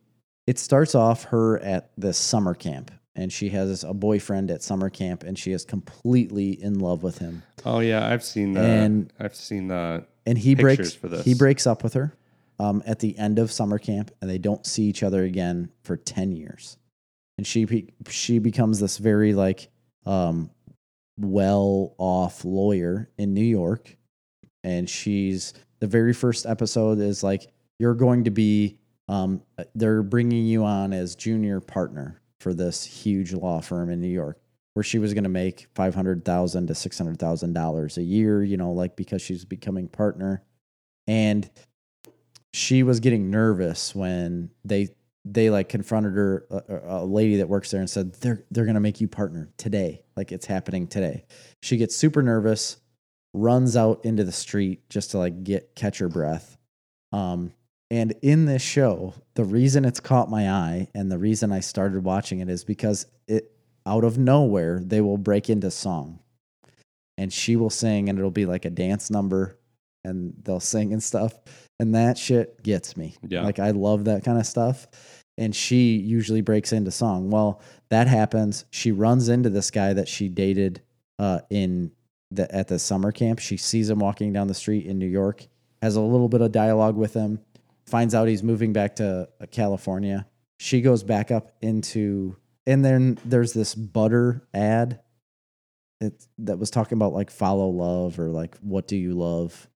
Speaker 1: it starts off her at this summer camp and she has a boyfriend at summer camp and she is completely in love with him
Speaker 2: Oh yeah, I've seen the.
Speaker 1: And-
Speaker 2: I've seen the.
Speaker 1: and he
Speaker 2: Pictures
Speaker 1: breaks
Speaker 2: for this.
Speaker 1: he breaks up with her um, at the end of summer camp and they don't see each other again for 10 years and she be- she becomes this very like um, well off lawyer in New York and she's the very first episode is like you're going to be um, they're bringing you on as junior partner for this huge law firm in New York where she was going to make 500,000 to 600,000 dollars a year, you know, like because she's becoming partner and she was getting nervous when they they like confronted her a, a- a lady that works there and said they're they're going to make you partner today, like it's happening today. She gets super nervous, runs out into the street just to like get catch her breath. Um and in this show, the reason it's caught my eye and the reason I started watching it is because it out of nowhere, they will break into song. And she will sing, and it'll be like a dance number, and they'll sing and stuff. And that shit gets me.
Speaker 2: Yeah.
Speaker 1: Like, I love that kind of stuff. And she usually breaks into song. Well, that happens. She runs into this guy that she dated uh, in the, at the summer camp. She sees him walking down the street in New York, has a little bit of dialogue with him, finds out he's moving back to uh, California. She goes back up into, and then there's this butter ad that, that was talking about like follow love or like what do you love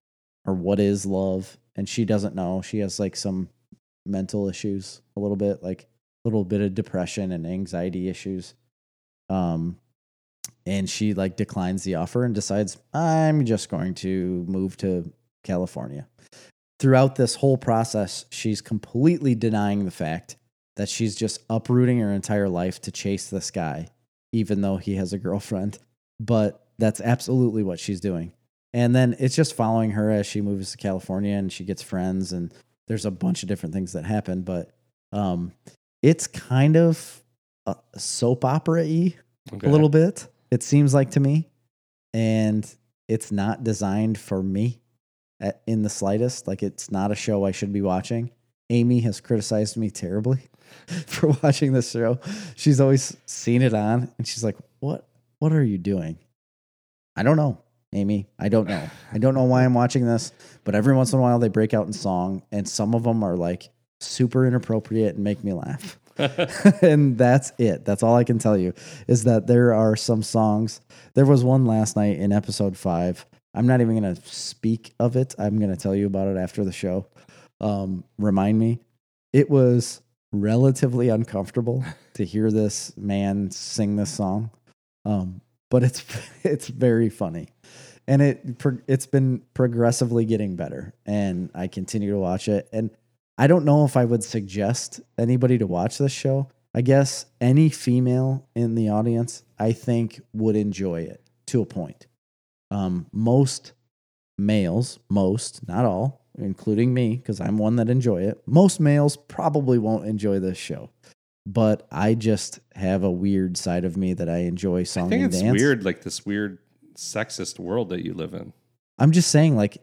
Speaker 1: or what is love. And she doesn't know. She has like some mental issues a little bit, like a little bit of depression and anxiety issues. Um, and she like declines the offer and decides I'm just going to move to California. Throughout this whole process, she's completely denying the fact that she's just uprooting her entire life to chase this guy, even though he has a girlfriend. But that's absolutely what she's doing. And then it's just following her as she moves to California and she gets friends and there's a bunch of different things that happen, but um it's kind of uh, soap opera-y
Speaker 2: Okay.
Speaker 1: a little bit. It seems like to me, and it's not designed for me at, in the slightest. Like it's not a show I should be watching. Amy has criticized me terribly for watching this show. She's always seen it on, and she's like, "What? What are you doing?" I don't know, Amy. I don't know. I don't know why I'm watching this, but every once in a while they break out in song, and some of them are like super inappropriate and make me laugh. and that's it. That's all I can tell you is that there are some songs. There was one last night in episode five. I'm not even going to speak of it. I'm going to tell you about it after the show. Um, remind me. It was relatively uncomfortable to hear this man sing this song, um, but it's it's very funny, and it pro- it's been progressively getting better. And I continue to watch it, and I don't know if I would suggest anybody to watch this show. I guess any female in the audience, I think, would enjoy it to a point. Um, most males, most, not all, including me, because I'm one that enjoy it. Most males probably won't enjoy this show, but I just have a weird side of me that I enjoy song
Speaker 2: I think
Speaker 1: and
Speaker 2: it's
Speaker 1: dance.
Speaker 2: weird, like this weird sexist world that you live in.
Speaker 1: I'm just saying, like,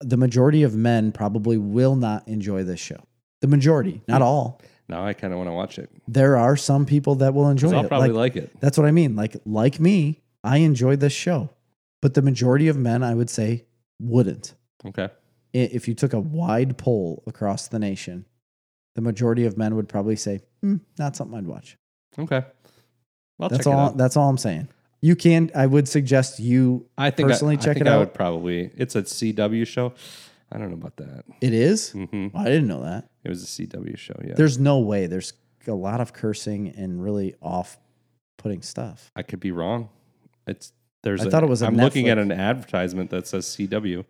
Speaker 1: the majority of men probably will not enjoy this show. The majority,
Speaker 2: Hmm.
Speaker 1: not all.
Speaker 2: Now I kind of want to watch it.
Speaker 1: there are some people that will
Speaker 2: 'Cause
Speaker 1: enjoy
Speaker 2: I'll
Speaker 1: it.
Speaker 2: probably
Speaker 1: Like,
Speaker 2: like, it.
Speaker 1: that's what I mean. Like like me, I enjoy this show, but the majority of men, I would say, wouldn't.
Speaker 2: Okay.
Speaker 1: I- If you took a wide poll across the nation, the majority of men would probably say, hmm, "Not something I'd watch."
Speaker 2: Okay. Well, I'll
Speaker 1: that's
Speaker 2: check it
Speaker 1: all.
Speaker 2: out.
Speaker 1: That's all I'm saying. You can. I would suggest you.
Speaker 2: I think
Speaker 1: personally
Speaker 2: I,
Speaker 1: check
Speaker 2: I think
Speaker 1: it
Speaker 2: I
Speaker 1: out.
Speaker 2: would probably. It's a CW show. I don't know about that.
Speaker 1: It is?
Speaker 2: hmm
Speaker 1: I didn't know that.
Speaker 2: It was a CW show. Yeah.
Speaker 1: There's no way. There's a lot of cursing and really off-putting stuff.
Speaker 2: I could be wrong. It's there's.
Speaker 1: I
Speaker 2: I
Speaker 1: thought it was a
Speaker 2: I'm looking at
Speaker 1: Netflix.
Speaker 2: an advertisement that says CW.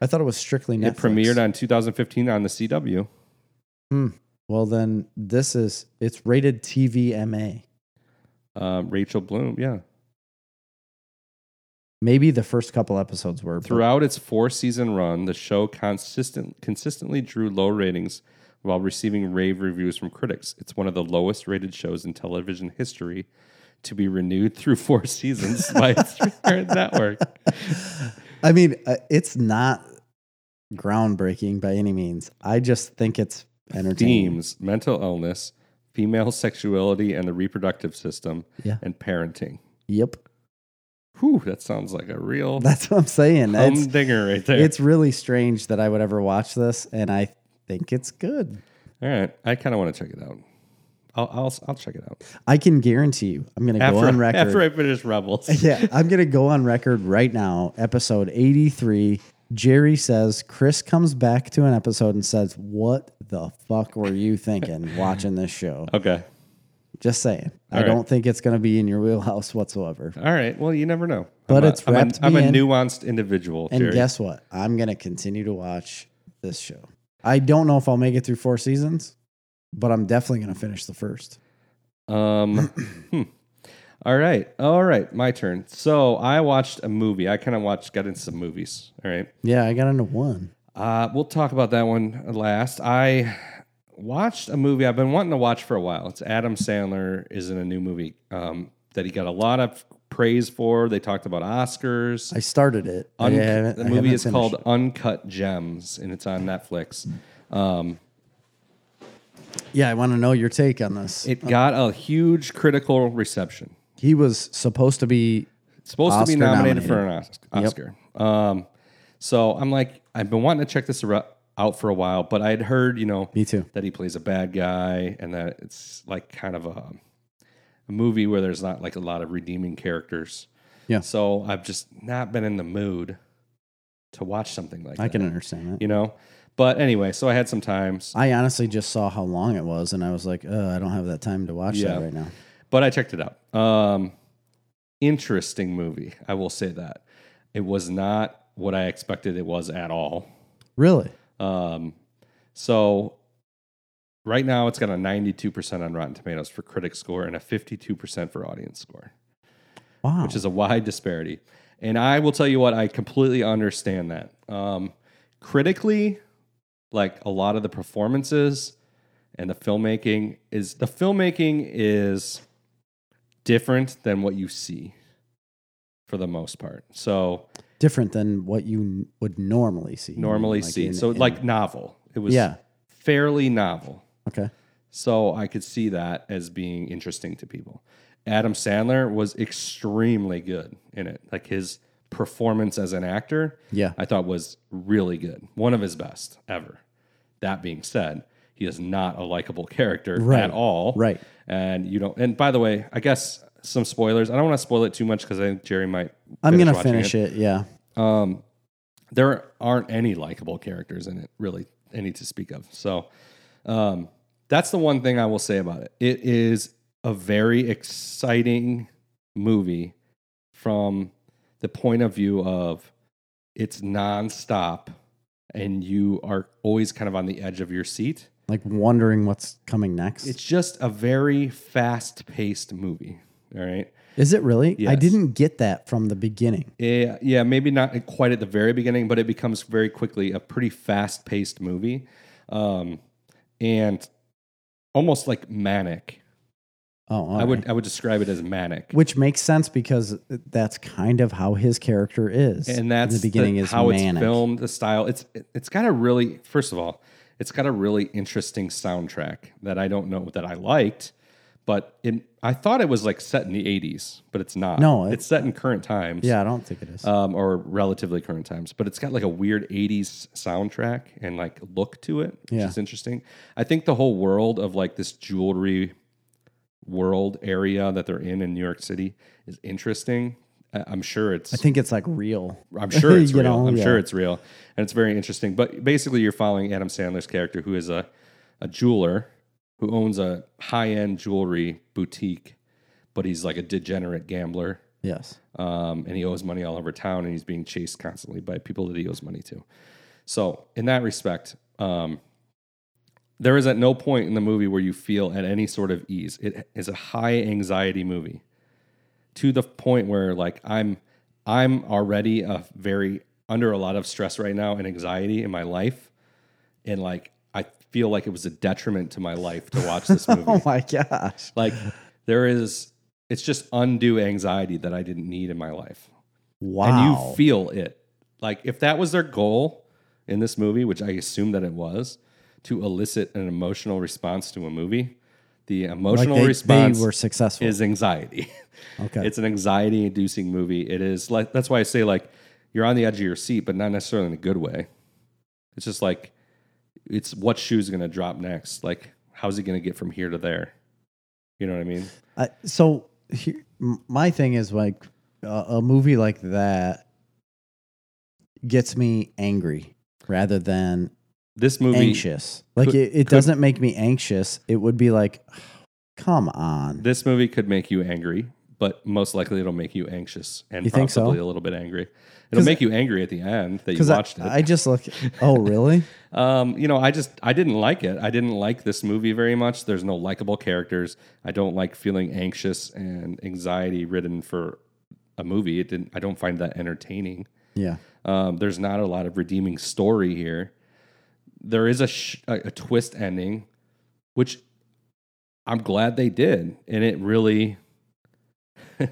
Speaker 1: I thought it was strictly Netflix.
Speaker 2: It premiered on 2015 on the CW.
Speaker 1: Well, then this is it's rated TVMA.
Speaker 2: Um, Rachel Bloom. Yeah.
Speaker 1: Maybe the first couple episodes were but-
Speaker 2: Throughout its four season run, the show consistent, consistently drew low ratings while receiving rave reviews from critics. It's one of the lowest rated shows in television history to be renewed through four seasons by its parent network.
Speaker 1: I mean, uh, it's not groundbreaking by any means. I just think it's entertaining.
Speaker 2: Themes mental illness, female sexuality and the reproductive system,
Speaker 1: Yeah.
Speaker 2: and parenting.
Speaker 1: Yep,
Speaker 2: Whew, that sounds like a real
Speaker 1: that's what I'm saying. It's
Speaker 2: humdinger right there.
Speaker 1: it's really strange that I would ever watch this, and I think it's good.
Speaker 2: All right. I kind of want to check it out. I'll, I'll, I'll check it out.
Speaker 1: I can guarantee you, I'm going to go
Speaker 2: After,
Speaker 1: on record.
Speaker 2: after I finish Rebels.
Speaker 1: yeah, I'm gonna go on record right now. Episode 83. Jerry says Chris comes back to an episode and says, "What the fuck were you thinking watching this show?"
Speaker 2: Okay.
Speaker 1: Just saying. I
Speaker 2: All right.
Speaker 1: don't think it's gonna be in your wheelhouse whatsoever.
Speaker 2: All right. Well, you never know.
Speaker 1: But
Speaker 2: I'm a-
Speaker 1: it's
Speaker 2: I'm a-
Speaker 1: wrapped
Speaker 2: I'm
Speaker 1: me
Speaker 2: a
Speaker 1: in.
Speaker 2: nuanced individual,
Speaker 1: And
Speaker 2: Jerry.
Speaker 1: guess what? I'm gonna continue to watch this show. I don't know if I'll make it through four seasons, but I'm definitely gonna finish the first.
Speaker 2: um, hmm. All right. All right. My turn. So I watched a movie. I kind of watched, got into some movies. All right.
Speaker 1: Yeah, I got into one.
Speaker 2: Uh, we'll talk about that one last. I watched a movie I've been wanting to watch for a while. It's Adam Sandler is in a new movie um, that he got a lot of praise for. They talked about Oscars.
Speaker 1: I started it. I
Speaker 2: Un-
Speaker 1: haven't-
Speaker 2: the
Speaker 1: I
Speaker 2: movie
Speaker 1: haven't
Speaker 2: is
Speaker 1: finished
Speaker 2: called
Speaker 1: it.
Speaker 2: Uncut Gems, and it's on Netflix. Um,
Speaker 1: Yeah, I want to know your take on this.
Speaker 2: it got a huge critical reception.
Speaker 1: he was supposed to be
Speaker 2: It's supposed to be
Speaker 1: Oscar
Speaker 2: nominated,
Speaker 1: nominated.
Speaker 2: for an Os- Oscar. Um, so I'm like, I've been wanting to check this ar- out for a while, but I'd heard, you know,
Speaker 1: Me too.
Speaker 2: that he plays a bad guy and that it's like kind of a, a movie where there's not like a lot of redeeming characters.
Speaker 1: Yeah.
Speaker 2: So I've just not been in the mood to watch something like
Speaker 1: I
Speaker 2: that.
Speaker 1: can understand that.
Speaker 2: you know. But anyway, so I had some times,
Speaker 1: I honestly just saw how long it was, and I was like, uh, I don't have that time to watch
Speaker 2: Yeah.
Speaker 1: that right now.
Speaker 2: but I checked it out. Um, interesting movie, I will say that. It was not what I expected it was at all.
Speaker 1: Really?
Speaker 2: Um, so right now it's got a 92% on Rotten Tomatoes for critic score and a 52% for audience score,
Speaker 1: Wow.
Speaker 2: which is a wide disparity. And I will tell you what, I completely understand that. Um, critically, like a lot of the performances and the filmmaking is the filmmaking is different than what you see for the most part. So
Speaker 1: different than what you n- would normally see.
Speaker 2: normally
Speaker 1: Mm, Like
Speaker 2: see.
Speaker 1: in-
Speaker 2: so
Speaker 1: in-
Speaker 2: like novel. It was
Speaker 1: Yeah.
Speaker 2: fairly novel.
Speaker 1: okay.
Speaker 2: So I could see that as being interesting to people. Adam Sandler was extremely good in it. Like his performance as an actor,
Speaker 1: Yeah.
Speaker 2: I thought was really good. One of his best ever. That being said, he is not a likable character
Speaker 1: Right.
Speaker 2: at all.
Speaker 1: Right.
Speaker 2: And you don't and by the way, I guess some spoilers. I don't want to spoil it too much because I think Jerry might
Speaker 1: I'm gonna
Speaker 2: watching
Speaker 1: finish it. Yeah.
Speaker 2: um, there aren't any likable characters in it, really, any to speak of. So um, that's the one thing I will say about it. It is a very exciting movie from the point of view of it's nonstop and you are always kind of on the edge of your seat.
Speaker 1: Like wondering what's coming next.
Speaker 2: It's just a very fast paced movie. All right.
Speaker 1: Is it really? I
Speaker 2: Yes.
Speaker 1: didn't get that from the beginning.
Speaker 2: Yeah, Eh, yeah, maybe not quite at the very beginning, but it becomes very quickly a pretty fast-paced movie, um, and almost like manic.
Speaker 1: Oh, all
Speaker 2: I
Speaker 1: right.
Speaker 2: would I would describe it as manic,
Speaker 1: which makes sense because that's kind of how his character is.
Speaker 2: and that's
Speaker 1: in the beginning
Speaker 2: the-
Speaker 1: is
Speaker 2: how it's
Speaker 1: manic.
Speaker 2: filmed, the style. It's it's got a really first of all, it's got a really interesting soundtrack that I don't know that I liked, but it, I thought it was like set in the '80s, but it's not.
Speaker 1: No, it-
Speaker 2: it's set in current times.
Speaker 1: Yeah, I don't think it is.
Speaker 2: um, or relatively current times, but it's got like a weird 80s soundtrack and like look to it, which
Speaker 1: Yeah.
Speaker 2: is interesting. I think the whole world of like this jewelry world area that they're in in New York City is interesting. I- I'm sure it's
Speaker 1: I think it's like real.
Speaker 2: I'm sure it's
Speaker 1: You
Speaker 2: real.
Speaker 1: know,
Speaker 2: I'm
Speaker 1: yeah.
Speaker 2: sure it's real, and it's very interesting. But basically, you're following Adam Sandler's character, who is a a jeweler who owns a high end jewelry boutique, but he's like a degenerate gambler
Speaker 1: Yes.
Speaker 2: um, and he owes money all over town, and he's being chased constantly by people that he owes money to. So, in that respect, um, there is at no point in the movie where you feel at any sort of ease. It is a high anxiety movie to the point where, like, I'm I'm already a very under a lot of stress right now and anxiety in my life, and like I feel like it was a detriment to my life to watch this movie.
Speaker 1: Oh my gosh.
Speaker 2: Like there is it's just undue anxiety that I didn't need in my life.
Speaker 1: Wow.
Speaker 2: And you feel it. Like if that was their goal in this movie, which I assume that it was, to elicit an emotional response to a movie, the
Speaker 1: like
Speaker 2: emotional
Speaker 1: they,
Speaker 2: response
Speaker 1: they were successful.
Speaker 2: is anxiety.
Speaker 1: okay.
Speaker 2: it's an anxiety inducing movie. It is like that's why I say like you're on the edge of your seat, but not necessarily in a good way. It's just like it's what shoe's gonna drop next. Like how's he gonna get from here to there? You know what I mean?
Speaker 1: I, so here, m- my thing is like uh, a movie like that gets me angry rather than
Speaker 2: This movie
Speaker 1: anxious. Like
Speaker 2: could-
Speaker 1: it, it
Speaker 2: could-
Speaker 1: doesn't make me anxious. It would be like, come on.
Speaker 2: This movie could make you angry, but most likely it'll make you anxious and
Speaker 1: You think so?
Speaker 2: possibly a little bit angry.
Speaker 1: 'Cause-
Speaker 2: It'll make you angry at the end that you
Speaker 1: Because I,
Speaker 2: watched
Speaker 1: I
Speaker 2: it.
Speaker 1: just look. Oh, really?
Speaker 2: um, you know, I just I didn't like it. I didn't like this movie very much. There's no likable characters. I don't like feeling anxious and anxiety ridden for a movie. It didn't. I don't find that entertaining.
Speaker 1: yeah.
Speaker 2: Um, there's not a lot of redeeming story here. There is a, sh- a a twist ending, which I'm glad they did, and it really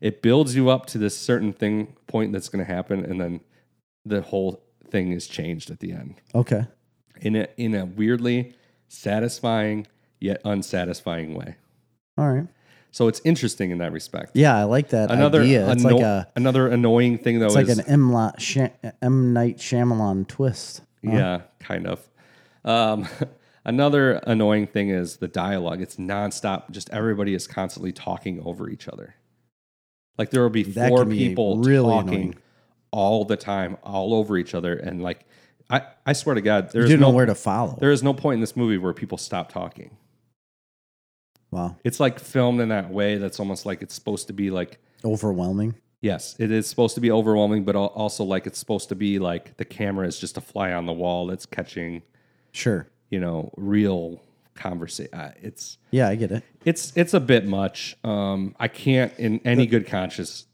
Speaker 2: it builds you up to this certain thing point that's going to happen, and then the whole thing is changed at the end
Speaker 1: Okay.
Speaker 2: in a in a weirdly satisfying yet unsatisfying way.
Speaker 1: All right.
Speaker 2: So it's interesting in that respect.
Speaker 1: Yeah, I like that
Speaker 2: Another
Speaker 1: idea. It's
Speaker 2: anno-
Speaker 1: like a
Speaker 2: another annoying thing though
Speaker 1: it's like
Speaker 2: is
Speaker 1: an M. Lot Sha- M. Night Shyamalan twist.
Speaker 2: Yeah, kind of. Um, another annoying thing is the dialogue. It's nonstop. Just everybody is constantly talking over each other. Like there will be
Speaker 1: That
Speaker 2: four
Speaker 1: can be
Speaker 2: people
Speaker 1: really
Speaker 2: talking
Speaker 1: annoying.
Speaker 2: all the time, all over each other, and like I, I swear to God, there
Speaker 1: you
Speaker 2: is
Speaker 1: didn't
Speaker 2: no
Speaker 1: know where to follow.
Speaker 2: there is no point in this movie where people stop talking.
Speaker 1: wow,
Speaker 2: It's like filmed in that way that's almost like it's supposed to be like
Speaker 1: overwhelming.
Speaker 2: yes, it is supposed to be overwhelming, but al- also like it's supposed to be like the camera is just a fly on the wall that's catching
Speaker 1: Sure.
Speaker 2: you know real conversation. It's
Speaker 1: Yeah, I get it.
Speaker 2: it's it's a bit much. Um, I can't in any good conscience,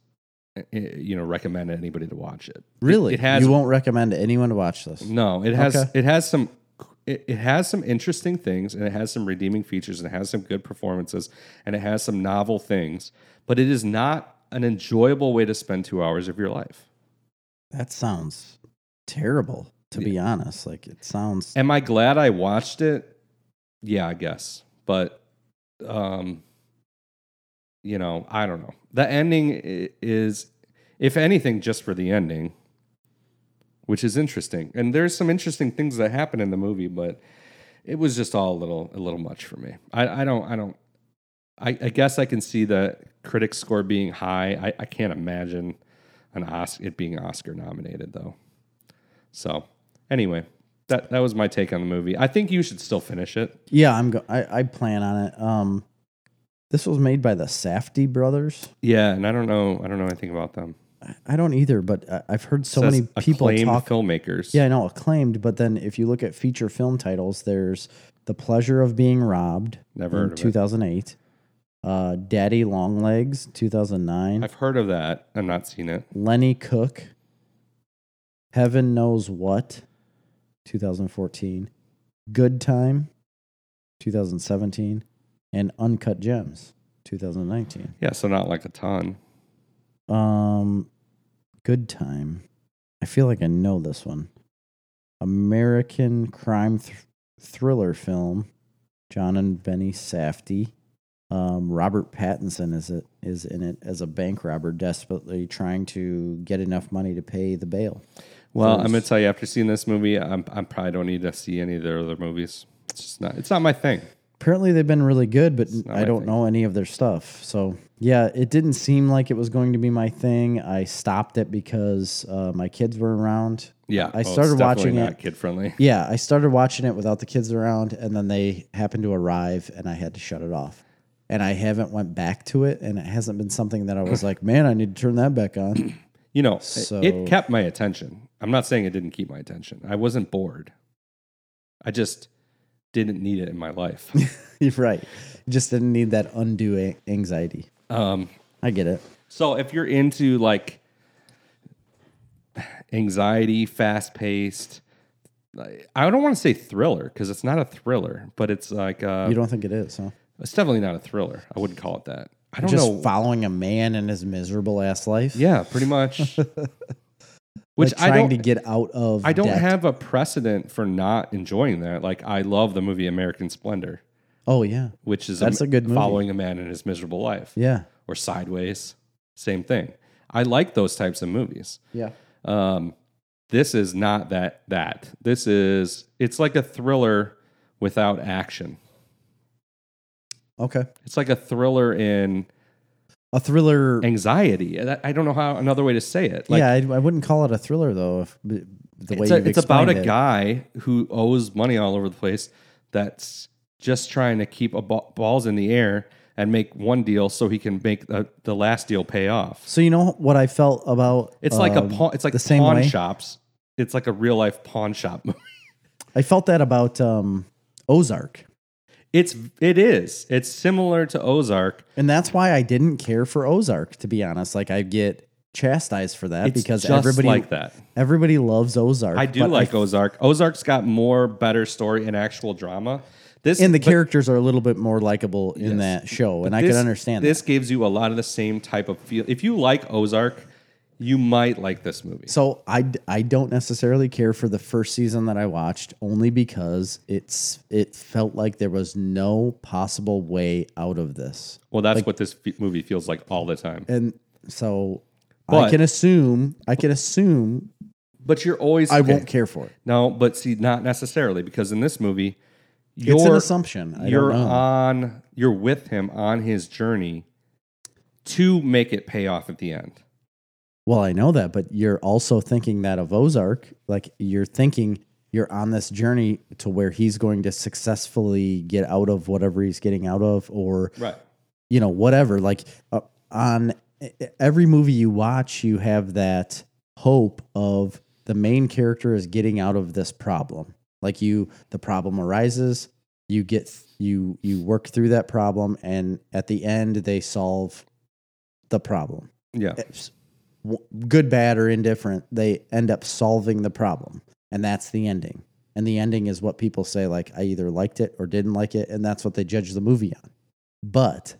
Speaker 2: uh, you know, recommend anybody to watch it.
Speaker 1: Really,
Speaker 2: it has-
Speaker 1: You won't recommend anyone to watch this.
Speaker 2: No, it has
Speaker 1: Okay.
Speaker 2: it has some it, it has some interesting things and it has some redeeming features and it has some good performances and it has some novel things, but it is not an enjoyable way to spend 2 hours of your life.
Speaker 1: That sounds terrible. To be honest, like it sounds.
Speaker 2: Am I glad I watched it? Yeah, I guess. But um you know, I don't know. The ending i- is if anything just for the ending, which is interesting. And there's some interesting things that happen in the movie, but it was just all a little a little much for me. I, I don't I don't I, I guess I can see the critic score being high. I, I can't imagine an Oscar it being Oscar nominated though. So anyway, that that was my take on the movie. I think you should still finish it.
Speaker 1: Yeah, I'm. Go- I, I plan on it. Um, this was made by the Safdie brothers.
Speaker 2: Yeah, and I don't know I don't know anything about them.
Speaker 1: I- I don't either, but I- I've heard so
Speaker 2: Says
Speaker 1: many people
Speaker 2: acclaimed
Speaker 1: talk.
Speaker 2: filmmakers.
Speaker 1: Yeah, I know acclaimed, but then if you look at feature film titles, there's "The Pleasure of Being Robbed"
Speaker 2: Never
Speaker 1: in
Speaker 2: heard of it.
Speaker 1: 2008, Uh, "Daddy Long Legs" 2009,
Speaker 2: I've heard of that. I've not seen it.
Speaker 1: Lenny Cook, "Heaven Knows What" 2014, "Good Time" 2017, and "Uncut Gems" 2019.
Speaker 2: Yeah, so not like a ton.
Speaker 1: Um, Good Time. I feel like I know this one. American crime thr thriller film. John and Benny Safdie. Um, Robert Pattinson is it is in it as a bank robber, desperately trying to get enough money to pay the bail.
Speaker 2: Well,
Speaker 1: Nice.
Speaker 2: I'm gonna tell you after seeing this movie, I'm I probably don't need to see any of their other movies. It's just not it's not my thing.
Speaker 1: Apparently, they've been really good, but
Speaker 2: not
Speaker 1: I
Speaker 2: my
Speaker 1: don't
Speaker 2: thing.
Speaker 1: know any of their stuff. So yeah, it didn't seem like it was going to be my thing. I stopped it because uh, my kids were around.
Speaker 2: Yeah.
Speaker 1: I started watching it.
Speaker 2: kid friendly.
Speaker 1: Yeah, I started watching it without the kids around, and then they happened to arrive, and I had to shut it off. And I haven't went back to it, and it hasn't been something that I was like, man, I need to turn that back on.
Speaker 2: You know, it-
Speaker 1: So-
Speaker 2: it kept my attention. I'm not saying it didn't keep my attention. I wasn't bored. I just didn't need it in my life.
Speaker 1: You're right. You just didn't need that undue a- anxiety.
Speaker 2: um
Speaker 1: I get it.
Speaker 2: So if you're into like anxiety, fast paced, I don't want to say thriller because it's not a thriller, but it's like uh,
Speaker 1: You don't think it is, huh?
Speaker 2: it's definitely not a thriller. I wouldn't call it that. I don't
Speaker 1: Just
Speaker 2: know.
Speaker 1: following a man in his miserable ass life.
Speaker 2: yeah, pretty much. Which
Speaker 1: Like
Speaker 2: I
Speaker 1: trying
Speaker 2: don't.
Speaker 1: to get out of.
Speaker 2: I don't
Speaker 1: debt.
Speaker 2: have a precedent for not enjoying that. Like I love the movie American Splendor,
Speaker 1: Oh yeah,
Speaker 2: which is
Speaker 1: That's a good movie.
Speaker 2: following a man in his miserable life,
Speaker 1: yeah,
Speaker 2: or Sideways, same thing. I like those types of movies.
Speaker 1: yeah.
Speaker 2: um, this is not that that this is it's like a thriller without action
Speaker 1: Okay,
Speaker 2: it's like a thriller in
Speaker 1: a thriller.
Speaker 2: anxiety And I- i don't know how another way to say it like
Speaker 1: yeah, I, I wouldn't call it a thriller though. If, b- the way
Speaker 2: it's, a-
Speaker 1: you've
Speaker 2: it's about
Speaker 1: explained
Speaker 2: a
Speaker 1: it.
Speaker 2: guy who owes money all over the place that's just trying to keep a ball, balls in the air and make one deal so he can make the, the last deal pay off
Speaker 1: So you know what I felt about
Speaker 2: it's like a
Speaker 1: um,
Speaker 2: pawn it's like
Speaker 1: the same
Speaker 2: pawn
Speaker 1: way?
Speaker 2: shops it's like a real life pawn shop movie
Speaker 1: I felt that about um, Ozark,
Speaker 2: it's it is it's similar to ozark
Speaker 1: and that's why I didn't care for Ozark. To be honest, like I get chastised for that
Speaker 2: It's
Speaker 1: because
Speaker 2: just
Speaker 1: everybody
Speaker 2: like that.
Speaker 1: everybody loves Ozark.
Speaker 2: I do
Speaker 1: but
Speaker 2: like Ozark. Ozark's got more better story and actual drama. This
Speaker 1: and the
Speaker 2: but
Speaker 1: characters are a little bit more likable in that show, and I
Speaker 2: this-
Speaker 1: can understand
Speaker 2: This
Speaker 1: this.
Speaker 2: gives you a lot of the same type of feel. If you like Ozark, you might like this movie.
Speaker 1: So I, d- I don't necessarily care for the first season that I watched only because it's it felt like there was no possible way out of this.
Speaker 2: Well, that's what this fe- movie feels like all the time.
Speaker 1: And so I
Speaker 2: But-
Speaker 1: can assume I can assume
Speaker 2: But you're always
Speaker 1: I
Speaker 2: okay.
Speaker 1: won't care for it.
Speaker 2: No, but see, not necessarily because in this movie, you're
Speaker 1: It's an assumption. I
Speaker 2: you're
Speaker 1: don't know.
Speaker 2: on you're with him on his journey to make it pay off at the end.
Speaker 1: Well, I know that, but you're also thinking that of Ozark. Like you're thinking you're on this journey to where he's going to successfully get out of whatever he's getting out of, or
Speaker 2: Right.
Speaker 1: you know whatever. Like uh, on e- every movie you watch, you have that hope of the main character is getting out of this problem. Like you, the problem arises. You get you you work through that problem, and at the end they solve the problem
Speaker 2: Yeah.
Speaker 1: it's w- good, bad, or indifferent, they end up solving the problem. And that's the ending. And the ending is what people say, like, I either liked it or didn't like it. And that's what they judge the movie on. But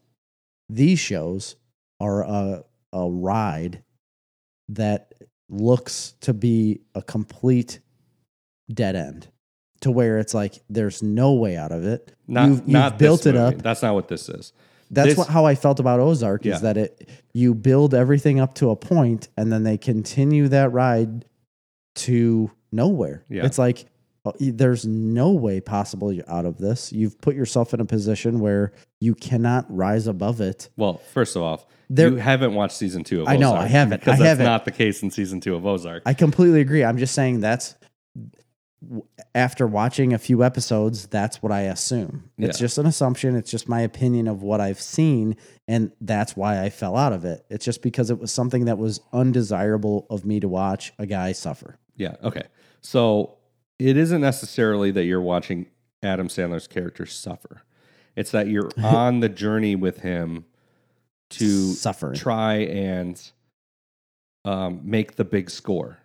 Speaker 1: these shows are a, a ride that looks to be a complete dead end to where it's like there's no way out of it.
Speaker 2: Not
Speaker 1: you've, you've
Speaker 2: not this
Speaker 1: built it
Speaker 2: movie.
Speaker 1: up.
Speaker 2: That's not what this is.
Speaker 1: That's
Speaker 2: This-
Speaker 1: what, how I felt about Ozark
Speaker 2: Yeah.
Speaker 1: is that it you build everything up to a point and then they continue that ride to nowhere.
Speaker 2: Yeah.
Speaker 1: It's like uh, y- there's no way possible you're out of this. You've put yourself in a position where you cannot rise above it.
Speaker 2: Well, first of all,
Speaker 1: There-
Speaker 2: you haven't watched season two of
Speaker 1: I
Speaker 2: Ozark.
Speaker 1: know, I haven't.
Speaker 2: Because
Speaker 1: I
Speaker 2: that's
Speaker 1: haven't.
Speaker 2: not the case in season two of Ozark.
Speaker 1: I completely agree. I'm just saying that's w- after watching a few episodes, that's what I assume. It's
Speaker 2: Yeah.
Speaker 1: just an assumption. It's just my opinion of what I've seen. And that's why I fell out of it. It's just because it was something that was undesirable of me to watch a guy suffer.
Speaker 2: Yeah. Okay. So it isn't necessarily that you're watching Adam Sandler's character suffer. It's that you're on the journey with him to
Speaker 1: suffering.
Speaker 2: try and um, make the big score.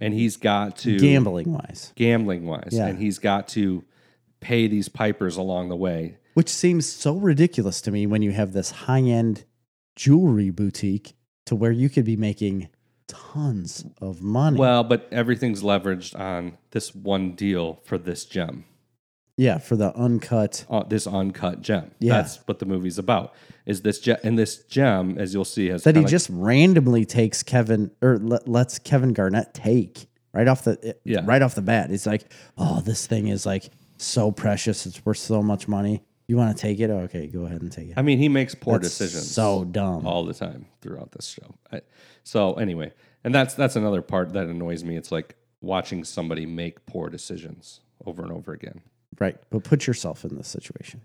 Speaker 2: And he's got to
Speaker 1: gambling wise,
Speaker 2: gambling wise.
Speaker 1: Yeah.
Speaker 2: And he's got to pay these pipers along the way.
Speaker 1: which seems so ridiculous to me when you have this high end jewelry boutique to where you could be making tons of money.
Speaker 2: Well, but everything's leveraged on this one deal for this gem.
Speaker 1: yeah, for the uncut.
Speaker 2: uh, this uncut gem.
Speaker 1: Yeah.
Speaker 2: That's what the movie's about. Is this gem and this gem, as you'll see, has
Speaker 1: that he
Speaker 2: kinda-
Speaker 1: just randomly takes Kevin or let, lets Kevin Garnett take right off the it-
Speaker 2: Yeah.
Speaker 1: right off the bat. It's like, oh, this thing is like so precious. It's worth so much money. You want to take it? Okay, go ahead and take it.
Speaker 2: I mean, he makes poor
Speaker 1: That's
Speaker 2: decisions
Speaker 1: So dumb.
Speaker 2: all the time throughout this show. I, so anyway, and that's that's another part that annoys me. It's like watching somebody make poor decisions over and over again.
Speaker 1: Right, but put yourself in this situation.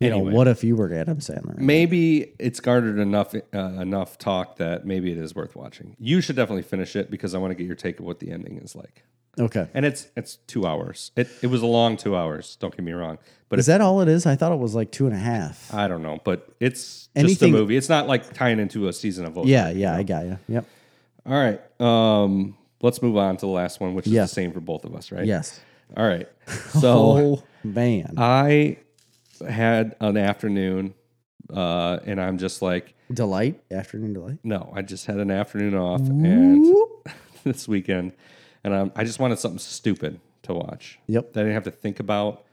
Speaker 1: You
Speaker 2: Anyway.
Speaker 1: know, what if you were Adam Sandler?
Speaker 2: Maybe it's garnered enough uh, enough talk that maybe it is worth watching. You should definitely finish it because I want to get your take of what the ending is like.
Speaker 1: okay,
Speaker 2: And it's it's two hours. It it was a long two hours. Don't get me wrong, but
Speaker 1: is that all it is? I thought it was like two and a half.
Speaker 2: I don't know, but it's
Speaker 1: Anything-
Speaker 2: just a movie. It's not like tying into a season of Ozark.
Speaker 1: yeah, yeah, I got you. Yep.
Speaker 2: All right. Um, let's move on to the last one, which is
Speaker 1: Yeah.
Speaker 2: the same for both of us, right?
Speaker 1: Yes.
Speaker 2: All right.
Speaker 1: Oh.
Speaker 2: So
Speaker 1: man,
Speaker 2: I had an afternoon, uh, and I'm just like,
Speaker 1: delight, afternoon delight.
Speaker 2: no, I just had an afternoon off, and this weekend, and um, I just wanted something stupid to watch.
Speaker 1: Yep.
Speaker 2: That I didn't have to think about.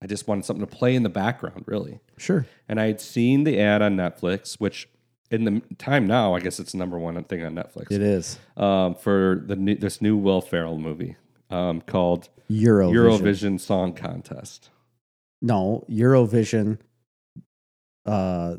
Speaker 2: I just wanted something to play in the background, really.
Speaker 1: Sure.
Speaker 2: and I had seen the ad on Netflix, which in the time now, I guess it's the number one thing on Netflix
Speaker 1: It is
Speaker 2: um, for the new, this new Will Ferrell movie um, called
Speaker 1: Eurovision.
Speaker 2: Eurovision Song Contest.
Speaker 1: no Eurovision, uh,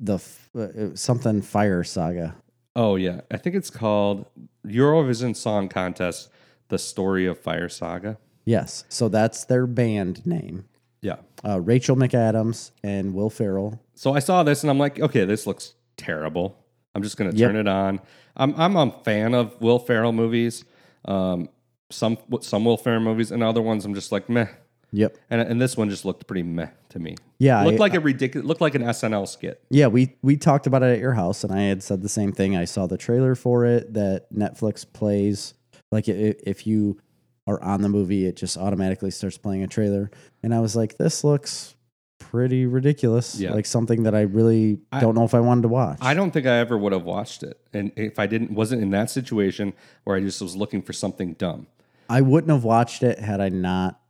Speaker 1: the f- uh, uh, something fire saga.
Speaker 2: Oh yeah, I think it's called Eurovision Song Contest: The Story of Fire Saga.
Speaker 1: Yes, so that's their band name.
Speaker 2: Yeah.
Speaker 1: Uh, Rachel McAdams and Will Ferrell.
Speaker 2: So I saw this and I'm like, okay, this looks terrible. I'm just gonna
Speaker 1: Yep.
Speaker 2: turn it on. I'm I'm a fan of Will Ferrell movies. Um, some some Will Ferrell movies and other ones I'm just like meh.
Speaker 1: Yep.
Speaker 2: And, and this one just looked pretty meh to me.
Speaker 1: Yeah,
Speaker 2: looked
Speaker 1: I-
Speaker 2: like a ridiculous, looked like an SNL skit.
Speaker 1: Yeah, we we talked about it at your house, and I had said the same thing. I saw the trailer for it that Netflix plays. Like i- i- if you are on the movie, it just automatically starts playing a trailer, and I was like, this looks pretty ridiculous.
Speaker 2: Yeah.
Speaker 1: Like something that I really don't know if I wanted to watch.
Speaker 2: I don't think I ever would have watched it, and if I didn't, wasn't in that situation where I just was looking for something dumb.
Speaker 1: I wouldn't have watched it had I not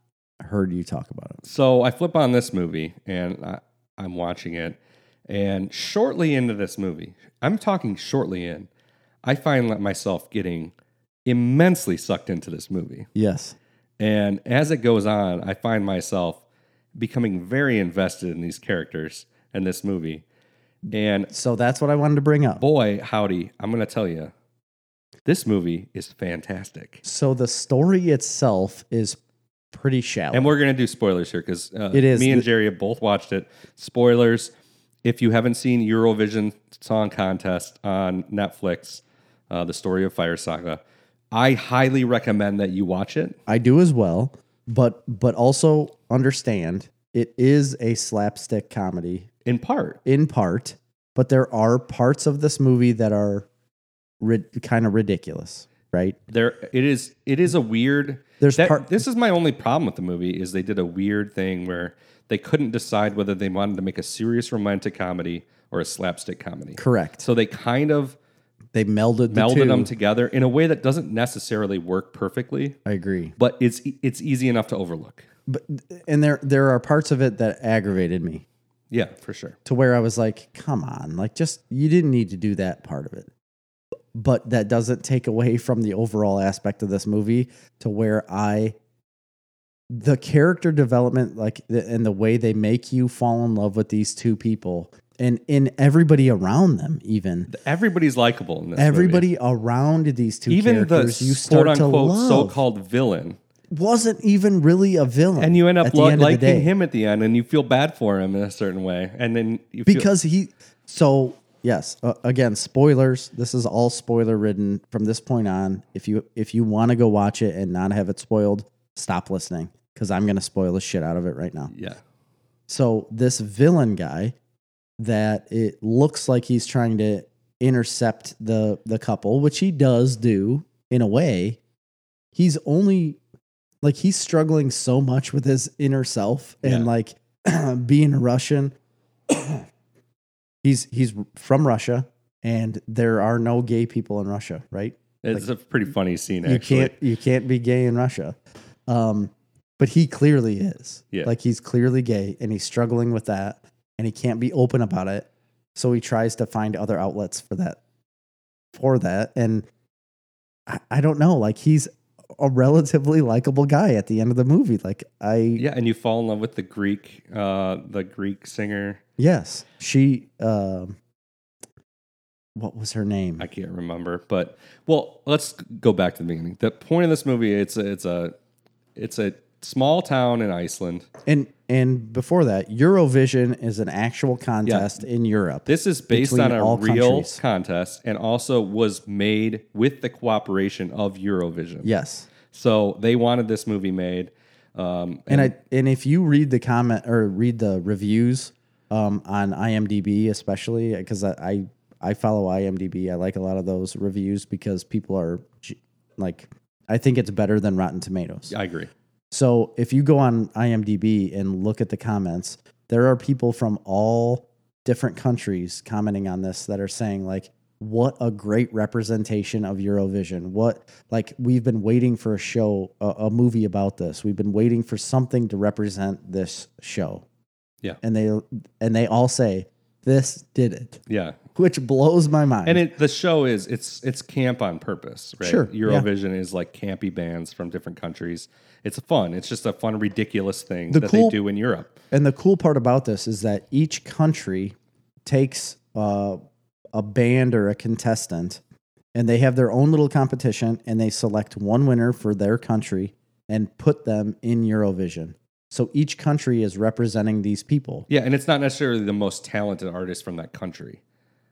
Speaker 1: heard you talk about it.
Speaker 2: So I flip on this movie, and I, I'm watching it, and shortly into this movie, I'm talking shortly in, I find that myself getting immensely sucked into this movie.
Speaker 1: Yes.
Speaker 2: And as it goes on, I find myself becoming very invested in these characters and this movie. And
Speaker 1: So that's what I wanted to bring up.
Speaker 2: boy, howdy, I'm going to tell you, this movie is fantastic.
Speaker 1: So the story itself is pretty shallow.
Speaker 2: And we're going to do spoilers here because uh,
Speaker 1: It is
Speaker 2: me and
Speaker 1: the-
Speaker 2: Jerry have both watched it. Spoilers. If you haven't seen Eurovision Song Contest on Netflix, uh, the story of Fire Saga, I highly recommend that you watch it.
Speaker 1: I do as well, but but also understand it is a slapstick comedy
Speaker 2: In part,
Speaker 1: in part, but there are parts of this movie that are rid- kind of ridiculous, right?
Speaker 2: there it is. It is a weird.
Speaker 1: There's
Speaker 2: that-
Speaker 1: part
Speaker 2: this is my only problem with the movie is they did a weird thing where they couldn't decide whether they wanted to make a serious romantic comedy or a slapstick comedy.
Speaker 1: correct.
Speaker 2: So they kind of
Speaker 1: They melded the
Speaker 2: melded
Speaker 1: two.
Speaker 2: them together in a way that doesn't necessarily work perfectly,
Speaker 1: I agree.
Speaker 2: but it's it's easy enough to overlook.
Speaker 1: But and there there are parts of it that aggravated me
Speaker 2: Yeah, for sure.
Speaker 1: to where I was like, "Come on, like just you didn't need to do that part of it." But that doesn't take away from the overall aspect of this movie to where I the character development like the, and the way they make you fall in love with these two people and in everybody around them even
Speaker 2: Everybody's likable in this. movie.
Speaker 1: everybody around these two
Speaker 2: even the
Speaker 1: characters you start
Speaker 2: quote unquote
Speaker 1: to love
Speaker 2: so-called villain,
Speaker 1: wasn't even really a villain
Speaker 2: and you end up
Speaker 1: at the
Speaker 2: lo-
Speaker 1: end of the
Speaker 2: liking
Speaker 1: day.
Speaker 2: him at the end, and you feel bad for him in a certain way, and then you feel,
Speaker 1: because he so yes uh, again spoilers this is all spoiler ridden from this point on if you if you want to go watch it and not have it spoiled stop listening because i'm going to spoil the shit out of it right now
Speaker 2: yeah,
Speaker 1: so this villain guy that it looks like he's trying to intercept the the couple, which he does do in a way. He's only like he's struggling so much with his inner self and
Speaker 2: Yeah.
Speaker 1: like being a Russian. he's he's from Russia and there are no gay people in Russia, right?
Speaker 2: it's a pretty funny scene.
Speaker 1: you
Speaker 2: Actually,
Speaker 1: can't you can't be gay in Russia. Um, but he clearly is.
Speaker 2: Yeah.
Speaker 1: Like he's clearly gay and he's struggling with that and he can't be open about it. So he tries to find other outlets for that for that. And I, I don't know, like he's a relatively likable guy at the end of the movie. Like I
Speaker 2: yeah, and you fall in love with the Greek, uh, the Greek singer.
Speaker 1: yes. She um what was her name?
Speaker 2: I can't remember, but well, let's go back to the beginning. The point of this movie it's a, it's a it's a small town in Iceland.
Speaker 1: and and before that, Eurovision is an actual contest in Europe.
Speaker 2: This is based
Speaker 1: Between
Speaker 2: on a
Speaker 1: all
Speaker 2: real
Speaker 1: countries.
Speaker 2: contest and also was made with the cooperation of Eurovision.
Speaker 1: yes.
Speaker 2: So they wanted this movie made. Um,
Speaker 1: and I and if you read the comment or read the reviews um, on IMDb, especially because I, I I follow IMDb, I like a lot of those reviews because people are g- like, I think it's better than Rotten Tomatoes.
Speaker 2: I agree.
Speaker 1: So if you go on IMDb and look at the comments, there are people from all different countries commenting on this that are saying like what a great representation of Eurovision. What like we've been waiting for a show a, a movie about this. We've been waiting for something to represent this show.
Speaker 2: Yeah.
Speaker 1: And they and they all say this did it,
Speaker 2: Yeah.
Speaker 1: which blows my mind.
Speaker 2: And it, the show is it's it's camp on purpose, right?
Speaker 1: Sure, yeah.
Speaker 2: Eurovision is like campy bands from different countries. It's fun. It's just a fun, ridiculous thing
Speaker 1: The
Speaker 2: that
Speaker 1: cool-
Speaker 2: they do in Europe.
Speaker 1: And the cool part about this is that each country takes uh, a band or a contestant, and they have their own little competition, and they select one winner for their country and put them in Eurovision. So each country is representing these people.
Speaker 2: Yeah, and it's not necessarily the most talented artist from that country.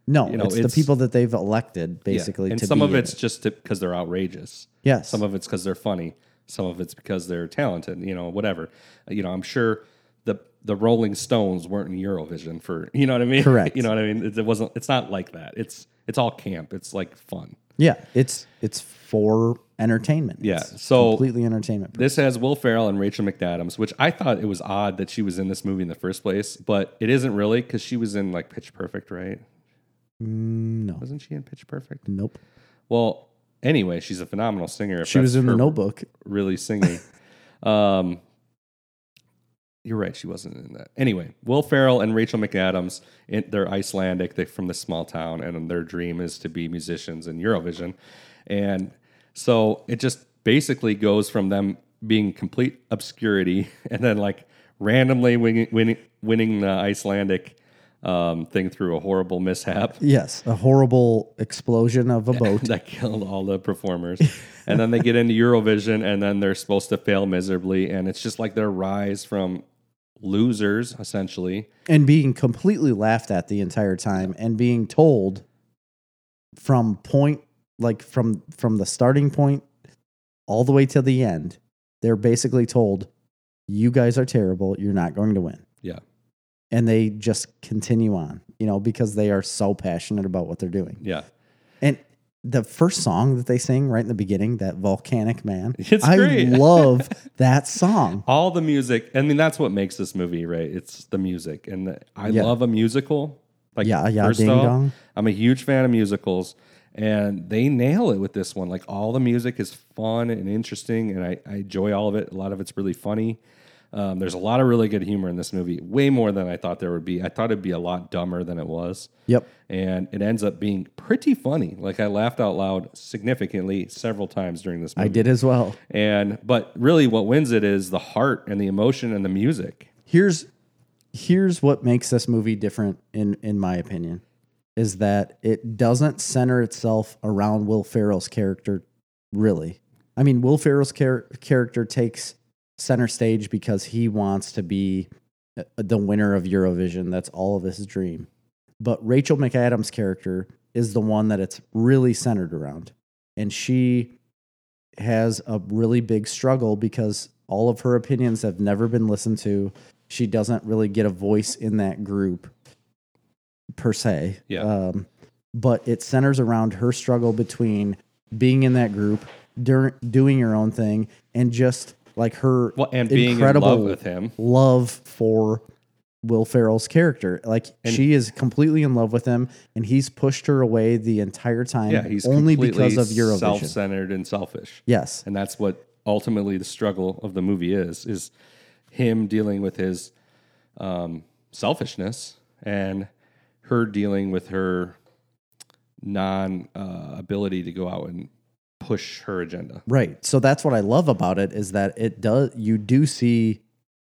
Speaker 1: No,
Speaker 2: You know,
Speaker 1: it's,
Speaker 2: it's-
Speaker 1: the people that they've elected
Speaker 2: Yeah.
Speaker 1: basically.
Speaker 2: and
Speaker 1: to
Speaker 2: some
Speaker 1: be
Speaker 2: of
Speaker 1: in
Speaker 2: it's
Speaker 1: it.
Speaker 2: just because they're outrageous.
Speaker 1: yes,
Speaker 2: Some of it's because they're funny. Some of it's because they're talented. You know, whatever. You know, I'm sure the the Rolling Stones weren't in Eurovision for you know what I mean.
Speaker 1: Correct.
Speaker 2: you know what I mean. It, it wasn't. It's not like that. It's it's all camp. It's like fun.
Speaker 1: yeah, it's it's for entertainment.
Speaker 2: Yeah,
Speaker 1: It's
Speaker 2: so-
Speaker 1: completely entertainment.
Speaker 2: This has Will Ferrell and Rachel McAdams, which I thought it was odd that she was in this movie in the first place, but it isn't really because she was in like Pitch Perfect, right?
Speaker 1: Mm, no,
Speaker 2: Wasn't she in Pitch Perfect?
Speaker 1: nope.
Speaker 2: Well, anyway, she's a phenomenal singer. if
Speaker 1: She was
Speaker 2: that's
Speaker 1: in the
Speaker 2: her
Speaker 1: Notebook.
Speaker 2: really singing. um, you're right, she wasn't in that. Anyway, Will Ferrell and Rachel McAdams, in, they're Icelandic. They're from this small town, and their dream is to be musicians in Eurovision. And so it just basically goes from them being complete obscurity, and then like randomly winning winning, winning the Icelandic um, thing through a horrible mishap
Speaker 1: Yes, a horrible explosion of a boat.
Speaker 2: that killed all the performers. and then they get into Eurovision and then they're supposed to fail miserably. And it's just like their rise from losers, essentially.
Speaker 1: and being completely laughed at the entire time and being told from point like from from the starting point all the way to the end they're basically told you guys are terrible you're not going to win
Speaker 2: Yeah.
Speaker 1: and they just continue on you know because they are so passionate about what they're doing
Speaker 2: Yeah.
Speaker 1: and the first song that they sing right in the beginning that volcanic man
Speaker 2: It's
Speaker 1: i
Speaker 2: great.
Speaker 1: love that song
Speaker 2: All the music. I mean, that's what makes this movie, right? It's the music. And the, I
Speaker 1: Yeah.
Speaker 2: love a musical. Like,
Speaker 1: yeah yeah
Speaker 2: first
Speaker 1: ding
Speaker 2: off,
Speaker 1: dong
Speaker 2: I'm a huge fan of musicals, and they nail it with this one. Like all the music is fun and interesting, and I, I enjoy all of it. A lot of it's really funny. Um, there's a lot of really good humor in this movie, way more than I thought there would be. I thought it'd be a lot dumber than it was,
Speaker 1: yep
Speaker 2: and it ends up being pretty funny. Like I laughed out loud significantly several times during this
Speaker 1: i
Speaker 2: movie.
Speaker 1: did as well
Speaker 2: and but really, what wins it is the heart and the emotion and the music.
Speaker 1: here's here's what makes this movie different in in my opinion is that it doesn't center itself around Will Ferrell's character really. I mean Will Ferrell's char- character takes center stage because he wants to be uh, the winner of Eurovision. That's all of his dream. But Rachel McAdams' character is the one that it's really centered around. And she has a really big struggle because all of her opinions have never been listened to. She doesn't really get a voice in that group per se.
Speaker 2: Yeah.
Speaker 1: Um, but it centers around her struggle between being in that group, dur- doing your own thing, and just like her
Speaker 2: Well, and being
Speaker 1: Incredible.
Speaker 2: in love with him.
Speaker 1: love for Will Ferrell's character. Like
Speaker 2: And-
Speaker 1: she is completely in love with him, and he's pushed her away the entire time.
Speaker 2: Yeah, he's
Speaker 1: only because of
Speaker 2: your
Speaker 1: Eurovision.
Speaker 2: self-centered and selfish.
Speaker 1: Yes,
Speaker 2: and that's what ultimately the struggle of the movie is is him dealing with his um, selfishness and her dealing with her non uh, ability to go out and push her agenda
Speaker 1: right. So that's what I love about it is that it does. You do see,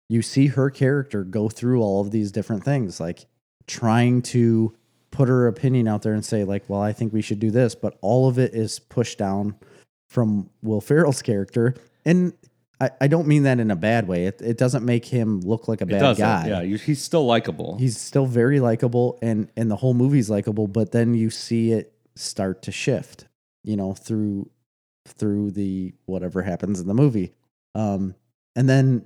Speaker 1: you see her character go through all of these different things, like trying to put her opinion out there and say like, well, I think we should do this, but all of it is pushed down from Will Ferrell's character and. I, I don't mean that in a bad way. It, it doesn't make him look like a
Speaker 2: it
Speaker 1: bad
Speaker 2: doesn't
Speaker 1: guy.
Speaker 2: yeah you, he's still likable
Speaker 1: he's still very likable and and the whole movie's likable but then you see it start to shift you know through through the whatever happens in the movie um and then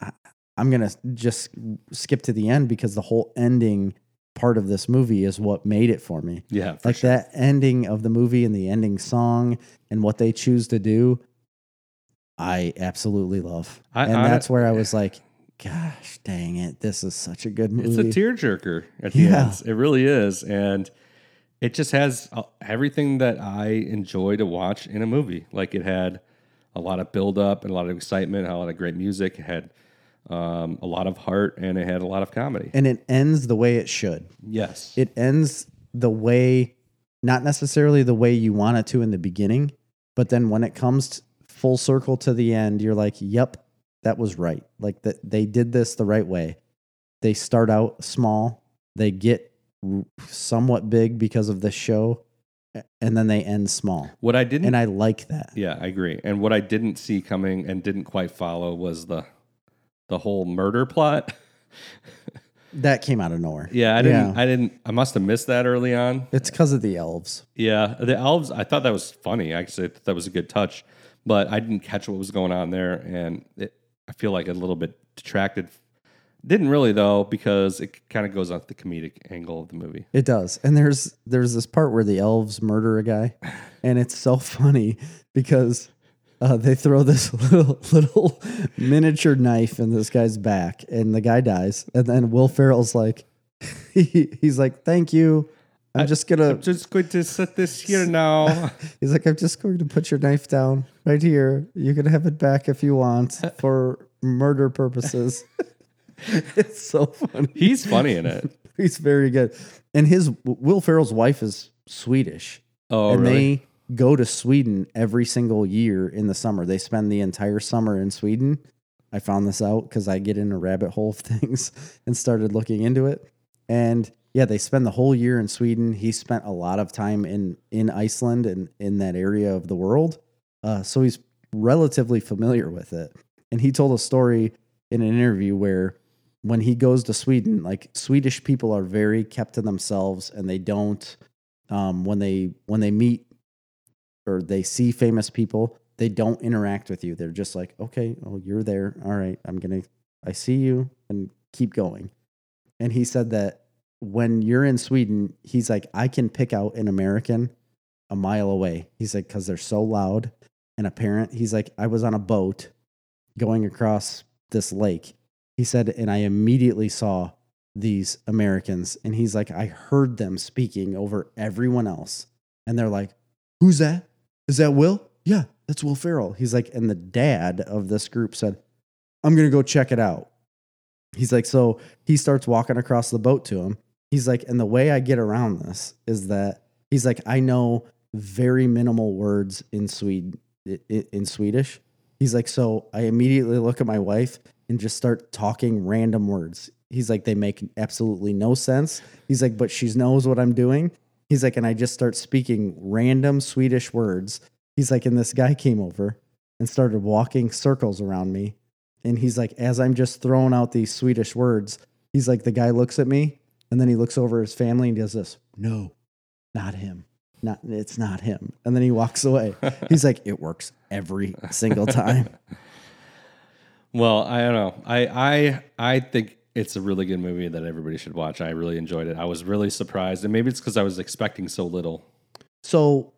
Speaker 1: I, i'm gonna just skip to the end because the whole ending part of this movie is what made it for me
Speaker 2: yeah for
Speaker 1: like
Speaker 2: sure.
Speaker 1: that ending of the movie and the ending song and what they choose to do i absolutely love
Speaker 2: I-
Speaker 1: and
Speaker 2: I-
Speaker 1: that's where i was like gosh dang it this is such a good movie
Speaker 2: it's a tearjerker at the
Speaker 1: Yeah.
Speaker 2: end it really is and it just has uh, everything that i enjoy to watch in a movie like it had a lot of build up and a lot of excitement a lot of great music it had um, a lot of heart and it had a lot of comedy
Speaker 1: and it ends the way it should
Speaker 2: yes
Speaker 1: it ends the way not necessarily the way you want it to in the beginning but then when it comes t- full circle to the end you're like yep that was right like that they did this the right way they start out small they get r- somewhat big because of this show a- and then they end small
Speaker 2: what i didn't
Speaker 1: and i like that
Speaker 2: yeah i agree and what i didn't see coming and didn't quite follow was the the whole murder plot
Speaker 1: that came out of nowhere
Speaker 2: yeah i didn't
Speaker 1: Yeah.
Speaker 2: i didn't i must have missed that early on
Speaker 1: it's because of the elves
Speaker 2: Yeah, the elves. I thought that was funny. Actually, I thought that was a good touch, but I didn't catch what was going on there, and it, I feel like a little bit detracted. Didn't really though, because it kind of goes off the comedic angle of the movie.
Speaker 1: It does. And there's there's this part where the elves murder a guy, and it's so funny because uh, they throw this little little miniature knife in this guy's back, and the guy dies. And then Will Ferrell's like, he, he's like, "Thank you. I'm just gonna."
Speaker 2: Just going to set this here now.
Speaker 1: He's like, "I'm just going to put your knife down right here. You can have it back if you want for murder purposes." it's so funny.
Speaker 2: He's funny in it.
Speaker 1: He's very good. And his Will Ferrell's wife is Swedish,
Speaker 2: Oh,
Speaker 1: and
Speaker 2: really?
Speaker 1: they go to Sweden every single year in the summer. They spend the entire summer in Sweden. I found this out because I get in a rabbit hole of things and started looking into it. And yeah, they spend the whole year in Sweden. He spent a lot of time in in Iceland and in that area of the world, uh, so he's relatively familiar with it. And he told a story in an interview where when he goes to Sweden, like Swedish people are very kept to themselves, and they don't um, when they when they meet or they see famous people, they don't interact with you. They're just like, okay, oh, you're there. All right, I'm gonna, I see you, and keep going. And he said that when you're in Sweden, he's like, I can pick out an American a mile away. He's like, because they're so loud and apparent. He's like, I was on a boat going across this lake. He said, and I immediately saw these Americans. And he's like, I heard them speaking over everyone else. And they're like, Who's that? Is that Will? Yeah, that's Will Farrell. He's like, and the dad of this group said, I'm going to go check it out. He's like, so he starts walking across the boat to him. He's like, and the way I get around this is that he's like, I know very minimal words in Swede i- i- in Swedish. He's like, so I immediately look at my wife and just start talking random words. He's like, they make absolutely no sense. He's like, but she knows what I'm doing. He's like, and I just start speaking random Swedish words. He's like, and this guy came over and started walking circles around me. And he's like, as I'm just throwing out these Swedish words, he's like, the guy looks at me and then he looks over at his family and does this. No, not him. Not it's not him. And then he walks away. He's like, it works every single time.
Speaker 2: Well, I don't know. I I I think it's a really good movie that everybody should watch. I really enjoyed it. I was really surprised, and maybe it's because I was expecting so little.
Speaker 1: So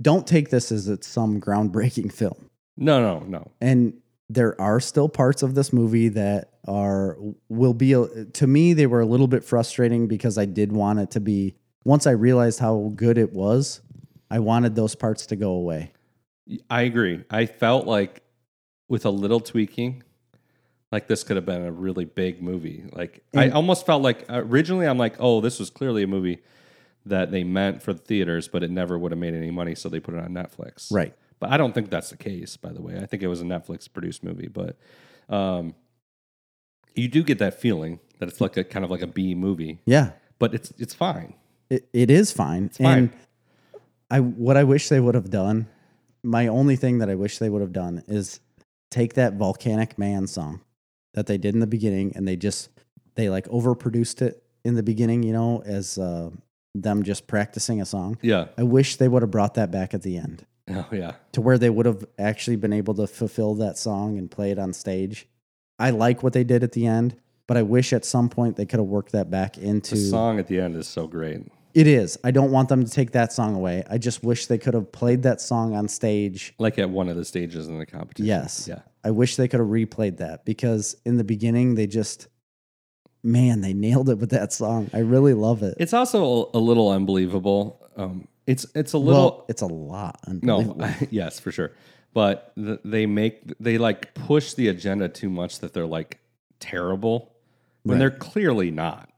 Speaker 1: don't take this as it's some groundbreaking film.
Speaker 2: No, no, no.
Speaker 1: And there are still parts of this movie that are will be to me they were a little bit frustrating because I did want it to be once I realized how good it was, I wanted those parts to go away.
Speaker 2: I agree. I felt like with a little tweaking, like this could have been a really big movie. Like I
Speaker 1: Mm.
Speaker 2: almost felt like originally I'm like, oh, this was clearly a movie that they meant for the theaters, but it never would have made any money, so they put it on Netflix.
Speaker 1: Right.
Speaker 2: But I don't think that's the case, by the way. I think it was a Netflix produced movie, but um, you do get that feeling that it's like a kind of like a B movie,
Speaker 1: Yeah.
Speaker 2: but it's it's fine.
Speaker 1: It, it is fine.
Speaker 2: fine.
Speaker 1: And I what I wish they would have done, my only thing that I wish they would have done is take that volcanic man song that they did in the beginning and they just they like overproduced it in the beginning, you know, as uh, them just practicing a song.
Speaker 2: Yeah.
Speaker 1: I wish they would have brought that back at the end
Speaker 2: Oh yeah.
Speaker 1: to where they would have actually been able to fulfill that song and play it on stage. I like what they did at the end, but I wish at some point they could have worked that back into
Speaker 2: The song at the end is so great.
Speaker 1: it is. I don't want them to take that song away. I just wish they could have played that song on stage.
Speaker 2: Like at one of the stages in the competition.
Speaker 1: Yes.
Speaker 2: Yeah.
Speaker 1: I wish they could have replayed that because in the beginning they just man, they nailed it with that song. I really love it.
Speaker 2: It's also a little unbelievable. Um, it's it's a
Speaker 1: well,
Speaker 2: little
Speaker 1: it's a lot.
Speaker 2: no,
Speaker 1: Unbelievable.
Speaker 2: yes, for sure. But th- they make they like push the agenda too much that they're like terrible
Speaker 1: Right.
Speaker 2: when they're clearly not.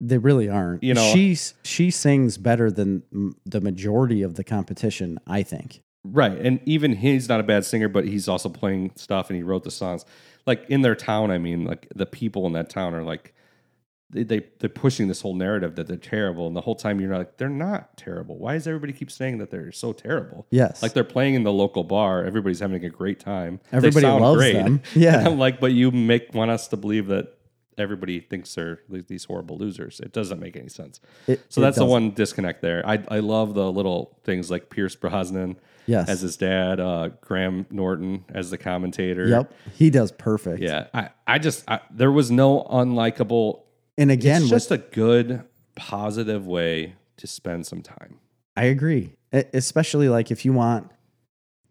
Speaker 1: They really aren't.
Speaker 2: You know-
Speaker 1: she's she sings better than m- the majority of the competition, I think.
Speaker 2: Right, and even he's not a bad singer, but he's also playing stuff and he wrote the songs. Like in their town, I mean, like the people in that town are like they, they they're pushing this whole narrative that they're terrible, and the whole time you're like they're not terrible. Why does everybody keep saying that they're so terrible?
Speaker 1: Yes.
Speaker 2: Like they're playing in the local bar. Everybody's having a great time. They
Speaker 1: Everybody
Speaker 2: sound
Speaker 1: loves them. Yeah.
Speaker 2: And I'm like, but you make want us to believe that everybody thinks they're like these horrible losers. It doesn't make any sense.
Speaker 1: It-
Speaker 2: so
Speaker 1: it
Speaker 2: that's the
Speaker 1: doesn't.
Speaker 2: one disconnect there. I I love the little things like Pierce Brosnan
Speaker 1: Yes.
Speaker 2: as his dad, uh, Graham Norton as the commentator.
Speaker 1: Yep. He does perfect.
Speaker 2: Yeah. I, I just I, there was no unlikable.
Speaker 1: And again,
Speaker 2: it's
Speaker 1: with-
Speaker 2: just a good positive way to spend some time.
Speaker 1: I agree. E- Especially like if you want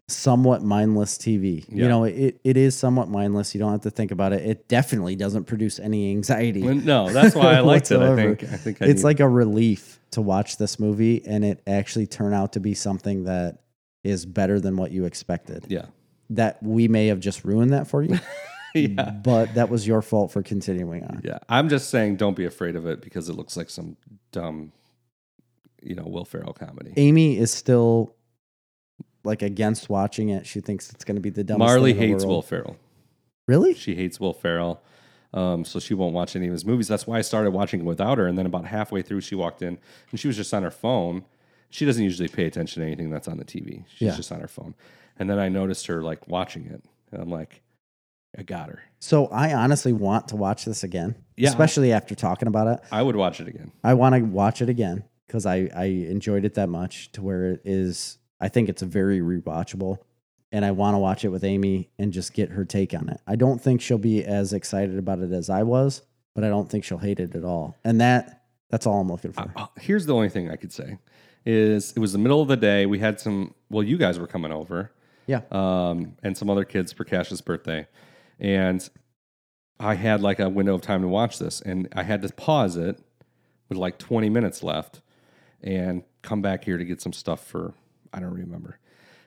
Speaker 1: somewhat mindless TV.
Speaker 2: Yeah.
Speaker 1: You know, it, it is somewhat mindless. You don't have to think about it. It definitely doesn't produce any anxiety.
Speaker 2: And no, that's why I liked it. I
Speaker 1: Whatsoever.
Speaker 2: think I think I
Speaker 1: It's
Speaker 2: need-
Speaker 1: like a relief to watch this movie and it actually turn out to be something that is better than what you expected.
Speaker 2: yeah.
Speaker 1: That we may have just ruined that for you,
Speaker 2: yeah.
Speaker 1: but that was your fault for continuing on.
Speaker 2: Yeah, I'm just saying, don't be afraid of it because it looks like some dumb, you know, Will Ferrell comedy.
Speaker 1: Amy is still like against watching it. She thinks it's going to be the dumbest
Speaker 2: Marley
Speaker 1: thing in the
Speaker 2: hates
Speaker 1: world.
Speaker 2: Will Ferrell.
Speaker 1: Really?
Speaker 2: She hates Will Ferrell. Um, so she won't watch any of his movies. That's why I started watching without her. And then about halfway through, she walked in and she was just on her phone. She doesn't usually pay attention to anything that's on the TV. She's
Speaker 1: Yeah.
Speaker 2: just on her phone. And then I noticed her like watching it. And I'm like, I got her.
Speaker 1: So I honestly want to watch this again,
Speaker 2: Yeah.
Speaker 1: especially after talking about it.
Speaker 2: I would watch it again.
Speaker 1: I want to watch it again because I, I enjoyed it that much to where it is, I think it's very rewatchable. And I want to watch it with Amy and just get her take on it. I don't think she'll be as excited about it as I was, but I don't think she'll hate it at all. And that that's all I'm looking for.
Speaker 2: Uh, here's the only thing I could say is it was the middle of the day. We had some. Well, you guys were coming over,
Speaker 1: yeah.
Speaker 2: um, and some other kids for Cash's birthday, and I had like a window of time to watch this, and I had to pause it with like 20 minutes left, and come back here to get some stuff for I don't remember.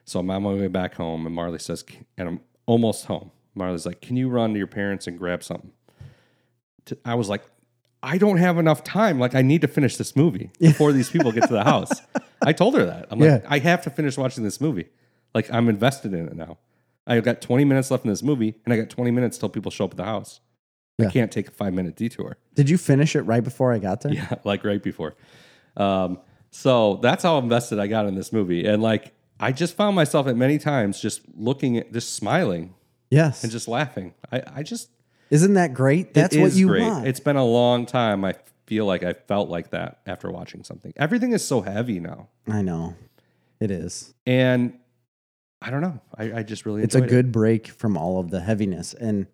Speaker 2: So I'm on my way back home, and Marley says, and I'm almost home. Marley's like, "Can you run to your parents and grab something?" to- I was like, I don't have enough time. Like, I need to finish this movie before these people get to the house. I told her that. I'm like,
Speaker 1: Yeah.
Speaker 2: I have to finish watching this movie. Like, I'm invested in it now. I've got 20 minutes left in this movie, and I got 20 minutes till people show up at the house.
Speaker 1: Yeah.
Speaker 2: I can't take a five minute detour.
Speaker 1: Did you finish it right before I got there?
Speaker 2: Yeah, like right before. Um, so that's how invested I got in this movie. And like, I just found myself at many times just looking at, just smiling
Speaker 1: Yes.
Speaker 2: and just laughing. I, I just,
Speaker 1: Isn't that great? That's
Speaker 2: it
Speaker 1: what
Speaker 2: is
Speaker 1: you
Speaker 2: great.
Speaker 1: want.
Speaker 2: It's been a long time. I feel like I felt like that after watching something. Everything is so heavy now,
Speaker 1: I know. It is.
Speaker 2: and I don't know. I, I just really
Speaker 1: it's a
Speaker 2: enjoyed It.
Speaker 1: good break from all of the heaviness. And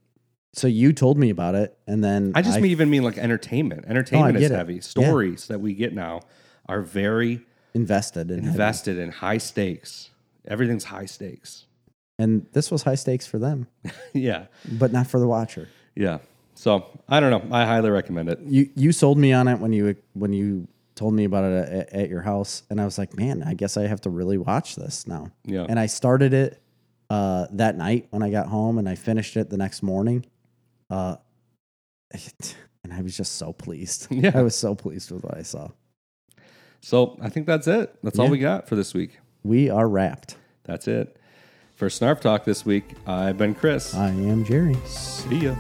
Speaker 1: so you told me about it, and then
Speaker 2: I just mean, even mean like entertainment. Entertainment is
Speaker 1: Oh, get it.
Speaker 2: heavy. Stories that we get now are very
Speaker 1: invested in heavy.
Speaker 2: invested in high stakes. Everything's high stakes.
Speaker 1: And this was high stakes for them,
Speaker 2: yeah,
Speaker 1: but not for the watcher.
Speaker 2: yeah. So I don't know. I highly recommend it.
Speaker 1: You you sold me on it when you when you told me about it at, at your house, and I was like, man, I guess I have to really watch this now.
Speaker 2: Yeah.
Speaker 1: And I started it uh, that night when I got home, and I finished it the next morning. Uh, and I was just so pleased.
Speaker 2: Yeah.
Speaker 1: I was so pleased with what I saw.
Speaker 2: So I think that's it. That's all
Speaker 1: Yeah.
Speaker 2: we got for this week.
Speaker 1: We are wrapped.
Speaker 2: That's it. For Snarf Talk this week, I've been Chris.
Speaker 1: I am Jerry.
Speaker 2: See ya.